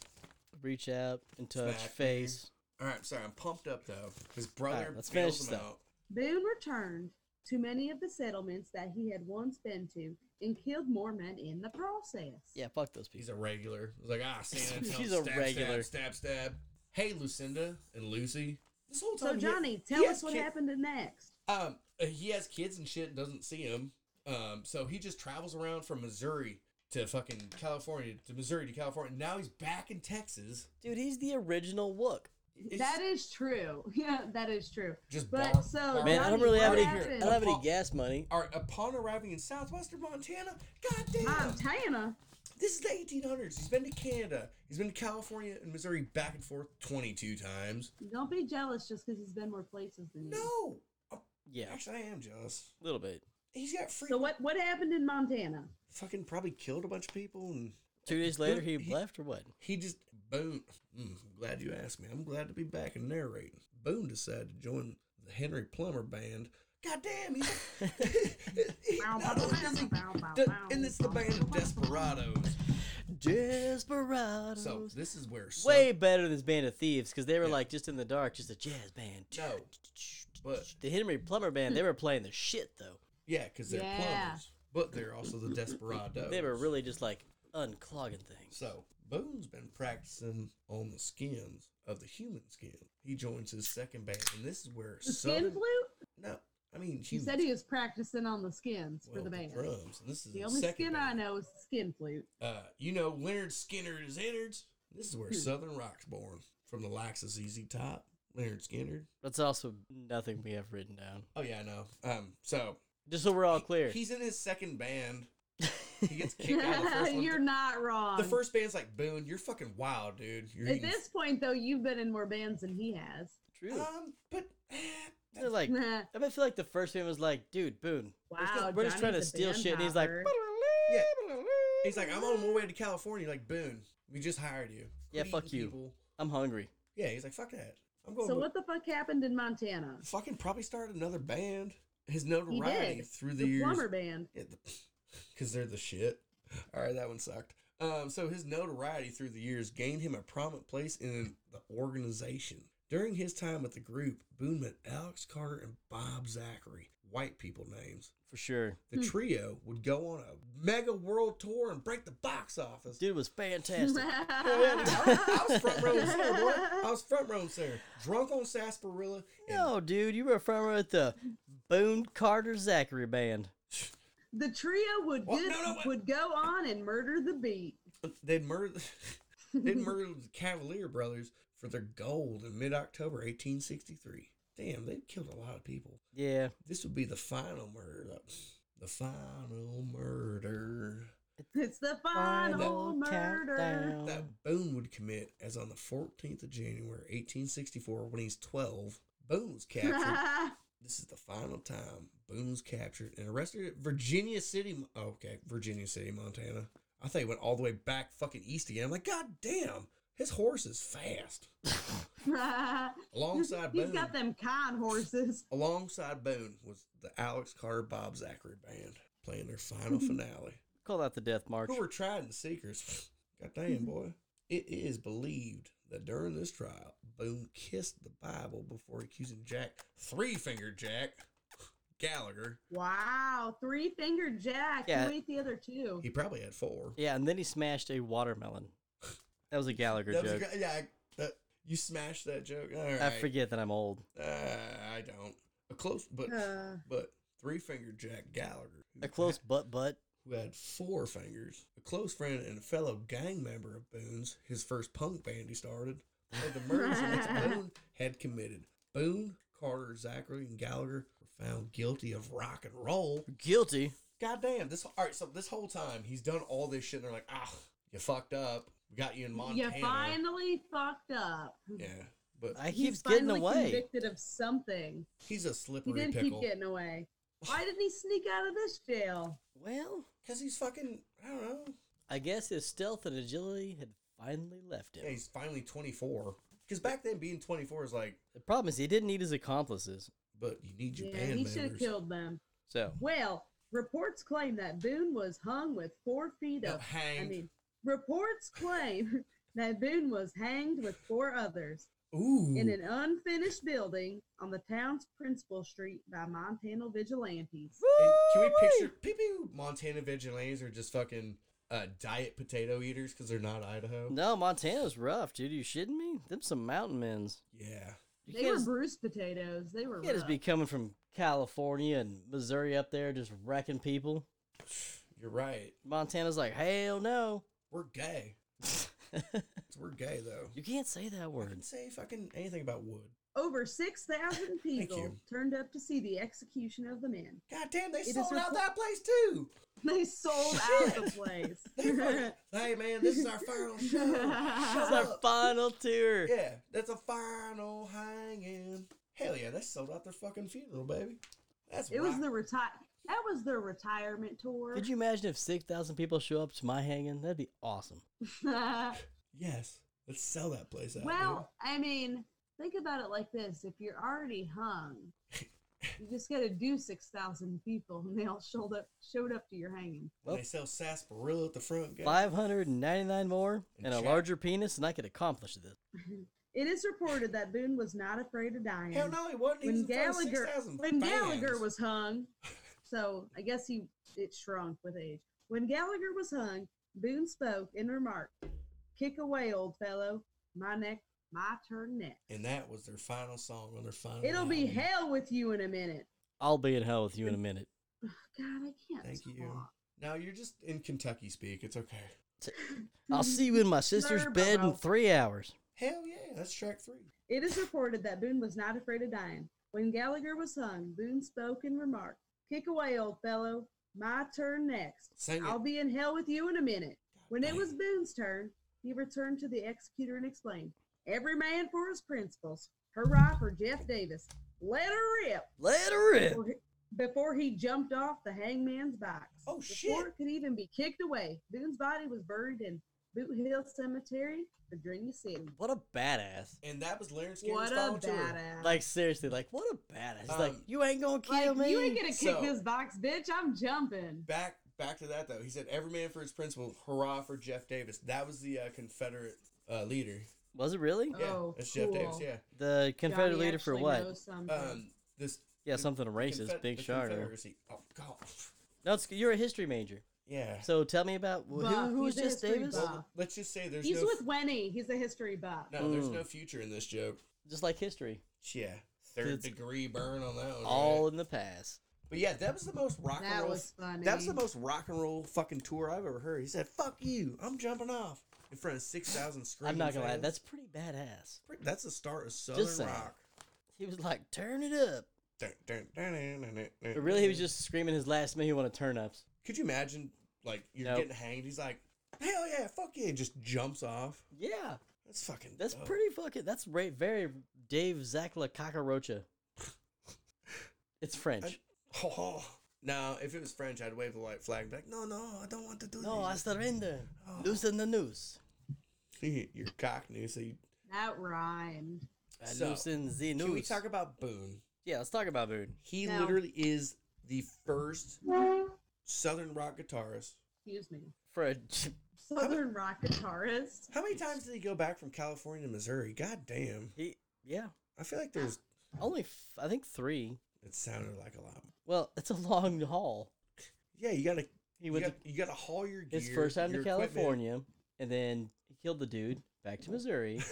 Reach out and touch
Smack,
face.
All right, sorry, I'm pumped up though. His brother
Alright, let's
bails
finish
him
this
out.
Boone returned to many of the settlements that he had once been to and killed more men in the process.
Yeah, fuck those
He's
people.
a regular. He's like, ah,
(laughs)
San Antonio.
He's a
stab,
regular.
Stab, stab, stab. Hey, Lucinda and Lucy. This whole
So
time, he-
Johnny,
he
tell
has
us what
kid-
happened next.
Um, uh, he has kids and shit and doesn't see him. Um, so he just travels around from Missouri to fucking California to Missouri to California. Now he's back in Texas.
Dude, he's the original Wook.
It's
that is true. (laughs) Yeah, that is true.
just
but
bar-
so,
bar-
Johnny,
Man, I don't really have
what
any.
happened?
I don't have any
Apo-
gas money.
All right, upon arriving in southwestern Montana, goddamn.
Um, Montana.
This is the 1800s. He's been to Canada. He's been to California and Missouri back and forth 22 times.
Don't be jealous just because he's been more places than you.
No. Oh,
Yeah,
Actually, I am jealous.
a little bit.
He's got free.
So what what happened in Montana?
Fucking probably killed a bunch of people and
Two days later, he
he-
left or what?
he just boom. Mm, I'm glad you asked me. I'm glad to be back and narrating. Boone decided to join the Henry Plummer band. God damn, he's (laughs) not only does he- and it's the band of Desperados.
Desperados.
So this is where some-
Way better than this band of thieves because they were
Yeah.
like just in the dark, just a jazz band.
No, but-
the Henry Plummer band, they were playing the shit though.
yeah, because they're
Yeah.
plumbers, but they're also the Desperados.
They were really just like unclogging things.
So Boone's been practicing on the skins of the human skin. He joins his second band, and this is where
The skin
southern.
flute?
No, I mean
He
humans.
said he was practicing on the skins for
well,
the band.
drums. And this is
The
the
only
second
skin I
band.
know is the skin flute.
Uh, you know, Leonard Skinner is innards. This is where
Hmm.
southern rock's born from the likes of ZZ Top, Leonard Skinner.
That's also nothing we have written down.
Oh yeah, I know. Um, so
Just so we're all clear.
he's in his second band. He
(laughs)
gets kicked out of the first one.
You're not wrong.
the first band's like Boone. You're fucking wild, dude. You're
At
eating-
this point, though, you've been in more bands than he has.
True.
Um, but eh, (laughs)
(laughs)
They're like, I mean, I feel like the first band was like, dude, Boone, we're just-
Wow,
we're just trying to
Johnny's a
steal
band
shit, and he's like,
hopper.
(laughs)
Yeah. He's like, I'm on my way to California. Like, Boone, we just hired you.
Yeah,
Quit
fuck
eating
you.
people."
I'm hungry.
Yeah, he's like, fuck that. I'm going
so
to
what the fuck happened in Montana?
fucking probably start another band. His notoriety
did.
through the,
The,
years.
plumber band.
(laughs) Because they're the shit. All right, that one sucked. Um, so his notoriety through the years gained him a prominent place in the organization. During his time with the group, Boone met Alex Carter and Bob Zachary, white people names,
for sure.
The
Hmm.
trio would go on a mega world tour and break the box office.
Dude
(laughs)
was fantastic.
Oh, yeah, dude, I, I was front row and center, boy. I was front row and center, drunk on sarsaparilla. and
No, dude, you were a front row at the Boone Carter Zachary band.
the trio would
What?
get-
No, no, what?
would go on and murder the beat.
They'd murder, (laughs) they'd murder the Cavalier brothers for their gold in mid-October 1863. Damn, they killed a lot of people.
Yeah,
This would be the final murder. The final murder
it's the final
Final
murder.
countdown.
that Boone would commit as on the 14th of January 1864 when he's 12. Boone was captured
(laughs)
This is the final time Boone was captured and arrested at Virginia City. Mo- oh, okay, Virginia City, Montana. I thought he went all the way back fucking east again. I'm like, God damn, his horse is fast.
(laughs)
Alongside
He's
Boone,
got them kind horses.
alongside Boone was the Alex Carter Bob Zachary band playing their
(laughs)
final finale.
call that the Death March.
Who were tried in secrets. (sighs) God damn, boy. It is believed that during this trial, Boone kissed the Bible before accusing Jack, Three Finger Jack (sighs) Gallagher.
Wow, three finger Jack.
Yeah.
Who ate the other two?
He probably had four.
Yeah, and then he smashed a watermelon. That was a Gallagher
That was a
joke.
good- yeah, I- that, you smashed that joke. All right.
I forget that
(laughs)
I'm old.
Uh, I don't. A close, but
Uh,
but three finger Jack Gallagher, who
A close butt butt.
who had four fingers, a close friend and a fellow gang member of Boone's, his first punk band he started, of the murders in which Boone had committed. Boone, Carter, Zachary, and Gallagher were found guilty of rock and roll.
Guilty.
God damn, this all right, so this whole time he's done all this shit and they're like, ah, you fucked up. We got you in
you
Montana.
finally fucked up.
Yeah. But
I
He's
keeps getting
finally
away.
Convicted of something.
he's a
He
slippery
did
pickle.
keep getting away. Why didn't he sneak out of this jail?
Well,
Because he's fucking, I don't know.
I guess his stealth and agility had finally left him.
Yeah, he's finally 24. Because back then, being 24 is like,
The problem is he didn't need his accomplices.
but you need your
yeah,
band
he
members.
should have killed them.
So
Well, reports claim that Boone was hung with four feet
No,
of. I
hanged.
mean, reports claim (laughs) that Boone was hanged with four others
Ooh.
in an unfinished building on the town's principal street by Montana vigilantes.
And can we
Woo-wee!
picture pew, pew, Montana vigilantes are just fucking uh, diet potato eaters because they're not Idaho?
No, Montana's rough, dude. You shitting me? Them some mountain men's.
Yeah.
You
They
can't
were
just-
bruised potatoes. They were.
you can't just
rough.
be coming from California and Missouri up there just wrecking people.
You're right.
Montana's like, hell no.
We're
(laughs)
gay. We're gay, though.
you can't say that
I can
word.
say fucking anything about wood.
Over
(laughs)
6,000 people
you.
turned up to see the execution of the man. (laughs)
God damn, they
It is
sold out
report-
that place, too.
They sold out the
(laughs)
place.
They
(laughs)
fucking- hey, man, this is our final show.
It's our
up.
final tour.
Yeah, that's a final hanging. Hell yeah, that sold out their fucking funeral, baby. That's
it was
rock.
the retire. That was their retirement tour. (laughs)
Could you imagine if 6,000 people show up to my hanging? That'd be awesome.
yes. Let's sell that place out.
well, I mean, think about it like this: if you're already hung, you just got to do 6,000 people, and they all showed up showed up to your hanging.
dude. And they sell sarsaparilla at the front gate.
599 more
And
and a
check.
larger penis, and I could accomplish this.
It is reported that Boone was not afraid of dying.
Hell no, he wasn't. He was in
when
front of
Gallagher
6,000
when
fans.
Gallagher was hung, so I guess he it shrunk with age. When Gallagher was hung, Boone spoke and remarked, "Kick away, old fellow. My neck, my turn next.
And that was their final song on their final.
It'll be
album.
hell with you in a minute."
I'll be in hell with
(laughs)
you in a minute.
God, I can't.
Thank you.
talk.
No, you're just in Kentucky speak. It's okay.
I'll see you in my sister's
Blurb
bed in
about-
three hours.
Hell yeah, that's track three.
It is reported that Boone was not afraid of dying. When Gallagher was hung, Boone spoke and remarked, "Kick away, old fellow. My turn next.
Sing it.
I'll be in hell with you in a minute." When it
Dang.
was Boone's turn, he returned to the executor and explained, Every man for his principles. Hurrah for Jeff Davis. Let her
(laughs)
rip.
Let her in.
Before he, before he jumped off the hangman's box.
Oh,
Before
shit.
it could even be kicked away, Boone's body was buried in Boot Hill Cemetery, Virginia City.
What a badass.
And that was Larry Skinner's
What
final
a
tour.
badass.
Like seriously, like what a badass! It's like
Um,
you ain't gonna
Like,
kill me.
you ain't gonna kick
So-
this box, bitch. I'm jumping.
Back back to that though. He said, "Every man for his principle. Hurrah for Jeff Davis." That was the uh, Confederate uh, leader.
Was it really
Yeah,
Oh,
that's Jeff Davis.
cool.
Yeah.
the Confederate
Johnny
leader for
actually
what?
knows something.
Um, this
Yeah, something racist,
Confed-
Big
the
Shark. or-
Confederacy. Oh gosh.
No, it's, you're a history major.
Yeah.
So tell me about wh-
Buff,
who, who was
he's a
Jess
history
Davis?
buff.
Well, let's just say there's
He's
no
with Wenny. He's a history buff.
no there's
Mm.
no future in this joke.
Just like history,
Yeah. Third
It's-
degree burn on that one.
all
right?
in the past.
But yeah, that was the most rock and
That
roll.
was funny.
That was the most rock and roll fucking tour I've ever heard. He said, "Fuck you, I'm jumping off in front of six thousand screaming."
I'm not gonna lie,
fans.
that's pretty badass.
Pretty- that's the start of southern
saying.
rock.
He was like, "Turn it up,"
Dun, dun, dun, dun, dun, dun,
but really he was
dun.
just screaming his last minute. He wanted turn ups.
Could you imagine, like you're
Nope.
getting hanged? He's like, "Hell yeah, fuck yeah!" and just jumps off.
Yeah,
That's fucking.
that's
dope.
pretty fucking. That's ra- very Dave Zakla cockroacha. it's French.
Oh, (laughs) now if it was French, I'd wave the white flag. And be like, "No, no, I don't want to do
no, I
this."
surrender.
Oh.
Loosen the noose.
you're cockney, so you.
that rhymed.
I
So,
loosen Uh, the noose.
Can we talk about Boone?
yeah, let's talk about food.
He
No.
literally is the first southern rock guitarist
Excuse me.
For a,
Southern (laughs) rock guitarist.
How many times did he go back from California to Missouri? God damn.
(laughs) he, yeah,
I feel like there's.
only f- I think three.
It sounded like a lot.
Well, it's a long haul.
Yeah, you gotta.
He
You,
went
gotta, you gotta haul your
to
gear.
his first time to
your equipment. (laughs)
California, and then he killed the dude. Back to Missouri.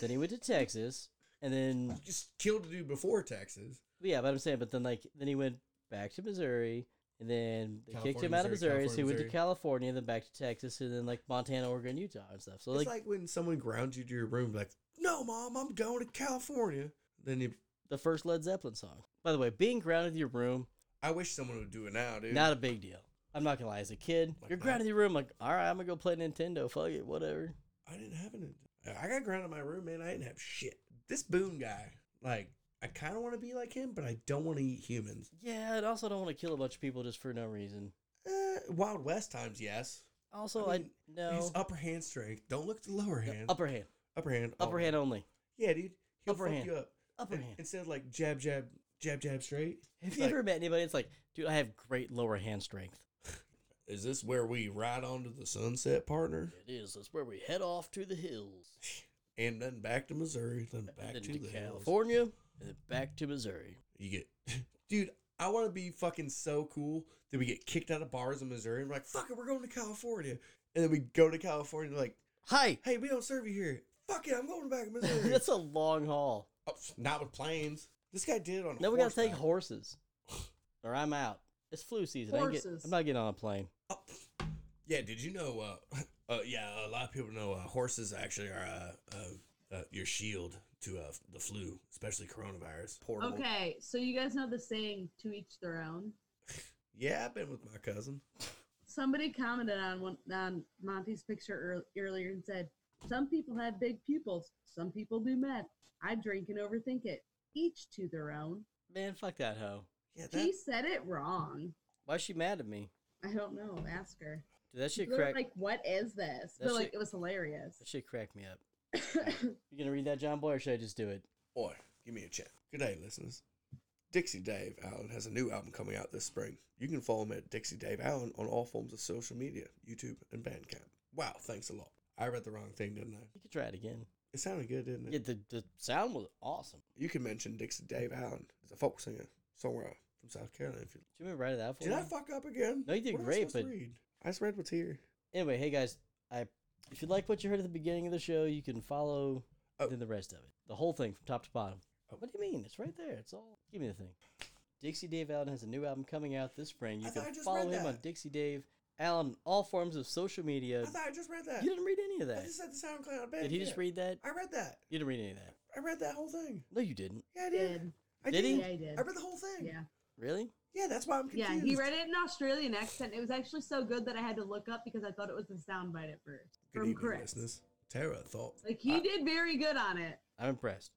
then he went to Texas, and then
Just killed the dude before Texas.
yeah, but I'm saying, but then like then he went back to Missouri, and then they kicked
California,
him out of
Missouri,
Missouri, so he went to
California,
California, then back to Texas, and then like Montana, Oregon, Utah, and stuff. So
it's
like,
like when someone grounds you to your room, like, "No, mom, I'm going to California." Then you.
the first Led Zeppelin song. By the way, being grounded in your room,
I wish someone would do it now, dude.
not a big deal. I'm not gonna lie, as a kid,
Like
you're
that.
grounded in your room, like, all right, I'm gonna go play Nintendo. Fuck it, whatever.
I didn't have an. I got grounded in my room, man. I didn't have shit. This Boone guy, like, I kind of want to be like him, but I don't want to eat humans.
Yeah, and also don't want to kill a bunch of people just for no reason.
Eh, Wild West times, yes.
Also,
I
I,
mean,
no
His upper hand strength. Don't look at the lower
No,
hand. Oh.
upper hand,
upper hand.
upper
always.
hand only,
Yeah, dude. He'll
Upper
fuck
hand.
you up.
upper
In-
hand.
Instead of like jab, jab, jab, jab straight.
Have
it's
you
like-
ever met anybody that's like, dude, I have great lower hand strength?
Is this where we ride onto the sunset, partner?
It is. That's where we head off to the hills,
And then back to Missouri, then back
then
to,
to
the hills.
California, and then back to Missouri.
You get, (laughs) dude. I want to be fucking so cool that we get kicked out of bars in Missouri and we're like, fuck it, we're going to California. And then we go to California and they're like,
Hi.
hey, we don't serve you here. Fuck it, I'm going back to
(laughs)
Missouri.
that's a long haul.
Oh, not with planes. This guy did it on.
Now we gotta take
horseback.
horses, or I'm out. It's flu season. I ain't get,
Horses.
I'm not getting on a plane.
Oh, yeah, did you know? Uh, (laughs) uh, yeah, a lot of people know uh, horses actually are uh, uh, uh, your shield to uh, the flu, especially coronavirus. Portable.
Okay, so you guys know the saying "to each their own."
Yeah, I've been with my cousin.
Somebody commented on one on Monty's picture ear- earlier and said, "Some people have big pupils. Some people do meth. I drink and overthink it. Each to their own."
Man, fuck that hoe.
Yeah, that,
He said it wrong.
Why's she mad at me?
I don't know. Ask her.
Dude, that shit
They're
cracked.
Like, what is this?
That
But like,
shit-
it was hilarious.
That shit cracked me up.
(laughs)
You gonna read that, John Boy, or should I just do it?
boy, give me a chat. Good day, listeners. Dixie Dave Allen has a new album coming out this spring. You can follow him at Dixie Dave Allen on all forms of social media, YouTube and Bandcamp. Wow, thanks a lot. I read the wrong thing, didn't I?
You could try it again.
It sounded good, didn't it?
Yeah, the, the sound was awesome.
You can mention Dixie Dave Allen. He's a folk singer, songwriter from South Carolina. If you
Do you want me to write it out for
Did
you?
I fuck up again?
No, you did
What am I
great,
supposed to
but-
read? I just read what's here.
anyway, hey guys, I if you like what you heard at the beginning of the show, you can follow
Oh.
then the rest of it, the whole thing from top to bottom.
Oh.
What do you mean? It's right there. It's all. Give me the thing. Dixie Dave Allen has a new album coming out this spring. You
I thought I
can
just
follow
read
him on
that.
Dixie Dave Allen on all forms of social media.
I thought I just read that.
Uh, You didn't read any of
I
that.
just said the SoundCloud.
Did he just read that?
I read that.
You didn't read any of that.
I read that whole thing.
No, you didn't.
Yeah, I did.
Did.
I
Did he?
Yeah, I did.
I read the whole thing.
Yeah.
Really?
Yeah, that's why I'm confused.
Yeah, he read it in Australian accent. It was actually so good that I had to look up because I thought it was the soundbite at first
Good
from
evening,
Chris.
listeners. Tara thought.
Like he
I-
did very good on it.
I'm impressed.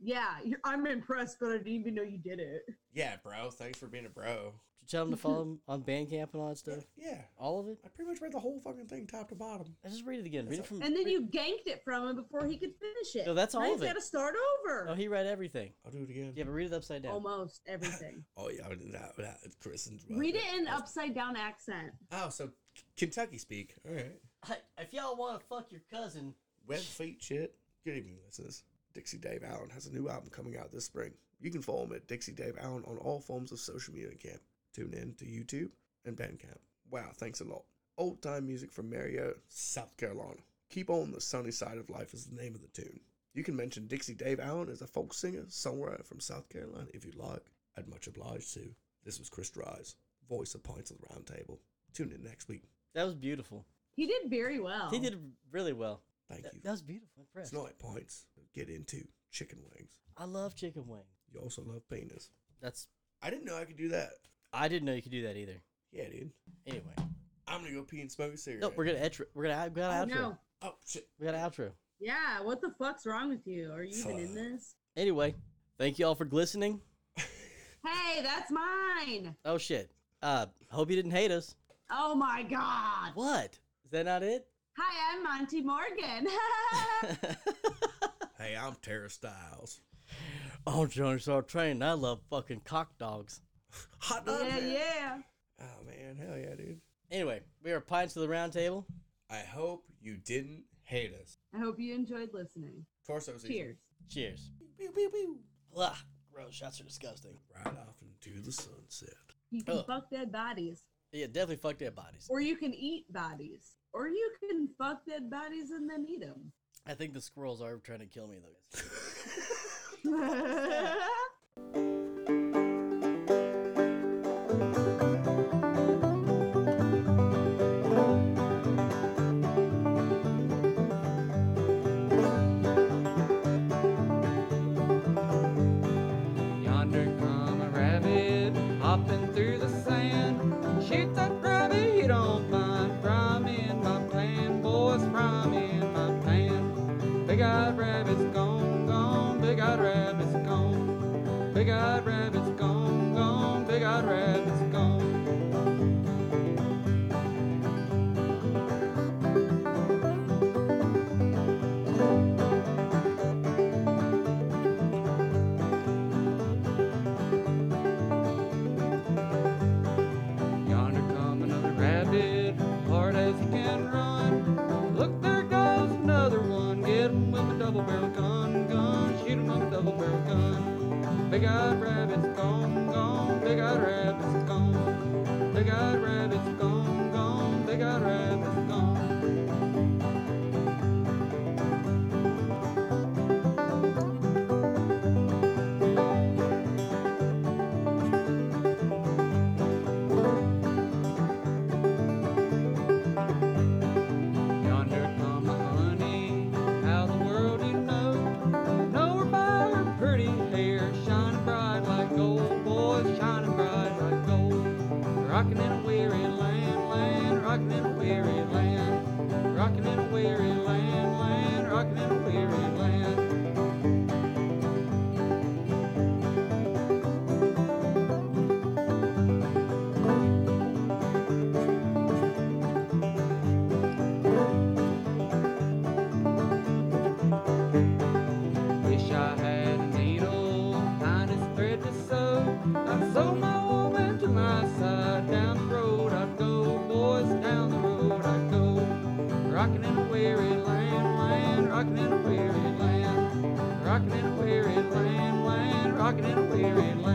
Yeah, you're, I'm impressed, but I didn't even know you did it.
Yeah, bro. Thanks for being a bro.
Did you tell him to
(laughs)
follow him on Bandcamp and all that stuff?
Yeah,
All of it?
I pretty much read the whole fucking thing, top to bottom.
I just read it again. Read it from.
And then
read-
you ganked it from him before he could finish it.
Hmm. No, that's
Now
all
he's
of it.
got to start over.
No, he read everything.
I'll do it again.
Yeah, but read it upside down.
Almost
(laughs)
everything.
Oh yeah, I did that. that it's Chris and
Read it in upside down accent.
Oh, so K- Kentucky speak. All right.
Hey, if y'all want to fuck your cousin,
Web feet shit. Good evening, listeners. Dixie Dave Allen has a new album coming out this spring. You can follow him at Dixie Dave Allen on all forms of social media and camp. Tune in to YouTube and Bandcamp. Wow, thanks a lot. Old time music from Marriott, South Carolina. Keep on the sunny side of life is the name of the tune. You can mention Dixie Dave Allen as a folk singer, songwriter from South Carolina if you like. I'd much obliged to. This was Chris Dries, voice of Pints of the Round Table. Tune in next week.
That was beautiful.
He did very well.
He did really well.
Thank
That,
you.
that was beautiful. Impressed.
It's not at points. Get into chicken wings.
I love chicken wing.
You also love penis.
That's
I didn't know I could do that.
I didn't know you could do that either.
Yeah, dude.
Anyway,
I'm gonna go pee and smoke a cigarette.
no, we're gonna etro- we're gonna we
Oh,
got outro.
no.
Oh shit.
We got an outro.
Yeah, what the fuck's wrong with you? Are you even in
Fuck.
(sighs)
this?
Anyway, thank you all for glistening.
Hey, that's mine.
Oh shit. Uh, hope you didn't hate us.
Oh my god.
What? Is that not it? (laughs)
Hi, I'm Monty Morgan. (laughs)
Hey, I'm Tara Styles.
oh, Johnny Star Train. I love fucking cock dogs.
(laughs) Hot dog.
yeah,
man.
yeah.
Oh man, hell yeah, dude.
Anyway, we are pints to the round table.
I hope you didn't hate us.
I hope you enjoyed listening.
Torso season.
Cheers.
Cheers.
Pew, pew, pew.
Ugh, gross. Shots are disgusting.
Right off into the sunset.
You can
Ugh.
fuck dead bodies,
Yeah, definitely fuck dead bodies.
or you can eat bodies, or you can fuck dead bodies and then eat them.
I think the squirrels are trying to kill me though.
Yonder come a rabbit hopping through the sand. Shoot that rabbit, you don't mind. From in my plan, boys, from in my plan. Big eyed rabbit's gone, gone. Big eyed rabbit's gone. Big eyed rabbit's gone, gone. Big eyed rabbit's gone. Yonder come another rabbit, hard as he can run. Look, there goes another one. Get him with a double barrel gun, gun. Shoot him with a double barrel gun. Big eyed rabbit's gone, gone. Big eyed rabbit's gone. Big eyed rabbit's gone, gone. Big eyed rabbit's gone. Yonder come the honey, how the world you know. Know her by her pretty hair, shining bright like gold, boys, shining bright like gold. Rocking in a weary land, land, rocking in a weary land, rocking in a weary land, land, rocking in a weary land. Wish I had a needle, kind of thread to sew. I'd sew my woman to my side. Down the road I'd go, boys, down the road I'd go. Rocking in a weary land, land, rocking in a weary land. Rocking in a weary land, land, rocking in a weary land.